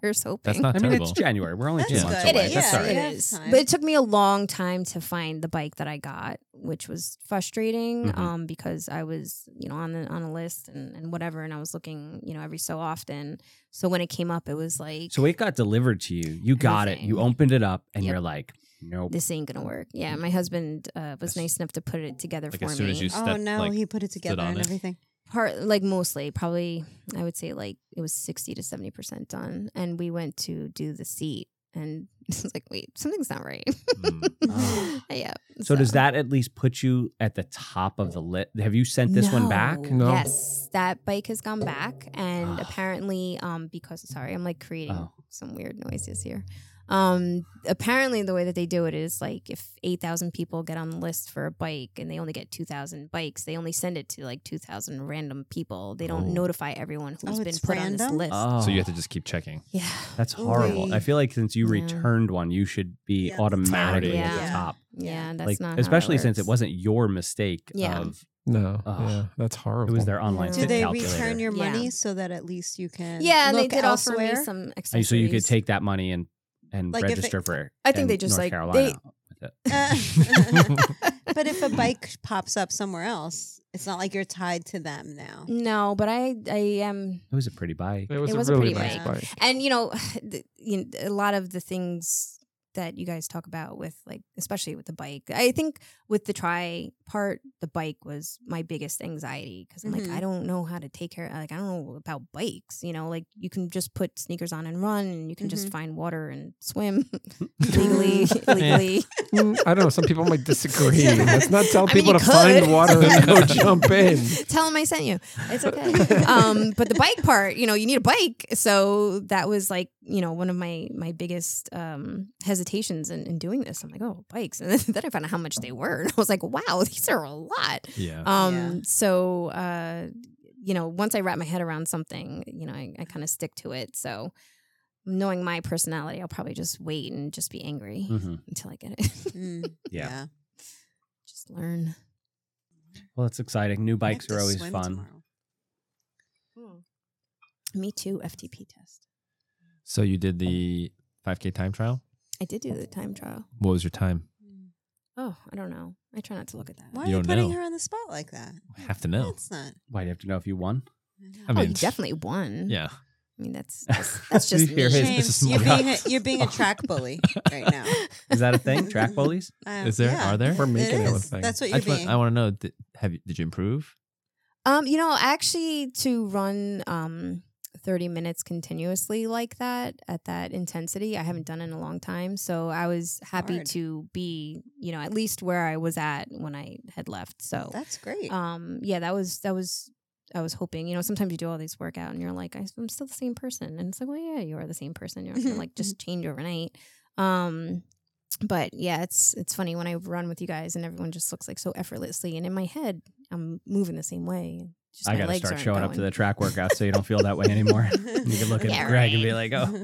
[SPEAKER 3] Here's hoping.
[SPEAKER 6] that's not
[SPEAKER 2] I mean,
[SPEAKER 6] terrible.
[SPEAKER 2] it's January. We're only two
[SPEAKER 5] That's
[SPEAKER 2] months
[SPEAKER 5] good.
[SPEAKER 3] It
[SPEAKER 2] away.
[SPEAKER 3] is.
[SPEAKER 2] That's all right.
[SPEAKER 5] yeah.
[SPEAKER 3] It
[SPEAKER 5] You
[SPEAKER 3] is.
[SPEAKER 5] have time.
[SPEAKER 3] But it took me a long time to find the bike that I got, which was frustrating
[SPEAKER 6] Mhm.
[SPEAKER 3] um, because I was, you know, on the on a list and, and whatever, and I was looking, you know, every so often. So when it came up, it was like,
[SPEAKER 2] So it got delivered to you. You got it. You
[SPEAKER 3] Everything.
[SPEAKER 2] opened it up, and
[SPEAKER 3] Yep.
[SPEAKER 2] you're like, nope.
[SPEAKER 3] this ain't gonna work. Yeah, my husband uh, was nice enough to put it together
[SPEAKER 6] Mm. Like
[SPEAKER 3] for
[SPEAKER 6] as soon
[SPEAKER 3] me.
[SPEAKER 6] as you step,
[SPEAKER 5] Oh no,
[SPEAKER 6] like,
[SPEAKER 5] he put it together
[SPEAKER 6] on
[SPEAKER 5] and
[SPEAKER 6] it.
[SPEAKER 5] everything.
[SPEAKER 3] part like mostly probably i would say like it was 60 to 70 percent done and we went to do the seat and it's like wait something's not right
[SPEAKER 6] mm,
[SPEAKER 2] Oh.
[SPEAKER 3] yeah
[SPEAKER 2] So does that at least put you at the top of the list? Have you sent this one back?
[SPEAKER 4] No.
[SPEAKER 3] yes that bike has gone back and
[SPEAKER 2] Ah.
[SPEAKER 3] apparently um because sorry i'm like creating
[SPEAKER 2] Oh.
[SPEAKER 3] some weird noises here um apparently the way that they do it is like if 8000 people get on the list for a bike and they only get 2000 bikes they only send it to like 2000 random people they don't
[SPEAKER 6] Oh.
[SPEAKER 3] notify everyone who's
[SPEAKER 5] Oh,
[SPEAKER 3] been
[SPEAKER 5] it's
[SPEAKER 3] put on
[SPEAKER 5] random?
[SPEAKER 3] this list
[SPEAKER 2] Oh,
[SPEAKER 6] So you have to just keep checking.
[SPEAKER 3] yeah
[SPEAKER 2] That's horrible. I feel like since you
[SPEAKER 3] Yeah.
[SPEAKER 2] returned one, you should be
[SPEAKER 5] Yeah,
[SPEAKER 2] automatically
[SPEAKER 3] top.
[SPEAKER 2] at
[SPEAKER 3] Yeah.
[SPEAKER 2] the top.
[SPEAKER 3] Yeah, that's
[SPEAKER 2] like
[SPEAKER 3] not how
[SPEAKER 2] especially since it
[SPEAKER 3] works.
[SPEAKER 2] wasn't your mistake.
[SPEAKER 3] Yeah.
[SPEAKER 2] Of,
[SPEAKER 4] No,
[SPEAKER 2] Ugh.
[SPEAKER 4] yeah, that's
[SPEAKER 2] it
[SPEAKER 4] horrible.
[SPEAKER 2] was their online
[SPEAKER 3] Do
[SPEAKER 5] Do
[SPEAKER 2] fit
[SPEAKER 5] they
[SPEAKER 2] calculator.
[SPEAKER 5] return your
[SPEAKER 3] Yeah.
[SPEAKER 5] money so that at least you can?
[SPEAKER 3] Yeah, and they
[SPEAKER 5] look
[SPEAKER 3] did offer me
[SPEAKER 5] elsewhere?
[SPEAKER 3] some
[SPEAKER 2] Oh,
[SPEAKER 3] accessories.
[SPEAKER 2] so you could take that money and and
[SPEAKER 5] Like if it-
[SPEAKER 2] register for.
[SPEAKER 3] I think
[SPEAKER 2] in
[SPEAKER 3] they just,
[SPEAKER 2] North
[SPEAKER 3] like,
[SPEAKER 2] Carolina.
[SPEAKER 5] Uh, but if a bike pops up somewhere else, it's not like you're tied to them now.
[SPEAKER 3] No, but I I am,
[SPEAKER 2] It was a pretty bike.
[SPEAKER 4] It was
[SPEAKER 3] It
[SPEAKER 4] a
[SPEAKER 3] was a
[SPEAKER 4] really
[SPEAKER 3] pretty
[SPEAKER 4] nice
[SPEAKER 5] bike.
[SPEAKER 4] bike.
[SPEAKER 3] and you know, the, you know, a lot of the things that you guys talk about with like especially with the bike. I think with the try part, the bike was my biggest anxiety because I'm
[SPEAKER 5] Mhm.
[SPEAKER 3] like I don't know how to take care like I don't know about bikes, you know, like you can just put sneakers on and run and you can just find water and swim legally legally.
[SPEAKER 4] Mm, I don't know. Some people might disagree.
[SPEAKER 5] Yeah.
[SPEAKER 4] Let's not tell
[SPEAKER 3] I mean,
[SPEAKER 4] people
[SPEAKER 3] you
[SPEAKER 4] to
[SPEAKER 3] could.
[SPEAKER 4] find water and go jump in.
[SPEAKER 3] Tell him I sent you. It's okay. um, but the bike part, you know, you need a bike. So that was like, you know, one of my my biggest um, hesitations in, in doing this. I'm like, oh, bikes. And then, I found out how much they were. And I was like, wow, these are a lot.
[SPEAKER 6] Yeah.
[SPEAKER 3] Um,
[SPEAKER 5] Yeah.
[SPEAKER 3] So, uh, you know, once I wrap my head around something, you know, I, I kind of stick to it. So knowing my personality, I'll probably just wait and just be angry
[SPEAKER 2] Mhm.
[SPEAKER 3] until I get it.
[SPEAKER 5] Mm,
[SPEAKER 2] Yeah.
[SPEAKER 3] just learn.
[SPEAKER 2] Well, it's exciting. New bikes
[SPEAKER 5] I have
[SPEAKER 2] are
[SPEAKER 5] to
[SPEAKER 2] always
[SPEAKER 5] swim
[SPEAKER 2] fun.
[SPEAKER 5] tomorrow.
[SPEAKER 3] Me too, FTP test.
[SPEAKER 6] So you did the
[SPEAKER 4] Oh.
[SPEAKER 6] 5K time trial.
[SPEAKER 3] I did do the time trial.
[SPEAKER 6] What was your time?
[SPEAKER 3] Oh, I are I don't know. I try not to look at that.
[SPEAKER 5] Why
[SPEAKER 6] You
[SPEAKER 5] are you
[SPEAKER 6] don't
[SPEAKER 5] putting
[SPEAKER 6] know.
[SPEAKER 5] her on the spot like that?
[SPEAKER 6] I have to know.
[SPEAKER 5] That's not.
[SPEAKER 2] Why do you have to know if you won?
[SPEAKER 6] I
[SPEAKER 3] oh,
[SPEAKER 6] mean,
[SPEAKER 3] you definitely won.
[SPEAKER 6] yeah.
[SPEAKER 3] I mean, that's that's, that's just
[SPEAKER 6] Here
[SPEAKER 3] me.
[SPEAKER 6] it is. This is
[SPEAKER 5] James, you're
[SPEAKER 6] my-
[SPEAKER 5] being a, you're being a track bully right now.
[SPEAKER 2] Is that a thing? Track bullies?
[SPEAKER 5] Um,
[SPEAKER 6] Is there?
[SPEAKER 5] yeah,
[SPEAKER 6] Are there?
[SPEAKER 4] We're making it,
[SPEAKER 5] it
[SPEAKER 4] a
[SPEAKER 5] is.
[SPEAKER 4] thing.
[SPEAKER 5] That's what
[SPEAKER 6] I
[SPEAKER 5] you're
[SPEAKER 6] just want,
[SPEAKER 5] being.
[SPEAKER 6] I want to know. Did, have you? Did you improve?
[SPEAKER 3] Um, you know, actually, to run um thirty minutes continuously like that at that intensity, I haven't done in a long time. So I was happy
[SPEAKER 5] Hard.
[SPEAKER 3] to be, you know, at least where I was at when I had left. So,
[SPEAKER 5] That's great.
[SPEAKER 3] um, yeah, that was that was. I was hoping, you know, sometimes you do all these workout and you're like, I- I'm still the same person. And it's like, well, yeah, you are the same person. You're not gonna like just change overnight. Um, but yeah, it's it's funny when I run with you guys and everyone just looks like so effortlessly, and in my head, I'm moving the same way. Just
[SPEAKER 2] I
[SPEAKER 3] my
[SPEAKER 2] got to
[SPEAKER 3] legs
[SPEAKER 2] start
[SPEAKER 3] aren't
[SPEAKER 2] showing up to
[SPEAKER 3] going.
[SPEAKER 2] the track workouts so you don't feel that way anymore. you can look at
[SPEAKER 3] Yeah,
[SPEAKER 2] Greg and be like,
[SPEAKER 3] right.
[SPEAKER 2] oh. all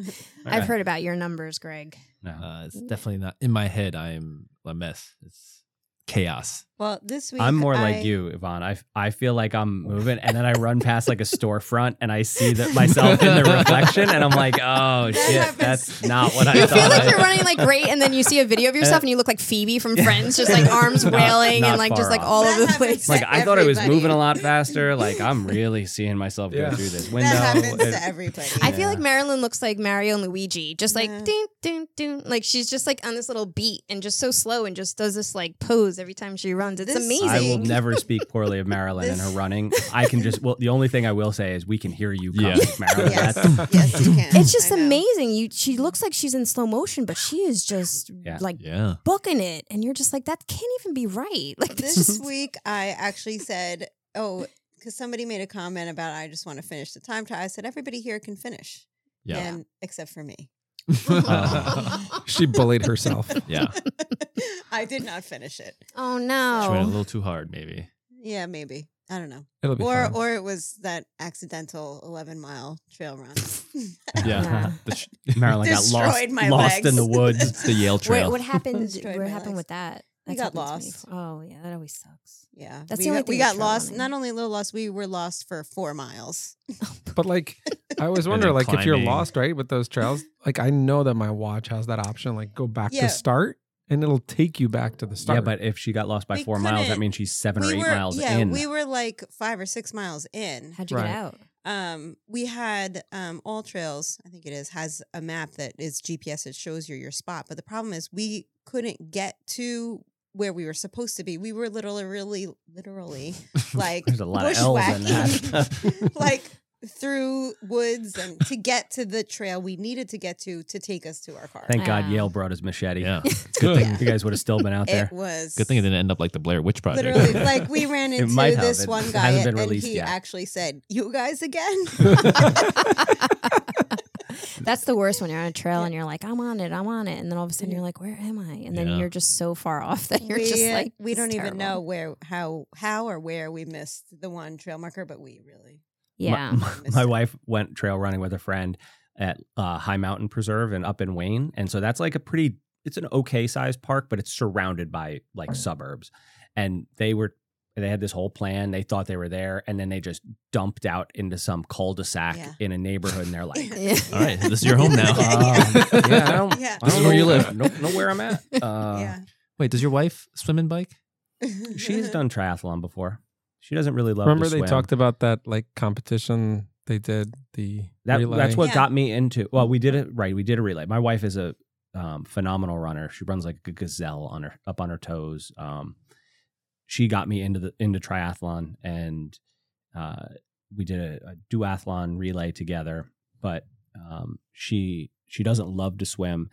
[SPEAKER 3] I've
[SPEAKER 2] right.
[SPEAKER 3] heard about your numbers, Greg.
[SPEAKER 2] No.
[SPEAKER 6] Uh, it's definitely not in my head. I'm a mess. It's chaos.
[SPEAKER 5] well, this week
[SPEAKER 2] I'm more
[SPEAKER 5] I- Oh.
[SPEAKER 2] like you, Yvonne. I, I feel like I'm moving, and then I run past like a storefront, and I see that myself in the reflection, and I'm like, oh
[SPEAKER 5] That
[SPEAKER 2] shit,
[SPEAKER 5] happens.
[SPEAKER 2] that's not what I
[SPEAKER 5] You
[SPEAKER 3] I
[SPEAKER 2] thought.
[SPEAKER 3] feel like
[SPEAKER 2] I-
[SPEAKER 3] you're running like great, and then you see a video of yourself, and you look like Phoebe from Friends, just like arms
[SPEAKER 2] Not-
[SPEAKER 3] wailing
[SPEAKER 2] not
[SPEAKER 3] and like just
[SPEAKER 2] far
[SPEAKER 3] like
[SPEAKER 2] off.
[SPEAKER 3] all
[SPEAKER 5] That
[SPEAKER 3] over the
[SPEAKER 5] happens
[SPEAKER 3] place.
[SPEAKER 5] to
[SPEAKER 2] like I thought I was
[SPEAKER 5] everybody.
[SPEAKER 2] moving a lot faster. Like I'm really seeing myself
[SPEAKER 4] Yeah.
[SPEAKER 2] go through this window.
[SPEAKER 5] That happens
[SPEAKER 2] and-
[SPEAKER 5] to everybody.
[SPEAKER 3] I feel like Marilyn looks like Mario and Luigi, just like
[SPEAKER 5] Yeah.
[SPEAKER 3] ding, ding, ding. Like she's just like on this little beat and just so slow and just does this like pose every time she runs. It's
[SPEAKER 5] This-
[SPEAKER 3] amazing.
[SPEAKER 2] I will never speak poorly of Marilyn and her
[SPEAKER 5] This-
[SPEAKER 2] running. I can just well, the only thing I will say is we can hear you coming,
[SPEAKER 6] Yeah.
[SPEAKER 2] Marilyn.
[SPEAKER 5] Yes.
[SPEAKER 2] That's,
[SPEAKER 5] yes, you can.
[SPEAKER 3] it's just
[SPEAKER 5] I know.
[SPEAKER 3] amazing. You she looks like she's in slow motion, but she is just
[SPEAKER 2] Yeah.
[SPEAKER 3] like
[SPEAKER 6] Yeah.
[SPEAKER 3] booking it, and you're just like that can't even be right. Like this,
[SPEAKER 5] This week, I actually said, "Oh, because somebody made a comment about I just want to finish the time trial." I said, "Everybody here can finish,
[SPEAKER 6] Yeah.
[SPEAKER 5] and except for me."
[SPEAKER 6] Uh,
[SPEAKER 4] She bullied herself.
[SPEAKER 6] Yeah.
[SPEAKER 5] I did not finish it.
[SPEAKER 3] oh
[SPEAKER 6] She went a
[SPEAKER 3] no.
[SPEAKER 6] little too hard, maybe.
[SPEAKER 5] Yeah, maybe I don't know,
[SPEAKER 4] It'll be
[SPEAKER 5] or
[SPEAKER 4] fine.
[SPEAKER 5] or it was that accidental eleven mile trail run.
[SPEAKER 6] Yeah.
[SPEAKER 3] Yeah.
[SPEAKER 6] The sh-
[SPEAKER 2] Marilyn got
[SPEAKER 5] Destroyed
[SPEAKER 2] lost,
[SPEAKER 5] my
[SPEAKER 2] lost in
[SPEAKER 5] legs.
[SPEAKER 2] the woods.
[SPEAKER 6] it's the Yale
[SPEAKER 3] Wait,
[SPEAKER 6] Trail.
[SPEAKER 3] what happened?
[SPEAKER 5] Destroyed
[SPEAKER 3] what
[SPEAKER 5] my
[SPEAKER 3] happened
[SPEAKER 5] legs.
[SPEAKER 3] with that?
[SPEAKER 5] We got
[SPEAKER 3] happened to me
[SPEAKER 5] lost.
[SPEAKER 3] before. Oh yeah, that always sucks.
[SPEAKER 5] yeah,
[SPEAKER 3] That's
[SPEAKER 5] we,
[SPEAKER 3] the only
[SPEAKER 5] got- we
[SPEAKER 3] thing
[SPEAKER 5] got
[SPEAKER 3] with trail
[SPEAKER 5] lost.
[SPEAKER 3] running.
[SPEAKER 5] Not only lost, we were lost for four miles.
[SPEAKER 4] But like, I always
[SPEAKER 6] And
[SPEAKER 4] wonder,
[SPEAKER 6] then
[SPEAKER 4] like, if you're
[SPEAKER 6] climbing.
[SPEAKER 4] lost, right, with those trails, like, I know that my watch has that option, like, go back
[SPEAKER 5] Yeah.
[SPEAKER 4] to start, and it'll take you back to the start.
[SPEAKER 2] Yeah, but if she got lost by
[SPEAKER 5] We
[SPEAKER 2] four miles, that
[SPEAKER 5] couldn't-
[SPEAKER 2] means she's seven
[SPEAKER 5] we
[SPEAKER 2] or eight
[SPEAKER 5] were,
[SPEAKER 2] miles
[SPEAKER 5] yeah,
[SPEAKER 2] in.
[SPEAKER 5] we were like five or six miles in.
[SPEAKER 3] How'd you
[SPEAKER 4] Right.
[SPEAKER 3] get out?
[SPEAKER 5] um we had um all trails i think it is has a map that is gps that shows you your spot but the problem is we couldn't get to where we were supposed to be we were literally really literally like
[SPEAKER 2] There's a lot of L's in that.
[SPEAKER 5] bushwhacking, like through woods and to get to the trail we needed to get to to take us to our car
[SPEAKER 2] Thank God
[SPEAKER 3] Wow.
[SPEAKER 2] Yale brought his machete.
[SPEAKER 6] Yeah.
[SPEAKER 2] Good thing
[SPEAKER 5] Yeah.
[SPEAKER 2] you guys would have still been out there.
[SPEAKER 5] it was
[SPEAKER 6] Good thing it didn't end up like the Blair Witch Project.
[SPEAKER 5] literally like we ran
[SPEAKER 2] It
[SPEAKER 5] into
[SPEAKER 2] might have.
[SPEAKER 5] this
[SPEAKER 2] It
[SPEAKER 5] one
[SPEAKER 2] hasn't
[SPEAKER 5] guy
[SPEAKER 2] been
[SPEAKER 5] and
[SPEAKER 2] released
[SPEAKER 5] he
[SPEAKER 2] yet.
[SPEAKER 5] actually said you guys again
[SPEAKER 3] That's the worst when you're on a trail and you're like, I'm on it, I'm on it. And then all of a sudden you're like, where am I? And then
[SPEAKER 6] Yeah.
[SPEAKER 3] you're just so far off that you're
[SPEAKER 5] we, uh,
[SPEAKER 3] just like,
[SPEAKER 5] we
[SPEAKER 3] "This is
[SPEAKER 5] don't
[SPEAKER 3] terrible."
[SPEAKER 5] even know where how how or where we missed the one trail marker but we really
[SPEAKER 2] My-
[SPEAKER 3] Yeah.
[SPEAKER 2] My,
[SPEAKER 5] Missed
[SPEAKER 2] my
[SPEAKER 5] it.
[SPEAKER 2] wife went trail running with a friend at uh, High Mountain Preserve and up in Wayne. And so that's like a pretty, it's an okay sized park, but it's surrounded by like suburbs. And they were, they had this whole plan. They thought they were there. And then they just dumped out into some cul de sac
[SPEAKER 5] Yeah.
[SPEAKER 2] in a neighborhood. And they're like,
[SPEAKER 3] Yeah.
[SPEAKER 6] All right, this is your home now.
[SPEAKER 2] um, yeah, I don't,
[SPEAKER 5] yeah
[SPEAKER 2] I don't
[SPEAKER 6] This is
[SPEAKER 2] know
[SPEAKER 6] where you live.
[SPEAKER 2] Know, know where I'm at. Uh,
[SPEAKER 5] yeah
[SPEAKER 6] Wait, does your wife swim and bike?
[SPEAKER 2] She has done triathlon before. She doesn't really love.
[SPEAKER 4] remember
[SPEAKER 2] to
[SPEAKER 4] they
[SPEAKER 2] swim.
[SPEAKER 4] talked about that like competition they did the
[SPEAKER 2] That,
[SPEAKER 4] relay?
[SPEAKER 2] that's what
[SPEAKER 5] Yeah.
[SPEAKER 2] got me into. Well, we did it right. We did a relay. My wife is a um, phenomenal runner. She runs like a gazelle on her up on her toes. Um, she got me into the into triathlon, and uh, we did a, a duathlon relay together. But um, she she doesn't love to swim,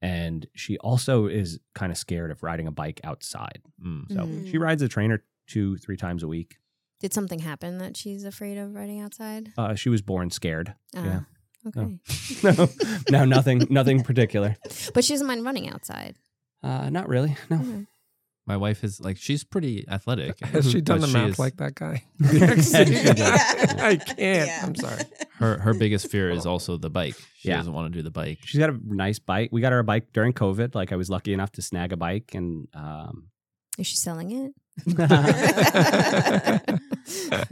[SPEAKER 2] and she also is kind of scared of riding a bike outside.
[SPEAKER 6] Mm.
[SPEAKER 2] So
[SPEAKER 5] Mhm.
[SPEAKER 2] she rides a trainer two three times a week.
[SPEAKER 3] Did something happen that she's afraid of riding outside?
[SPEAKER 2] Uh, she was born scared. Yeah.
[SPEAKER 3] Ah,
[SPEAKER 2] No.
[SPEAKER 3] Okay.
[SPEAKER 2] no, no, nothing, nothing particular.
[SPEAKER 3] But she doesn't mind running outside.
[SPEAKER 2] Uh, not really. No.
[SPEAKER 3] Okay.
[SPEAKER 6] My wife is like she's pretty athletic.
[SPEAKER 4] Has she done
[SPEAKER 6] but
[SPEAKER 4] the math
[SPEAKER 6] is-
[SPEAKER 4] like that guy?
[SPEAKER 5] does.
[SPEAKER 4] I can't. I'm sorry.
[SPEAKER 6] Her her biggest fear is also the bike. She
[SPEAKER 2] Yeah.
[SPEAKER 6] doesn't want to do the bike.
[SPEAKER 2] She's got a nice bike. We got her a bike during COVID. Like I was lucky enough to snag a bike, and um,
[SPEAKER 3] Is she selling it?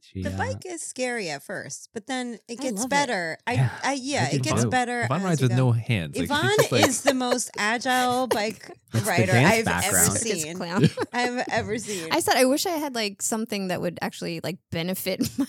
[SPEAKER 2] she
[SPEAKER 5] The
[SPEAKER 2] uh,
[SPEAKER 5] bike is scary at first, but then it
[SPEAKER 3] I
[SPEAKER 5] gets
[SPEAKER 3] love it.
[SPEAKER 5] better. I,
[SPEAKER 2] Yeah,
[SPEAKER 5] I yeah,
[SPEAKER 6] I do
[SPEAKER 5] it gets
[SPEAKER 6] too.
[SPEAKER 5] better.
[SPEAKER 6] Yvonne
[SPEAKER 5] as
[SPEAKER 6] rides
[SPEAKER 5] you
[SPEAKER 6] with
[SPEAKER 5] go.
[SPEAKER 6] no hands. Like, she's
[SPEAKER 5] Yvonne
[SPEAKER 6] just like-
[SPEAKER 5] is the most agile bike
[SPEAKER 2] It's the
[SPEAKER 5] rider
[SPEAKER 2] dance
[SPEAKER 5] I've ever
[SPEAKER 2] background.
[SPEAKER 3] Circus
[SPEAKER 5] seen.
[SPEAKER 3] clown.
[SPEAKER 5] I've ever seen.
[SPEAKER 3] I said I wish I had like something that would actually like benefit my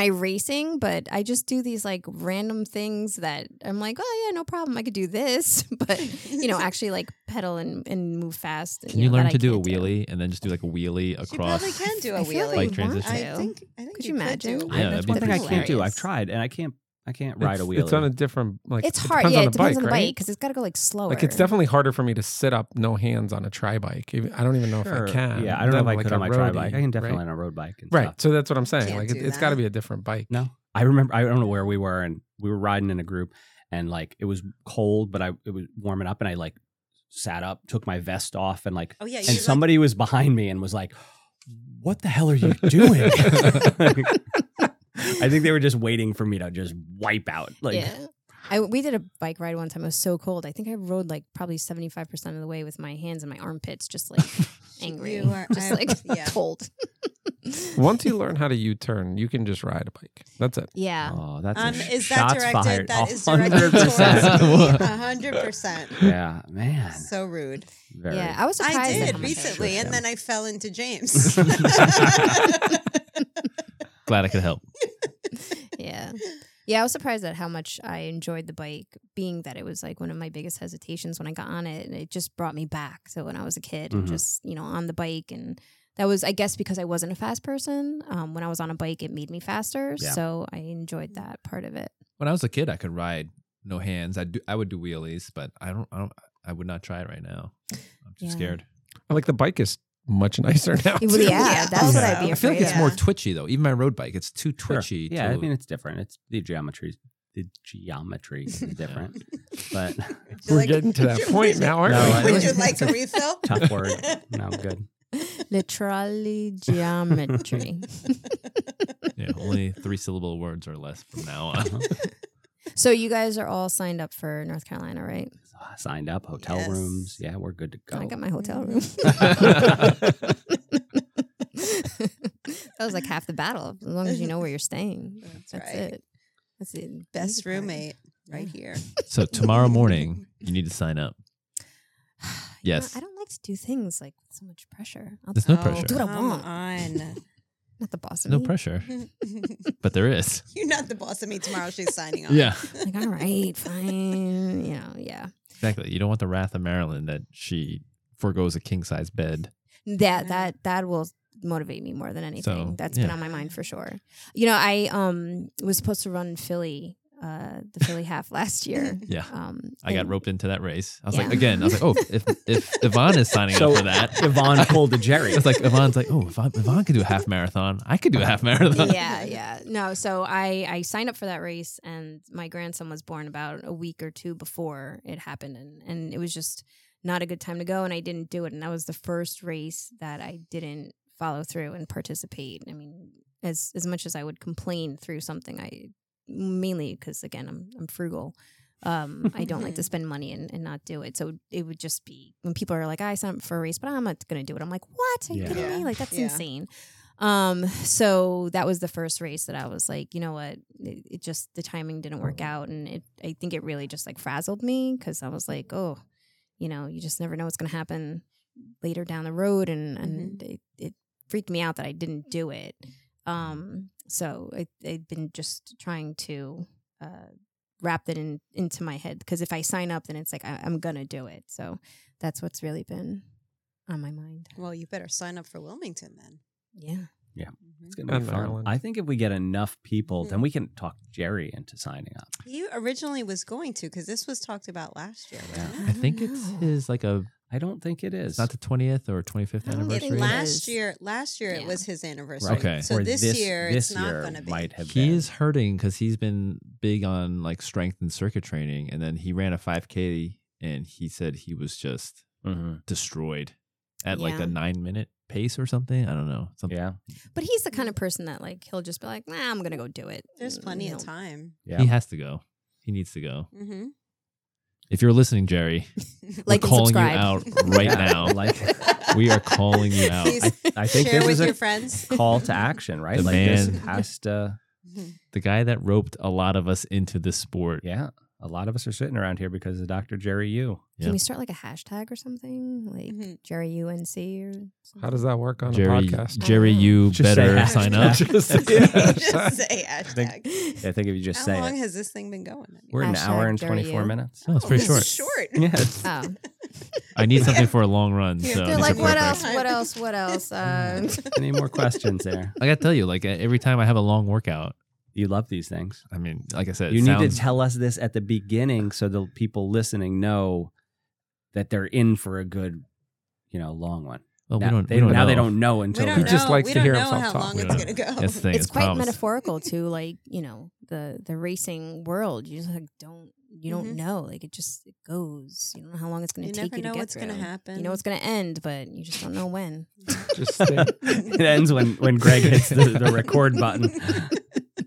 [SPEAKER 3] my racing, but I just do these like random things that I'm like, oh yeah, no problem, I could do this, but you know, actually like pedal and, and move fast.
[SPEAKER 6] Can you
[SPEAKER 3] know, that
[SPEAKER 6] learn
[SPEAKER 3] I
[SPEAKER 6] to do a
[SPEAKER 3] can't
[SPEAKER 6] wheelie and then just do like a wheelie
[SPEAKER 5] she
[SPEAKER 6] across?
[SPEAKER 5] probably can do a
[SPEAKER 3] I feel
[SPEAKER 5] wheelie.
[SPEAKER 3] like
[SPEAKER 6] Bike transition.
[SPEAKER 5] I
[SPEAKER 3] want to.
[SPEAKER 5] think. I think
[SPEAKER 3] Could
[SPEAKER 5] you
[SPEAKER 3] you imagine?
[SPEAKER 5] Could do.
[SPEAKER 6] Yeah,
[SPEAKER 2] I-
[SPEAKER 6] that'd
[SPEAKER 2] that's
[SPEAKER 6] be
[SPEAKER 2] one thing I
[SPEAKER 6] pretty
[SPEAKER 2] can't do.
[SPEAKER 3] hilarious.
[SPEAKER 2] I've tried, and I can't. I can't ride
[SPEAKER 4] it's,
[SPEAKER 2] a wheelie.
[SPEAKER 4] It's on a different like.
[SPEAKER 3] It's
[SPEAKER 4] it
[SPEAKER 3] hard.
[SPEAKER 4] Depends
[SPEAKER 3] yeah,
[SPEAKER 4] on
[SPEAKER 3] it
[SPEAKER 4] the
[SPEAKER 3] depends
[SPEAKER 4] bike,
[SPEAKER 3] on the
[SPEAKER 4] right?
[SPEAKER 3] bike because it's got to go like slower.
[SPEAKER 4] Like it's definitely harder for me to sit up no hands on a tri bike. I don't even know
[SPEAKER 2] Sure.
[SPEAKER 4] if I can.
[SPEAKER 2] Yeah, I don't know if
[SPEAKER 4] Then,
[SPEAKER 2] I
[SPEAKER 4] like,
[SPEAKER 2] could
[SPEAKER 4] a
[SPEAKER 2] on my
[SPEAKER 4] roadie,
[SPEAKER 2] tri bike. I can definitely
[SPEAKER 4] right?
[SPEAKER 2] on a road bike. And stuff.
[SPEAKER 4] Right. So that's what I'm saying.
[SPEAKER 5] Can't
[SPEAKER 4] like it,
[SPEAKER 5] do
[SPEAKER 4] it's got to
[SPEAKER 5] that.
[SPEAKER 4] be a different bike.
[SPEAKER 2] No, I remember. I don't know where we were, and we were riding in a group, and like it was cold, but I it was warming up, and I like sat up, took my vest off, and like,
[SPEAKER 5] Oh yeah,
[SPEAKER 2] and
[SPEAKER 5] you
[SPEAKER 2] somebody was behind me and was like, "What the hell are you doing?" I think they were just waiting for me to just wipe out. Like,
[SPEAKER 3] yeah. I, we did a bike ride one time. It was so cold. I think I rode like probably seventy five percent of the way with my hands in my armpits, just like angry,
[SPEAKER 5] You are-
[SPEAKER 3] just
[SPEAKER 5] I-
[SPEAKER 3] like
[SPEAKER 5] yeah.
[SPEAKER 3] cold.
[SPEAKER 4] Once you learn how to U turn, you can just ride a bike. That's it.
[SPEAKER 3] yeah,
[SPEAKER 2] oh, that's a
[SPEAKER 5] Um, is that
[SPEAKER 2] shots
[SPEAKER 5] directed-
[SPEAKER 2] fired.
[SPEAKER 5] that is directed
[SPEAKER 2] 100%.
[SPEAKER 5] towards- hundred percent.
[SPEAKER 2] yeah, man.
[SPEAKER 5] So rude.
[SPEAKER 2] Very.
[SPEAKER 3] yeah. I was surprised.
[SPEAKER 5] I
[SPEAKER 3] at
[SPEAKER 5] did
[SPEAKER 3] how much I
[SPEAKER 5] recently,
[SPEAKER 2] pushed
[SPEAKER 5] and
[SPEAKER 2] him.
[SPEAKER 5] then I fell into James.
[SPEAKER 6] Glad I could help.
[SPEAKER 3] yeah. Yeah, I was surprised at how much I enjoyed the bike, being that it was like one of my biggest hesitations when I got on it. And it just brought me back to when I was a kid and
[SPEAKER 6] Mm-hmm.
[SPEAKER 2] Mhm.
[SPEAKER 3] just, you know, on the bike. And that was, I guess, because I wasn't a fast person. Um, when I was on a bike, it made me faster.
[SPEAKER 2] Yeah.
[SPEAKER 3] So I enjoyed that part of it.
[SPEAKER 6] When I was a kid, I could ride no hands. I do. I would do wheelies, but I don't. I don't. I would not try it right now. I'm too
[SPEAKER 3] Yeah.
[SPEAKER 6] scared.
[SPEAKER 4] Like the bike is much nicer now.
[SPEAKER 3] It was-
[SPEAKER 4] too.
[SPEAKER 3] yeah,
[SPEAKER 5] Yeah.
[SPEAKER 3] that's what I'd
[SPEAKER 5] Yeah.
[SPEAKER 6] I
[SPEAKER 3] be
[SPEAKER 6] feel
[SPEAKER 3] afraid
[SPEAKER 6] like it's
[SPEAKER 3] of.
[SPEAKER 6] more
[SPEAKER 5] Yeah.
[SPEAKER 6] twitchy though. Even my road bike, it's too
[SPEAKER 2] Sure.
[SPEAKER 6] twitchy.
[SPEAKER 2] Yeah,
[SPEAKER 6] to,
[SPEAKER 2] I mean it's different. It's the geometry. The geometry is different. But-
[SPEAKER 5] Would you
[SPEAKER 4] We're
[SPEAKER 5] like-
[SPEAKER 4] getting to that
[SPEAKER 5] would you-
[SPEAKER 4] point now, aren't
[SPEAKER 2] No, I-
[SPEAKER 4] we?
[SPEAKER 5] Would you like a refill?
[SPEAKER 2] Tough word. no, I'm good.
[SPEAKER 3] Literally geometry.
[SPEAKER 6] yeah, only three syllable words or less from now on.
[SPEAKER 3] so you guys are all signed up for North Carolina, right?
[SPEAKER 2] Signed up, hotel
[SPEAKER 5] Yes.
[SPEAKER 2] rooms. Yeah, we're good to go.
[SPEAKER 3] I got my hotel room. that was like half the battle. As long as you know where you're staying,
[SPEAKER 5] That's
[SPEAKER 3] that's,
[SPEAKER 5] right.
[SPEAKER 3] it. That's the easy
[SPEAKER 5] Best
[SPEAKER 3] part.
[SPEAKER 5] roommate right here.
[SPEAKER 6] so tomorrow morning, you need to sign up.
[SPEAKER 3] You know,
[SPEAKER 6] Yes.
[SPEAKER 3] I don't like to do things like with so much pressure. I'll
[SPEAKER 6] There's no
[SPEAKER 5] Oh,
[SPEAKER 6] pressure.
[SPEAKER 3] Do what I
[SPEAKER 5] come
[SPEAKER 3] want.
[SPEAKER 5] On.
[SPEAKER 3] not the boss of
[SPEAKER 6] No
[SPEAKER 3] me.
[SPEAKER 6] pressure, but there is.
[SPEAKER 5] You're not the boss of me tomorrow. She's signing on.
[SPEAKER 6] Yeah,
[SPEAKER 3] Like, all right, fine. You know, yeah.
[SPEAKER 6] exactly. You don't want the wrath of Marilyn that she foregoes a king size bed.
[SPEAKER 3] that
[SPEAKER 5] Yeah.
[SPEAKER 3] that that will motivate me more than anything
[SPEAKER 6] So,
[SPEAKER 3] That's been
[SPEAKER 6] yeah.
[SPEAKER 3] on my mind for sure you know i um was supposed to run philly uh the philly half last year
[SPEAKER 6] Yeah.
[SPEAKER 3] um
[SPEAKER 6] I got
[SPEAKER 3] and-
[SPEAKER 6] roped into that race. I was like,
[SPEAKER 3] Yeah.
[SPEAKER 6] again, I was like, oh, if if Yvonne is signing
[SPEAKER 2] So
[SPEAKER 6] up for that,
[SPEAKER 2] Yvonne pulled a Jerry.
[SPEAKER 6] it's like Yvonne's like, oh, Yvonne, Yvonne could do a half marathon. I could do a half marathon.
[SPEAKER 3] yeah yeah no so i i signed up for that race and my grandson was born about a week or two before it happened and and it was just not a good time to go and i didn't do it and that was the first race that i didn't follow through and participate i mean as as much as i would complain through something i mainly because again i'm i'm frugal um, I don't like to spend money and, and not do it. So it would just be when people are like, I signed up for a race, but I'm not going to do it. I'm like, what? Are you
[SPEAKER 2] Yeah.
[SPEAKER 3] kidding me? Like, that's
[SPEAKER 5] Yeah.
[SPEAKER 3] insane. Um, so that was the first race that I was like, you know what? It, it just, the timing didn't work out. And it, I think it really just like frazzled me because I was like, oh, you know, you just never know what's going to happen later down the road. And, and it, it freaked me out that I didn't do it. Um, so I, I've been just trying to, uh, wrapped it in into my head because if I sign up, then it's like I, I'm gonna do it. So that's what's really been on my mind.
[SPEAKER 5] Well, you better sign up for Wilmington then.
[SPEAKER 3] Yeah.
[SPEAKER 5] Mhm.
[SPEAKER 2] It's gonna be
[SPEAKER 4] And
[SPEAKER 2] fun.
[SPEAKER 4] Ireland.
[SPEAKER 2] I think if we get enough people, then
[SPEAKER 5] Mhm.
[SPEAKER 2] we can talk Jerry into signing up.
[SPEAKER 5] He originally was going to because this was talked about last year. wasn't
[SPEAKER 2] Yeah.
[SPEAKER 5] it?
[SPEAKER 6] I think it's his like a
[SPEAKER 2] I don't think it is.
[SPEAKER 6] it's not the twentieth or twenty fifth
[SPEAKER 3] I don't
[SPEAKER 5] I
[SPEAKER 3] think
[SPEAKER 5] think
[SPEAKER 6] anniversary.
[SPEAKER 5] last
[SPEAKER 3] is.
[SPEAKER 5] year, last year
[SPEAKER 3] Yeah.
[SPEAKER 5] it was his anniversary.
[SPEAKER 6] Okay.
[SPEAKER 5] So
[SPEAKER 2] Or
[SPEAKER 5] this, year,
[SPEAKER 2] this
[SPEAKER 5] it's not
[SPEAKER 2] year
[SPEAKER 5] going to be.
[SPEAKER 2] Might have
[SPEAKER 6] He
[SPEAKER 2] been.
[SPEAKER 6] is hurting because he's been big on like strength and circuit training, and then he ran a five k and he said he was just
[SPEAKER 2] Mhm.
[SPEAKER 6] destroyed at like
[SPEAKER 3] Yeah.
[SPEAKER 6] a nine minute pace or something. I don't know. Something.
[SPEAKER 2] Yeah,
[SPEAKER 3] But he's the kind of person that like he'll just be like, nah, I'm gonna go do it.
[SPEAKER 5] There's
[SPEAKER 3] Mm,
[SPEAKER 5] plenty of
[SPEAKER 3] no.
[SPEAKER 5] time.
[SPEAKER 2] yeah.
[SPEAKER 6] He has to go. He needs to go.
[SPEAKER 5] Mm-hmm.
[SPEAKER 6] If you're listening, Jerry,
[SPEAKER 3] Like
[SPEAKER 6] we're
[SPEAKER 3] and
[SPEAKER 6] calling
[SPEAKER 3] subscribe.
[SPEAKER 6] you out right
[SPEAKER 2] Yeah,
[SPEAKER 6] now.
[SPEAKER 2] like
[SPEAKER 6] We are calling you out.
[SPEAKER 5] Please
[SPEAKER 2] I, I think
[SPEAKER 5] share
[SPEAKER 2] this
[SPEAKER 5] with
[SPEAKER 2] is
[SPEAKER 5] your
[SPEAKER 2] a
[SPEAKER 5] friends.
[SPEAKER 2] call to action, right?
[SPEAKER 6] The
[SPEAKER 2] like
[SPEAKER 6] man-
[SPEAKER 2] this has to.
[SPEAKER 6] the guy that roped a lot of us into this sport.
[SPEAKER 2] Yeah, a lot of us are sitting around here because of Dr. Jerry Yu.
[SPEAKER 3] Can
[SPEAKER 6] Yeah.
[SPEAKER 3] we start like a hashtag or something? Like
[SPEAKER 5] Mhm.
[SPEAKER 3] Jerry UNC or something?
[SPEAKER 4] How does that work on
[SPEAKER 6] Jerry,
[SPEAKER 4] a podcast?
[SPEAKER 6] Jerry,
[SPEAKER 3] Oh.
[SPEAKER 6] you
[SPEAKER 2] Just
[SPEAKER 6] better
[SPEAKER 2] say
[SPEAKER 6] sign up.
[SPEAKER 2] hashtag. Just say
[SPEAKER 5] Just say hashtag.
[SPEAKER 2] I think if you just
[SPEAKER 5] How
[SPEAKER 2] say
[SPEAKER 5] long
[SPEAKER 2] it,
[SPEAKER 5] has this thing been going?
[SPEAKER 2] we're an
[SPEAKER 3] Hashtag
[SPEAKER 2] hour and
[SPEAKER 3] Jerry
[SPEAKER 2] 24
[SPEAKER 3] Yu.
[SPEAKER 2] minutes.
[SPEAKER 6] No, it's pretty
[SPEAKER 5] This
[SPEAKER 6] Oh, short.
[SPEAKER 5] is short.
[SPEAKER 2] Yeah.
[SPEAKER 3] Oh.
[SPEAKER 6] I need something for a long run.
[SPEAKER 5] Yeah.
[SPEAKER 6] So
[SPEAKER 3] They're
[SPEAKER 5] It's
[SPEAKER 3] like,
[SPEAKER 5] a
[SPEAKER 3] what
[SPEAKER 5] perfect-
[SPEAKER 3] else? What else? What else?
[SPEAKER 5] Mm,
[SPEAKER 3] Uh,
[SPEAKER 2] Any more questions there?
[SPEAKER 6] I gotta tell you, like e-, every time I have a long workout,
[SPEAKER 2] You love these things.
[SPEAKER 6] I mean, like I said, it
[SPEAKER 2] you need
[SPEAKER 6] sounds-
[SPEAKER 2] to tell us this at the beginning so the people listening know that they're in for a good, you know, long one.
[SPEAKER 6] Well, we
[SPEAKER 2] now,
[SPEAKER 6] don't.
[SPEAKER 2] they
[SPEAKER 6] we don't
[SPEAKER 2] now they
[SPEAKER 6] know.
[SPEAKER 2] don't know
[SPEAKER 5] We
[SPEAKER 2] until
[SPEAKER 5] don't
[SPEAKER 4] He
[SPEAKER 5] know.
[SPEAKER 4] just likes
[SPEAKER 5] we
[SPEAKER 4] to
[SPEAKER 5] don't
[SPEAKER 4] hear
[SPEAKER 5] know
[SPEAKER 4] himself
[SPEAKER 5] how
[SPEAKER 4] talk.
[SPEAKER 5] long
[SPEAKER 6] We
[SPEAKER 5] it's
[SPEAKER 6] don't
[SPEAKER 5] going to go.
[SPEAKER 6] That's the thing.
[SPEAKER 3] it's quite
[SPEAKER 6] promise.
[SPEAKER 3] metaphorical too, like you know the the racing world. You just like don't you don't
[SPEAKER 5] Mhm.
[SPEAKER 3] know. Like it just it goes. You don't know how long it's going
[SPEAKER 5] You
[SPEAKER 3] to take
[SPEAKER 5] never
[SPEAKER 3] you to
[SPEAKER 5] know
[SPEAKER 3] get
[SPEAKER 5] what's
[SPEAKER 3] through.
[SPEAKER 5] going to happen.
[SPEAKER 3] You know it's going to end, but you just don't know when.
[SPEAKER 4] Just stay.
[SPEAKER 2] it ends when, when Greg hits the, the record button.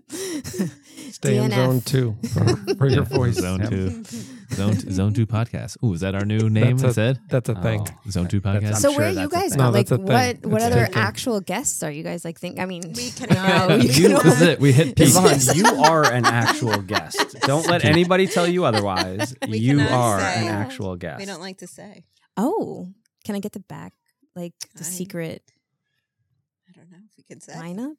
[SPEAKER 4] Stay in zone two for, for your
[SPEAKER 6] Yeah,
[SPEAKER 4] voice.
[SPEAKER 6] Zone
[SPEAKER 4] Yep.
[SPEAKER 6] two, zone two, zone two podcast. Ooh, is that our new name?
[SPEAKER 4] That's a-
[SPEAKER 6] Instead,
[SPEAKER 4] That's a thing.
[SPEAKER 2] Oh.
[SPEAKER 6] zone two
[SPEAKER 2] That's-
[SPEAKER 6] podcast.
[SPEAKER 2] I'm
[SPEAKER 3] so
[SPEAKER 2] sure
[SPEAKER 3] where are you
[SPEAKER 2] that's a
[SPEAKER 3] guys?
[SPEAKER 2] thing.
[SPEAKER 3] go?
[SPEAKER 4] No,
[SPEAKER 3] like
[SPEAKER 4] that's a
[SPEAKER 3] what
[SPEAKER 4] thing.
[SPEAKER 3] what
[SPEAKER 4] That's a
[SPEAKER 3] other
[SPEAKER 4] thing.
[SPEAKER 3] actual guests are you guys like think? I mean,
[SPEAKER 5] We
[SPEAKER 3] No,
[SPEAKER 5] cannot.
[SPEAKER 3] uh, Oh, you
[SPEAKER 6] You-
[SPEAKER 3] cannot.
[SPEAKER 6] this is it. We hit peak.
[SPEAKER 2] Yvonne, you are an actual guest. Don't let anybody tell you otherwise.
[SPEAKER 5] We
[SPEAKER 2] you
[SPEAKER 5] cannot
[SPEAKER 2] are
[SPEAKER 5] say.
[SPEAKER 2] an actual guest.
[SPEAKER 5] We don't like to say.
[SPEAKER 3] oh, can I get the back like the
[SPEAKER 5] I-
[SPEAKER 3] secret
[SPEAKER 5] I don't know if we can say.
[SPEAKER 3] lineup?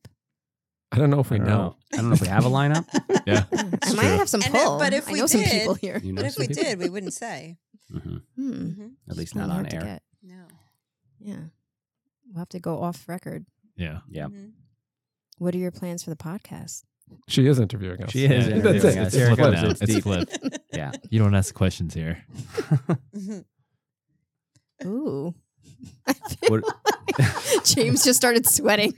[SPEAKER 4] I don't know if
[SPEAKER 2] I
[SPEAKER 4] we
[SPEAKER 2] don't
[SPEAKER 4] know.
[SPEAKER 2] know. I don't know if we have a lineup.
[SPEAKER 6] Yeah.
[SPEAKER 3] I
[SPEAKER 6] It's
[SPEAKER 3] might
[SPEAKER 6] true.
[SPEAKER 3] have some
[SPEAKER 5] And if-
[SPEAKER 3] pull.
[SPEAKER 5] but if
[SPEAKER 3] I
[SPEAKER 5] we
[SPEAKER 3] know some
[SPEAKER 5] did-
[SPEAKER 3] people here.
[SPEAKER 2] You know
[SPEAKER 5] But if
[SPEAKER 2] some
[SPEAKER 5] we
[SPEAKER 2] people?
[SPEAKER 5] did, we wouldn't say.
[SPEAKER 2] Mhm.
[SPEAKER 3] Hmm.
[SPEAKER 5] hmm
[SPEAKER 2] At least not
[SPEAKER 3] Might be
[SPEAKER 2] on
[SPEAKER 3] hard to
[SPEAKER 2] air.
[SPEAKER 3] get.
[SPEAKER 5] No.
[SPEAKER 3] Yeah, we'll have to go off record.
[SPEAKER 6] Yeah.
[SPEAKER 2] Yep.
[SPEAKER 5] Mhm.
[SPEAKER 3] What are your plans for the podcast?
[SPEAKER 4] She is interviewing us.
[SPEAKER 2] She is
[SPEAKER 6] Yeah,
[SPEAKER 2] interviewing
[SPEAKER 4] That's it.
[SPEAKER 2] us.
[SPEAKER 4] It's
[SPEAKER 2] Here it
[SPEAKER 6] flipped
[SPEAKER 2] goes.
[SPEAKER 6] now.
[SPEAKER 2] It's
[SPEAKER 6] It's
[SPEAKER 2] deep.
[SPEAKER 6] flipped.
[SPEAKER 2] Yeah.
[SPEAKER 6] You don't ask questions here.
[SPEAKER 5] Mm-hmm.
[SPEAKER 3] Ooh.
[SPEAKER 2] What-
[SPEAKER 3] James just started sweating.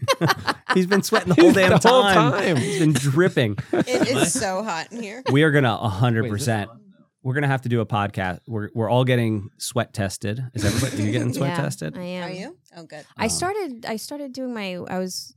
[SPEAKER 2] He's been sweating the whole damn
[SPEAKER 4] The whole
[SPEAKER 2] time.
[SPEAKER 4] time.
[SPEAKER 2] He's been dripping.
[SPEAKER 5] It is so hot in here.
[SPEAKER 2] We are gonna hundred percent. We're gonna have to do a podcast. We're we're all getting sweat tested. Is everybody? Are you getting sweat
[SPEAKER 3] Yeah,
[SPEAKER 2] tested?
[SPEAKER 3] I am.
[SPEAKER 5] Are you? Oh, good.
[SPEAKER 3] I
[SPEAKER 2] Um,
[SPEAKER 3] started. I started doing my. I was.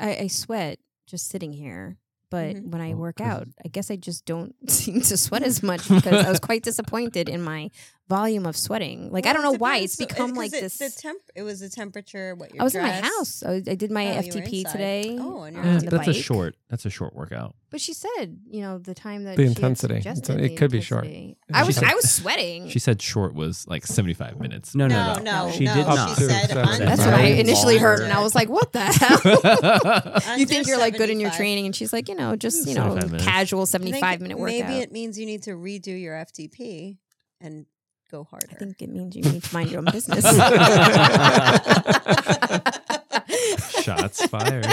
[SPEAKER 3] I, I sweat just sitting here, but
[SPEAKER 5] Mhm.
[SPEAKER 3] when I
[SPEAKER 6] Oh,
[SPEAKER 3] work
[SPEAKER 6] 'cause-
[SPEAKER 3] out, I guess I just don't seem to sweat as much because I was quite disappointed in my volume of sweating. Like I don't
[SPEAKER 5] Well,
[SPEAKER 3] know
[SPEAKER 5] it
[SPEAKER 3] why it's
[SPEAKER 5] depends. So-
[SPEAKER 3] become
[SPEAKER 5] 'cause
[SPEAKER 3] like
[SPEAKER 5] it-
[SPEAKER 3] this.
[SPEAKER 5] The temp. It was the temperature. What your
[SPEAKER 3] I was in my
[SPEAKER 5] dress-
[SPEAKER 3] house. I, I did my
[SPEAKER 5] Oh, you were
[SPEAKER 3] FTP
[SPEAKER 5] inside.
[SPEAKER 3] today.
[SPEAKER 5] Oh, and you're
[SPEAKER 3] on
[SPEAKER 5] Yeah,
[SPEAKER 3] the
[SPEAKER 6] that's a
[SPEAKER 3] bike.
[SPEAKER 6] short. That's a short workout.
[SPEAKER 3] But she said, you know, the time that
[SPEAKER 4] The
[SPEAKER 3] she had
[SPEAKER 4] intensity. It's-
[SPEAKER 3] suggested
[SPEAKER 4] it
[SPEAKER 3] the
[SPEAKER 4] could be short.
[SPEAKER 3] intensity.
[SPEAKER 4] She
[SPEAKER 3] I was.
[SPEAKER 4] said-
[SPEAKER 3] I was sweating.
[SPEAKER 6] She said short was like seventy five minutes.
[SPEAKER 2] No, no,
[SPEAKER 5] No,
[SPEAKER 2] no,
[SPEAKER 5] no,
[SPEAKER 2] She
[SPEAKER 5] no.
[SPEAKER 2] did
[SPEAKER 4] Up
[SPEAKER 2] not.
[SPEAKER 4] to
[SPEAKER 5] She said
[SPEAKER 4] seven.
[SPEAKER 5] under
[SPEAKER 3] That's what I
[SPEAKER 2] Very
[SPEAKER 3] initially heard, and I
[SPEAKER 5] longer.
[SPEAKER 3] was like, "What the hell." you think
[SPEAKER 5] Under
[SPEAKER 3] you're like good in your
[SPEAKER 5] 75.
[SPEAKER 3] training and she's like you know just you know
[SPEAKER 6] 75 minutes.
[SPEAKER 3] casual
[SPEAKER 5] I think
[SPEAKER 3] 75 minute workout
[SPEAKER 5] Maybe it means you need to redo your FTP and go harder.
[SPEAKER 3] i think it means you need to mind your own business
[SPEAKER 6] Shots fired.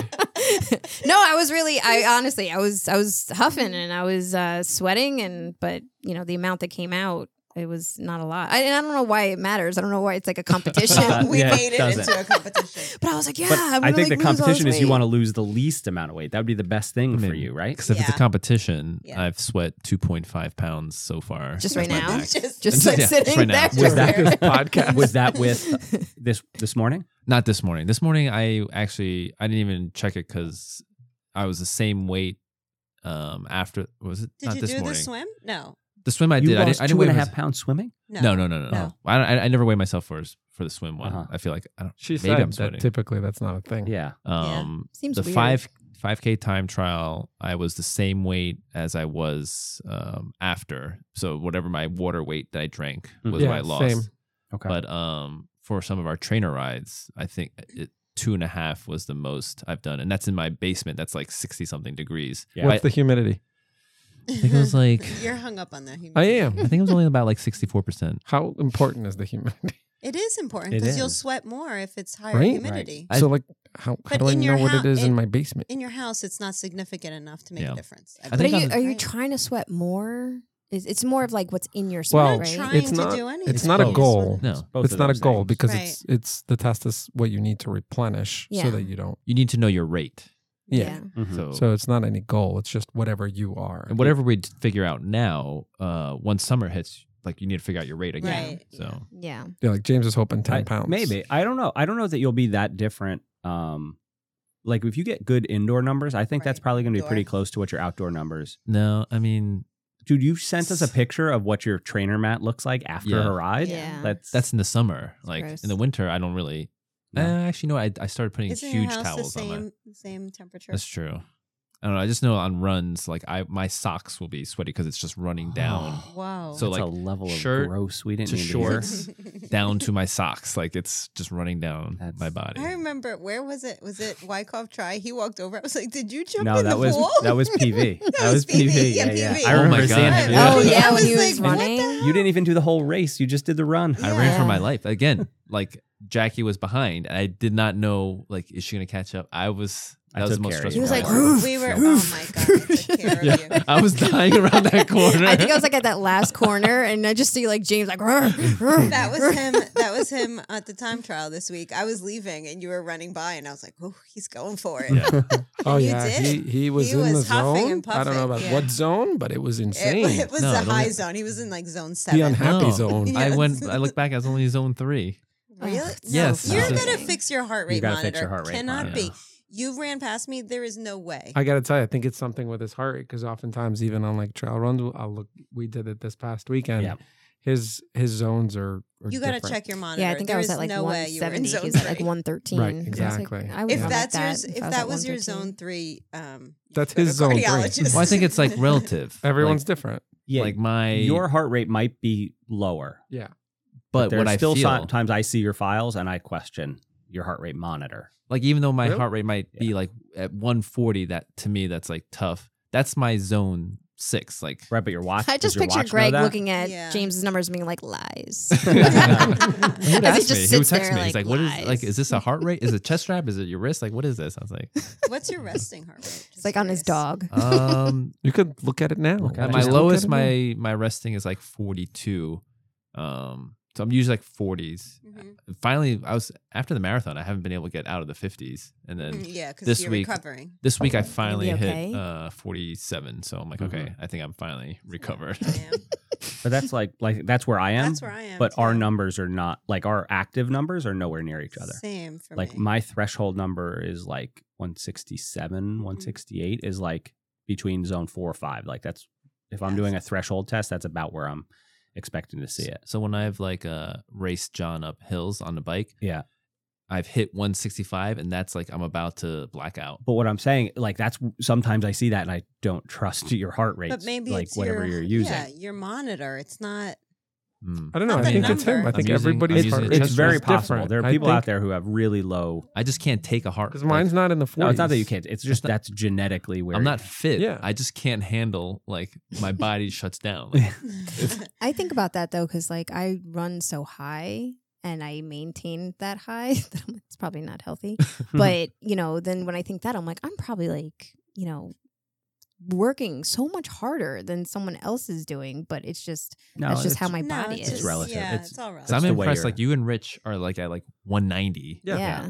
[SPEAKER 3] no i was really i honestly i was i was huffing and i was uh sweating and but you know the amount that came out it was not a lot I, and i don't know why it matters i don't know why it's like a
[SPEAKER 6] uh,
[SPEAKER 3] competition
[SPEAKER 5] we
[SPEAKER 2] Yeah, it
[SPEAKER 5] made it
[SPEAKER 2] doesn't.
[SPEAKER 5] into a competition.
[SPEAKER 3] but i was like yeah
[SPEAKER 2] But
[SPEAKER 3] I'm
[SPEAKER 2] I
[SPEAKER 3] gonna,
[SPEAKER 2] think
[SPEAKER 3] like,
[SPEAKER 2] the
[SPEAKER 3] lose all this
[SPEAKER 2] competition is you
[SPEAKER 3] weight.
[SPEAKER 2] want to lose the least amount of weight. That would be the best thing
[SPEAKER 6] I
[SPEAKER 2] for
[SPEAKER 6] mean,
[SPEAKER 2] you, right?
[SPEAKER 6] Because if it's a
[SPEAKER 5] Yeah.
[SPEAKER 6] competition,
[SPEAKER 5] Yeah.
[SPEAKER 6] I've sweat two point five pounds so far.
[SPEAKER 3] Just right
[SPEAKER 6] That's my
[SPEAKER 3] now?
[SPEAKER 6] max.
[SPEAKER 5] Just-
[SPEAKER 3] just like
[SPEAKER 6] Yeah,
[SPEAKER 3] sitting
[SPEAKER 6] right now.
[SPEAKER 3] there
[SPEAKER 2] Was that
[SPEAKER 4] This podcast.
[SPEAKER 2] Was that with uh, this this morning?
[SPEAKER 6] Not this morning. This morning, I actually I didn't even check it because I was the same weight. Um, after was it
[SPEAKER 5] Did
[SPEAKER 6] not
[SPEAKER 5] you
[SPEAKER 6] this
[SPEAKER 5] do
[SPEAKER 6] morning?
[SPEAKER 5] the swim? No,
[SPEAKER 6] The swim I
[SPEAKER 2] you
[SPEAKER 6] did. I
[SPEAKER 2] lost
[SPEAKER 6] didn't. I didn't
[SPEAKER 2] two
[SPEAKER 6] weigh
[SPEAKER 2] and a
[SPEAKER 6] myself-
[SPEAKER 2] half pounds swimming.
[SPEAKER 5] no,
[SPEAKER 6] No, no, no, no.
[SPEAKER 5] No.
[SPEAKER 6] I, don't- I, I never weigh myself for for the swim one.
[SPEAKER 2] Uh-huh.
[SPEAKER 6] I feel like I don't.
[SPEAKER 4] She
[SPEAKER 6] maybe
[SPEAKER 4] said
[SPEAKER 6] I'm
[SPEAKER 4] that
[SPEAKER 6] sweating.
[SPEAKER 4] typically that's not a thing.
[SPEAKER 2] Yeah.
[SPEAKER 6] Um,
[SPEAKER 3] seems
[SPEAKER 6] the
[SPEAKER 3] weird.
[SPEAKER 6] five five k time trial, I was the same weight as I was um after. So whatever my water weight that I drank was
[SPEAKER 4] Mhm.
[SPEAKER 6] what I
[SPEAKER 4] Yeah,
[SPEAKER 6] lost.
[SPEAKER 4] same.
[SPEAKER 2] Okay.
[SPEAKER 6] But um, for some of our trainer rides, I think it, two and a half was the most I've done, and that's in my basement. That's like sixty something degrees.
[SPEAKER 2] Yeah.
[SPEAKER 4] What's
[SPEAKER 6] I-
[SPEAKER 4] the humidity?
[SPEAKER 6] I think it was like Oh,
[SPEAKER 5] You're hung up on that. human
[SPEAKER 4] I
[SPEAKER 5] being.
[SPEAKER 4] am.
[SPEAKER 6] I think it was only about like sixty four percent.
[SPEAKER 4] How important is the humidity?
[SPEAKER 5] It is important
[SPEAKER 2] It
[SPEAKER 5] because you'll
[SPEAKER 2] is.
[SPEAKER 5] sweat more if it's higher
[SPEAKER 4] Right.
[SPEAKER 5] humidity.
[SPEAKER 6] I-
[SPEAKER 4] so like, how, how
[SPEAKER 5] But
[SPEAKER 4] do I
[SPEAKER 5] in your
[SPEAKER 4] know what
[SPEAKER 5] hou-
[SPEAKER 4] it is
[SPEAKER 5] in-
[SPEAKER 4] in my basement?
[SPEAKER 5] In your house, it's not significant enough to make
[SPEAKER 6] Yeah.
[SPEAKER 5] a difference.
[SPEAKER 6] I
[SPEAKER 3] But are
[SPEAKER 6] think
[SPEAKER 5] believe.
[SPEAKER 3] you
[SPEAKER 6] I'm-
[SPEAKER 3] are you
[SPEAKER 5] Right.
[SPEAKER 3] trying to sweat more? It's, it's more of like what's in your
[SPEAKER 4] Well,
[SPEAKER 3] sweat, right?
[SPEAKER 5] trying
[SPEAKER 4] it's
[SPEAKER 5] to
[SPEAKER 4] not.
[SPEAKER 5] do anything.
[SPEAKER 4] It's not a
[SPEAKER 6] Both.
[SPEAKER 4] goal.
[SPEAKER 6] No,
[SPEAKER 2] Both
[SPEAKER 4] It's
[SPEAKER 2] of
[SPEAKER 4] not a
[SPEAKER 2] those
[SPEAKER 4] goal
[SPEAKER 2] things.
[SPEAKER 4] because
[SPEAKER 5] Right.
[SPEAKER 4] it's it's the test is what you need to replenish
[SPEAKER 3] Yeah.
[SPEAKER 4] so that you don't.
[SPEAKER 6] you need to know your rate.
[SPEAKER 4] Yeah.
[SPEAKER 2] Mhm.
[SPEAKER 6] So,
[SPEAKER 4] So it's not any goal. It's just whatever you are.
[SPEAKER 6] and whatever we figure out now, uh, once summer hits, like you need to figure out your rate again.
[SPEAKER 5] Right.
[SPEAKER 6] So
[SPEAKER 3] Yeah.
[SPEAKER 4] Yeah, like James is hoping ten
[SPEAKER 2] I-
[SPEAKER 4] pounds.
[SPEAKER 2] Maybe. I don't know. I don't know that you'll be that different. Um, like if you get good indoor numbers, I think that's
[SPEAKER 5] Right.
[SPEAKER 2] probably going to be pretty
[SPEAKER 5] Indoor.
[SPEAKER 2] close to what your outdoor numbers.
[SPEAKER 6] no, I mean
[SPEAKER 2] Dude, you sent us a picture of what your trainer mat looks like after
[SPEAKER 6] Yeah.
[SPEAKER 2] her ride.
[SPEAKER 3] Yeah.
[SPEAKER 2] That's
[SPEAKER 6] that's in the summer. like
[SPEAKER 3] gross.
[SPEAKER 6] in the winter, I don't really.
[SPEAKER 2] No.
[SPEAKER 6] Uh, actually, no. I I started putting
[SPEAKER 5] Isn't your
[SPEAKER 6] huge
[SPEAKER 5] house
[SPEAKER 6] towels
[SPEAKER 5] the same,
[SPEAKER 6] on my.
[SPEAKER 5] the same temperature?
[SPEAKER 6] That's true. I don't know. I just know on runs, like I my socks will be sweaty because it's just running down
[SPEAKER 5] Wow.
[SPEAKER 6] So,
[SPEAKER 2] that's a
[SPEAKER 6] like,
[SPEAKER 2] level
[SPEAKER 6] shirt
[SPEAKER 2] of gross. We didn't
[SPEAKER 6] to
[SPEAKER 2] need to
[SPEAKER 6] short.
[SPEAKER 2] hear.
[SPEAKER 6] down to my socks. Like it's just running down
[SPEAKER 2] That's-
[SPEAKER 6] my body.
[SPEAKER 5] I remember where was it? Was it Wyckoff Try? He walked over. I was like, "Did you jump
[SPEAKER 2] No,
[SPEAKER 5] in
[SPEAKER 2] that
[SPEAKER 5] the
[SPEAKER 2] was
[SPEAKER 5] pool?"
[SPEAKER 2] that was PV. that,
[SPEAKER 5] was
[SPEAKER 2] was PV.
[SPEAKER 5] PV.
[SPEAKER 2] Yeah,
[SPEAKER 5] Yeah,
[SPEAKER 2] yeah.
[SPEAKER 5] PV.
[SPEAKER 2] I
[SPEAKER 5] Oh
[SPEAKER 2] remember
[SPEAKER 6] my
[SPEAKER 2] seeing
[SPEAKER 6] God.
[SPEAKER 2] him.
[SPEAKER 6] Yeah.
[SPEAKER 3] Oh yeah,
[SPEAKER 5] I
[SPEAKER 3] when
[SPEAKER 5] was
[SPEAKER 3] he was
[SPEAKER 5] like, what
[SPEAKER 3] running.
[SPEAKER 5] the
[SPEAKER 2] You didn't even do the whole race. You just did the run.
[SPEAKER 6] I ran for
[SPEAKER 3] Yeah.
[SPEAKER 6] my life again. Like Jackie was behind, and I did not know. Like, is she gonna catch up? I was.
[SPEAKER 2] I
[SPEAKER 6] That was the
[SPEAKER 2] took
[SPEAKER 6] most
[SPEAKER 2] care of
[SPEAKER 6] stressful.
[SPEAKER 2] you.
[SPEAKER 3] He was
[SPEAKER 6] part.
[SPEAKER 3] like,
[SPEAKER 5] Yeah.
[SPEAKER 3] "Oof,
[SPEAKER 5] We were-
[SPEAKER 3] oof."
[SPEAKER 5] oh my God, I took care of you.
[SPEAKER 6] yeah, I was dying around that corner.
[SPEAKER 3] I think I was like at that last corner, and I just see like James like. "Rrr, rrr,
[SPEAKER 5] That was
[SPEAKER 3] rrr."
[SPEAKER 5] him. That was him at the time trial this week. I was leaving, and you were running by, and I was like, "Oh, he's going for it."
[SPEAKER 6] Yeah.
[SPEAKER 4] Oh
[SPEAKER 5] You
[SPEAKER 4] yeah,
[SPEAKER 5] did.
[SPEAKER 4] he he was
[SPEAKER 5] He
[SPEAKER 4] in
[SPEAKER 5] was
[SPEAKER 4] the
[SPEAKER 5] huffing
[SPEAKER 4] zone.
[SPEAKER 5] and
[SPEAKER 4] I don't know
[SPEAKER 5] puffing,
[SPEAKER 4] about
[SPEAKER 5] yeah.
[SPEAKER 4] what zone, but it was insane.
[SPEAKER 5] It, it was
[SPEAKER 6] No,
[SPEAKER 5] the
[SPEAKER 6] don't
[SPEAKER 5] high
[SPEAKER 6] get-
[SPEAKER 5] zone. He was in like zone seven.
[SPEAKER 4] the unhappy
[SPEAKER 6] No.
[SPEAKER 4] zone.
[SPEAKER 5] Yeah.
[SPEAKER 6] I went.
[SPEAKER 5] Yes.
[SPEAKER 6] I look back. I was only zone three.
[SPEAKER 5] Really?
[SPEAKER 3] Ugh, it's
[SPEAKER 6] Yes.
[SPEAKER 3] so
[SPEAKER 5] You're
[SPEAKER 6] So-
[SPEAKER 5] gonna
[SPEAKER 3] frustrating.
[SPEAKER 5] fix your heart rate
[SPEAKER 2] You gotta
[SPEAKER 5] monitor.
[SPEAKER 2] fix your heart rate
[SPEAKER 5] Cannot
[SPEAKER 2] monitor.
[SPEAKER 5] be. You ran past me. There is no way.
[SPEAKER 4] I gotta tell you, I think it's something with his heart rate because oftentimes even on like trail runs, I'll look. We did it this past weekend.
[SPEAKER 2] Yeah.
[SPEAKER 4] His his zones are. are
[SPEAKER 5] you gotta
[SPEAKER 4] different.
[SPEAKER 5] check your monitor.
[SPEAKER 3] Yeah, I think I
[SPEAKER 5] There
[SPEAKER 3] was
[SPEAKER 5] is
[SPEAKER 3] at like
[SPEAKER 5] no way you were in
[SPEAKER 3] 170. He
[SPEAKER 5] zone
[SPEAKER 3] was at like
[SPEAKER 5] three.
[SPEAKER 3] 113.
[SPEAKER 4] Right,
[SPEAKER 3] I was like,
[SPEAKER 4] exactly.
[SPEAKER 3] I would
[SPEAKER 5] If
[SPEAKER 3] not
[SPEAKER 5] that's
[SPEAKER 3] like
[SPEAKER 5] yours,
[SPEAKER 3] that
[SPEAKER 5] if
[SPEAKER 3] I
[SPEAKER 5] that
[SPEAKER 3] at
[SPEAKER 5] was your
[SPEAKER 3] 113.
[SPEAKER 5] zone three, um, you
[SPEAKER 4] That's
[SPEAKER 5] should go to
[SPEAKER 4] his zone three.
[SPEAKER 5] cardiologist.
[SPEAKER 6] Well, I think it's like relative.
[SPEAKER 4] Everyone's
[SPEAKER 6] like,
[SPEAKER 4] different.
[SPEAKER 2] Yeah,
[SPEAKER 6] like my
[SPEAKER 2] your heart rate might be lower,
[SPEAKER 4] Yeah.
[SPEAKER 6] but
[SPEAKER 2] there's
[SPEAKER 6] what I
[SPEAKER 2] still
[SPEAKER 6] feel
[SPEAKER 2] sometimes I see your files and I question your heart rate monitor.
[SPEAKER 6] like even though my
[SPEAKER 4] Really?
[SPEAKER 6] heart rate might be like at 140 that to me that's like tough that's my zone six like
[SPEAKER 2] Right, but your watch.
[SPEAKER 3] I
[SPEAKER 2] does
[SPEAKER 3] just
[SPEAKER 2] your
[SPEAKER 3] picture
[SPEAKER 2] watch know
[SPEAKER 3] Greg
[SPEAKER 2] that?
[SPEAKER 3] looking at
[SPEAKER 5] Yeah.
[SPEAKER 3] James's numbers and being like lies.
[SPEAKER 6] Who'd Who'd
[SPEAKER 3] As he
[SPEAKER 6] ask
[SPEAKER 3] just
[SPEAKER 6] me? Who
[SPEAKER 3] sits
[SPEAKER 6] texted
[SPEAKER 3] there
[SPEAKER 6] me? He's like,
[SPEAKER 3] like,
[SPEAKER 6] what is like?
[SPEAKER 3] lies.
[SPEAKER 6] Is this a heart rate? Is it chest strap? Is it your wrist? Like, what is this? I was like,
[SPEAKER 5] What's your resting heart rate?
[SPEAKER 3] It's like on his dog.
[SPEAKER 6] um,
[SPEAKER 4] You could look at it now.
[SPEAKER 2] Look at
[SPEAKER 6] at
[SPEAKER 2] it.
[SPEAKER 6] my
[SPEAKER 2] Just
[SPEAKER 4] look
[SPEAKER 6] lowest,
[SPEAKER 4] it now.
[SPEAKER 6] my my resting is like 42. Um, so I'm usually like 40s.
[SPEAKER 5] hmm
[SPEAKER 6] Finally, I was after the marathon. I haven't been able to get out of the 50s, and then
[SPEAKER 5] Mm-hmm. Yeah, because
[SPEAKER 6] this
[SPEAKER 5] you're
[SPEAKER 6] week-
[SPEAKER 5] recovering.
[SPEAKER 6] this week I
[SPEAKER 3] gonna be
[SPEAKER 6] finally
[SPEAKER 3] Mm. okay?
[SPEAKER 6] hit uh 47. So I'm like,
[SPEAKER 2] Mhm.
[SPEAKER 6] okay, I think I'm finally recovered.
[SPEAKER 5] I am.
[SPEAKER 2] But that's like like that's where I am.
[SPEAKER 5] That's where I am.
[SPEAKER 2] But
[SPEAKER 5] too.
[SPEAKER 2] our numbers are not like our active numbers are nowhere near each other.
[SPEAKER 5] Same for
[SPEAKER 2] Like
[SPEAKER 5] me.
[SPEAKER 2] my threshold number is like 167, 168 is like between zone four or five. Like that's if I'm doing a threshold test, that's about where I'm expecting to see it.
[SPEAKER 6] So when I've like uh raced John up hills on the bike,
[SPEAKER 2] Yeah.
[SPEAKER 6] I've hit 165, and that's like I'm about to black out.
[SPEAKER 2] But what I'm saying, like that's sometimes I see that and I don't trust your heart rate.
[SPEAKER 5] but maybe
[SPEAKER 2] like
[SPEAKER 5] it's
[SPEAKER 2] whatever
[SPEAKER 5] your,
[SPEAKER 2] you're using.
[SPEAKER 5] Yeah, your monitor. It's not.
[SPEAKER 6] Mm.
[SPEAKER 4] I don't know.
[SPEAKER 5] Not
[SPEAKER 4] I
[SPEAKER 5] the
[SPEAKER 4] think it's him.
[SPEAKER 5] number.
[SPEAKER 4] I think
[SPEAKER 6] I'm using- I'm
[SPEAKER 4] everybody's
[SPEAKER 6] using
[SPEAKER 4] heart
[SPEAKER 6] the
[SPEAKER 4] rate
[SPEAKER 2] It's
[SPEAKER 6] chest
[SPEAKER 4] is
[SPEAKER 2] very
[SPEAKER 6] rate.
[SPEAKER 4] different.
[SPEAKER 2] possible. There are
[SPEAKER 4] I
[SPEAKER 2] people
[SPEAKER 4] think-
[SPEAKER 2] out there who have really low.
[SPEAKER 6] I just can't take a heart.
[SPEAKER 4] Because mine's
[SPEAKER 6] like,
[SPEAKER 4] not in the 40s.
[SPEAKER 2] No, it's not that you can't. It's just that's genetically where
[SPEAKER 6] I'm
[SPEAKER 2] you-
[SPEAKER 6] not fit.
[SPEAKER 4] Yeah.
[SPEAKER 6] I just can't handle like my body shuts down. Like,
[SPEAKER 3] I think about that though, because like I run so high and I maintain that high that I'm like, it's probably not healthy. but you know, then when I think that, I'm like, I'm probably like, you know, working so much harder than someone else is doing. But it's just
[SPEAKER 2] No,
[SPEAKER 3] that's just
[SPEAKER 2] it's-
[SPEAKER 3] how my
[SPEAKER 5] No,
[SPEAKER 3] body
[SPEAKER 5] it's
[SPEAKER 3] is.
[SPEAKER 2] It's relative.
[SPEAKER 5] Yeah,
[SPEAKER 2] It's-
[SPEAKER 5] it's, all
[SPEAKER 6] so
[SPEAKER 5] relative.
[SPEAKER 2] That's
[SPEAKER 6] I'm
[SPEAKER 2] the way
[SPEAKER 6] impressed.
[SPEAKER 2] you're-
[SPEAKER 6] Like you and Rich are like at like 190,
[SPEAKER 4] Yeah.
[SPEAKER 3] Yeah.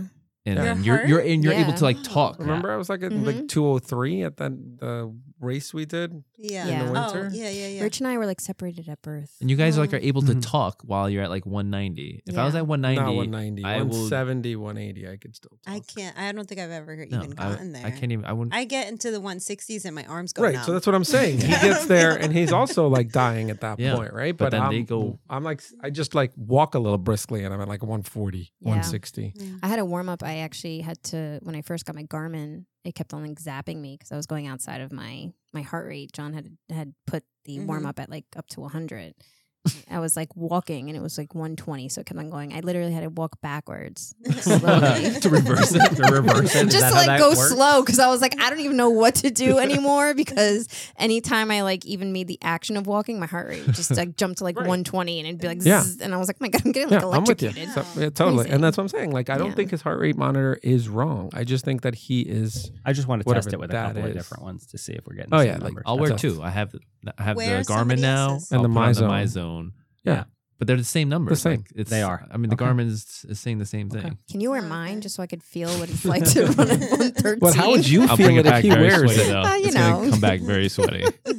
[SPEAKER 6] and
[SPEAKER 4] Your
[SPEAKER 6] then you're
[SPEAKER 5] heart?
[SPEAKER 6] you're and you're able
[SPEAKER 3] Yeah.
[SPEAKER 6] to like talk.
[SPEAKER 4] Remember, I was like at like
[SPEAKER 3] Mhm.
[SPEAKER 4] 203 at that the race we did.
[SPEAKER 5] Yeah.
[SPEAKER 3] in the
[SPEAKER 5] Oh,
[SPEAKER 4] winter.
[SPEAKER 5] yeah, yeah, yeah.
[SPEAKER 3] Rich and I were like separated at birth.
[SPEAKER 6] And you guys like are
[SPEAKER 5] Mhm.
[SPEAKER 6] able to
[SPEAKER 2] Mhm.
[SPEAKER 6] talk while you're at like 190. If I was
[SPEAKER 3] Yeah.
[SPEAKER 6] at
[SPEAKER 4] Not
[SPEAKER 6] 190,
[SPEAKER 4] 190,
[SPEAKER 6] I will-
[SPEAKER 4] 170, 180. I could still. Talk.
[SPEAKER 5] I can't. I don't think I've ever
[SPEAKER 6] no,
[SPEAKER 5] even
[SPEAKER 6] I,
[SPEAKER 5] gotten there.
[SPEAKER 6] I can't even. I wouldn't.
[SPEAKER 5] I get into the 160s and my arms go
[SPEAKER 4] Right,
[SPEAKER 5] numb.
[SPEAKER 4] so that's what I'm saying. He
[SPEAKER 5] Yeah.
[SPEAKER 4] gets there, and he's also like dying at that
[SPEAKER 6] Yeah.
[SPEAKER 4] point, right?
[SPEAKER 6] But then
[SPEAKER 4] I'm,
[SPEAKER 6] they go-
[SPEAKER 4] I'm like, I just like walk a little briskly, and I'm at like 140,
[SPEAKER 3] Yeah.
[SPEAKER 4] 160.
[SPEAKER 5] Yeah.
[SPEAKER 3] I had a warm up. I actually had to when I first got my Garmin, it kept on like zapping me because I was
[SPEAKER 6] Mm-hmm.
[SPEAKER 3] going outside of my my heart rate. John had had put the
[SPEAKER 5] Mhm.
[SPEAKER 3] warm up at like up to 100, I was like walking and it was like 120, so it kept on going. I literally had to walk backwards slowly.
[SPEAKER 6] To reverse it, to reverse it. Is
[SPEAKER 3] Just
[SPEAKER 6] that how
[SPEAKER 3] to like
[SPEAKER 6] that
[SPEAKER 3] go
[SPEAKER 6] works?
[SPEAKER 3] slow because I was like, I don't even know what to do anymore because anytime I like even made the action of walking, my heart rate just like jumped to like 120 and it'd be like,
[SPEAKER 4] Yeah.
[SPEAKER 3] zzz, and I was like, "Oh my God, I'm getting like
[SPEAKER 4] yeah, I'm with you.
[SPEAKER 3] electrocuted.
[SPEAKER 5] electrocuted.
[SPEAKER 4] So- yeah, totally.
[SPEAKER 3] Crazy.
[SPEAKER 4] And that's what I'm saying. Like, I don't
[SPEAKER 3] Yeah.
[SPEAKER 4] think his heart rate monitor is wrong. I just think that he is.
[SPEAKER 2] I just want to
[SPEAKER 4] Whatever
[SPEAKER 2] test it with a
[SPEAKER 4] that
[SPEAKER 2] couple of
[SPEAKER 4] is.
[SPEAKER 2] different ones to see if we're getting.
[SPEAKER 4] Oh,
[SPEAKER 2] the
[SPEAKER 4] yeah,
[SPEAKER 2] same
[SPEAKER 4] like,
[SPEAKER 2] numbers.
[SPEAKER 6] I'll
[SPEAKER 2] That's
[SPEAKER 6] wear
[SPEAKER 2] all.
[SPEAKER 6] two. I have the, I have
[SPEAKER 5] Wear
[SPEAKER 6] the Garmin
[SPEAKER 5] somebody
[SPEAKER 6] now
[SPEAKER 5] else's.
[SPEAKER 4] And
[SPEAKER 6] I'll
[SPEAKER 4] the
[SPEAKER 6] put on
[SPEAKER 4] MyZone.
[SPEAKER 6] MyZone.
[SPEAKER 4] Yeah.
[SPEAKER 6] but they're the same number.
[SPEAKER 4] same.
[SPEAKER 6] it's,
[SPEAKER 2] They are.
[SPEAKER 6] I mean, the
[SPEAKER 2] Okay.
[SPEAKER 6] Garmin's is saying the same thing.
[SPEAKER 3] Can you wear
[SPEAKER 5] Oh,
[SPEAKER 3] mine
[SPEAKER 5] okay.
[SPEAKER 3] just so I could feel what it's like to run at 113?
[SPEAKER 4] But how would you
[SPEAKER 6] I'll
[SPEAKER 4] feel
[SPEAKER 6] bring it
[SPEAKER 4] it if
[SPEAKER 6] back
[SPEAKER 4] he
[SPEAKER 6] very
[SPEAKER 4] wears
[SPEAKER 6] sweaty
[SPEAKER 4] it?
[SPEAKER 6] though.
[SPEAKER 3] Uh, you
[SPEAKER 6] it's gonna
[SPEAKER 3] know.
[SPEAKER 6] come back very sweaty.
[SPEAKER 3] I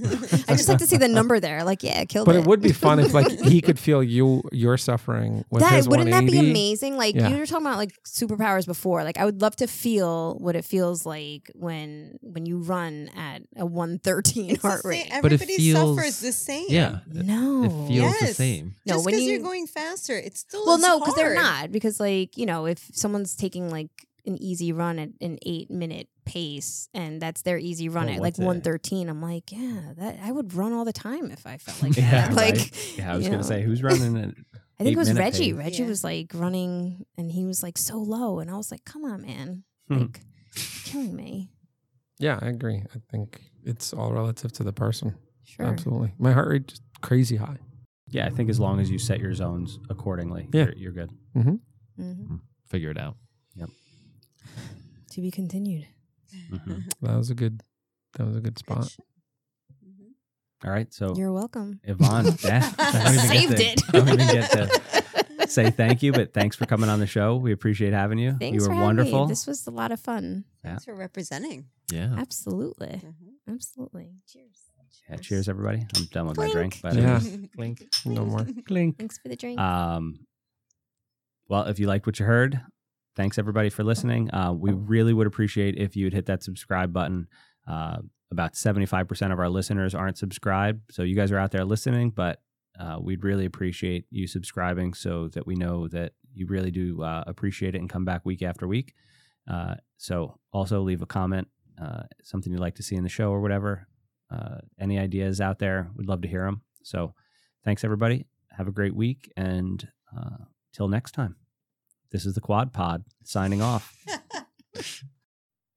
[SPEAKER 3] just like to see the number there. Like, yeah, kill
[SPEAKER 4] But it would be fun if, like, he could feel you your suffering with
[SPEAKER 3] that
[SPEAKER 4] his
[SPEAKER 3] wouldn't that be
[SPEAKER 4] 180.
[SPEAKER 3] amazing? Like
[SPEAKER 4] Yeah.
[SPEAKER 3] you were talking about like superpowers before. Like I would love to feel what it feels like when when you run at a one thirteen
[SPEAKER 5] It's the
[SPEAKER 3] heart
[SPEAKER 5] same.
[SPEAKER 3] rate.
[SPEAKER 6] But it
[SPEAKER 5] Everybody
[SPEAKER 6] feels-
[SPEAKER 5] suffers the same.
[SPEAKER 6] Yeah, it,
[SPEAKER 3] No,
[SPEAKER 6] it feels the
[SPEAKER 5] Yes.
[SPEAKER 6] same.
[SPEAKER 3] No,
[SPEAKER 5] Just
[SPEAKER 3] when
[SPEAKER 5] because you, are
[SPEAKER 3] you-
[SPEAKER 5] going faster, it's still
[SPEAKER 3] well,
[SPEAKER 5] it's
[SPEAKER 3] no, because they're
[SPEAKER 5] hard.
[SPEAKER 3] not. Because like you know, if someone's taking like an easy run at an eight minute pace and that's their easy run
[SPEAKER 2] Oh,
[SPEAKER 3] at like
[SPEAKER 2] what's it?
[SPEAKER 3] 113 i'm like yeah that i would run all the time if i felt like that
[SPEAKER 2] Yeah,
[SPEAKER 3] like
[SPEAKER 2] right? Yeah, I was
[SPEAKER 3] you
[SPEAKER 2] gonna
[SPEAKER 3] know.
[SPEAKER 2] say who's running it.
[SPEAKER 3] I think it was
[SPEAKER 2] eight-minute
[SPEAKER 3] Reggie.
[SPEAKER 2] pace.
[SPEAKER 3] Reggie
[SPEAKER 5] Yeah.
[SPEAKER 3] was like running and he was like so low. And I was like, come on, man.
[SPEAKER 2] Hmm.
[SPEAKER 3] Like, you're killing me.
[SPEAKER 4] Yeah, I agree. I think it's all relative to the person.
[SPEAKER 3] Sure.
[SPEAKER 4] Absolutely. My heart rate just crazy high.
[SPEAKER 2] Yeah, I think as long as you set your zones accordingly,
[SPEAKER 4] Yeah.
[SPEAKER 2] you're, you're good.
[SPEAKER 3] Mhm.
[SPEAKER 6] Figure it out.
[SPEAKER 3] To be continued.
[SPEAKER 2] Mhm.
[SPEAKER 4] That was a good. That was a good spot.
[SPEAKER 5] Mhm.
[SPEAKER 2] All right, so
[SPEAKER 3] You're welcome.
[SPEAKER 2] Yvonne, that,
[SPEAKER 5] Mm-hmm.
[SPEAKER 2] I don't even
[SPEAKER 3] Saved
[SPEAKER 2] get to,
[SPEAKER 3] it.
[SPEAKER 2] I don't even get to say thank you, but thanks for coming on the show. We appreciate having you.
[SPEAKER 3] Thanks
[SPEAKER 2] you
[SPEAKER 3] for
[SPEAKER 2] were
[SPEAKER 3] having
[SPEAKER 2] wonderful.
[SPEAKER 3] me. This was a lot of fun.
[SPEAKER 5] Thanks for representing. Mm-hmm.
[SPEAKER 6] Yeah.
[SPEAKER 3] Absolutely. Absolutely. Cheers.
[SPEAKER 2] yeah, cheers, everybody. I'm done with my
[SPEAKER 3] Clink.
[SPEAKER 2] drink. But
[SPEAKER 4] Yeah.
[SPEAKER 6] Clink.
[SPEAKER 4] No more.
[SPEAKER 3] Thanks for the drink.
[SPEAKER 2] Um, well, if you liked what you heard, thanks everybody for listening. Uh, we really would appreciate if you'd hit that subscribe button. Uh, about 75% of our listeners aren't subscribed. So you guys are out there listening, but uh, we'd really appreciate you subscribing so that we know that you really do uh, appreciate it and come back week after week. Uh, so also leave a comment, uh, something you'd like to see in the show or whatever. Uh, any ideas out there, we'd love to hear them. So thanks everybody have a great week and uh, till next time this is the quad pod signing off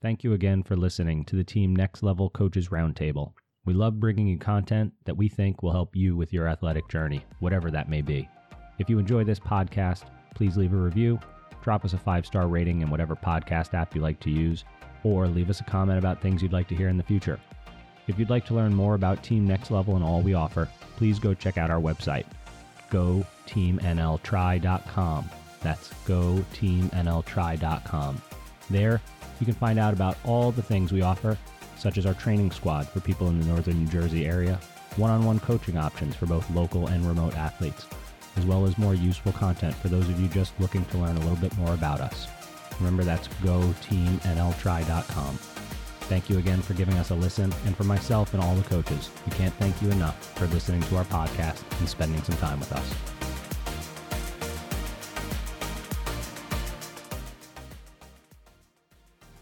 [SPEAKER 2] thank you again for listening to the team next level coaches roundtable we love bringing you content that we think will help you with your athletic journey whatever that may be if you enjoy this podcast please leave a review drop us a five star rating in whatever podcast app you like to use or leave us a comment about things you'd like to hear in the future if you'd like to learn more about team next level and all we offer please go check out our website go teamnltry.com. That's go teamnltry.com. There, you can find out about all the things we offer, such as our training squad for people in the northern New Jersey area, one on one coaching options for both local and remote athletes, as well as more useful content for those of you just looking to learn a little bit more about us. Remember, that's go teamnltry.com. Thank you again for giving us a listen, and for myself and all the coaches, we can't thank you enough for listening to our podcast and spending some time with us.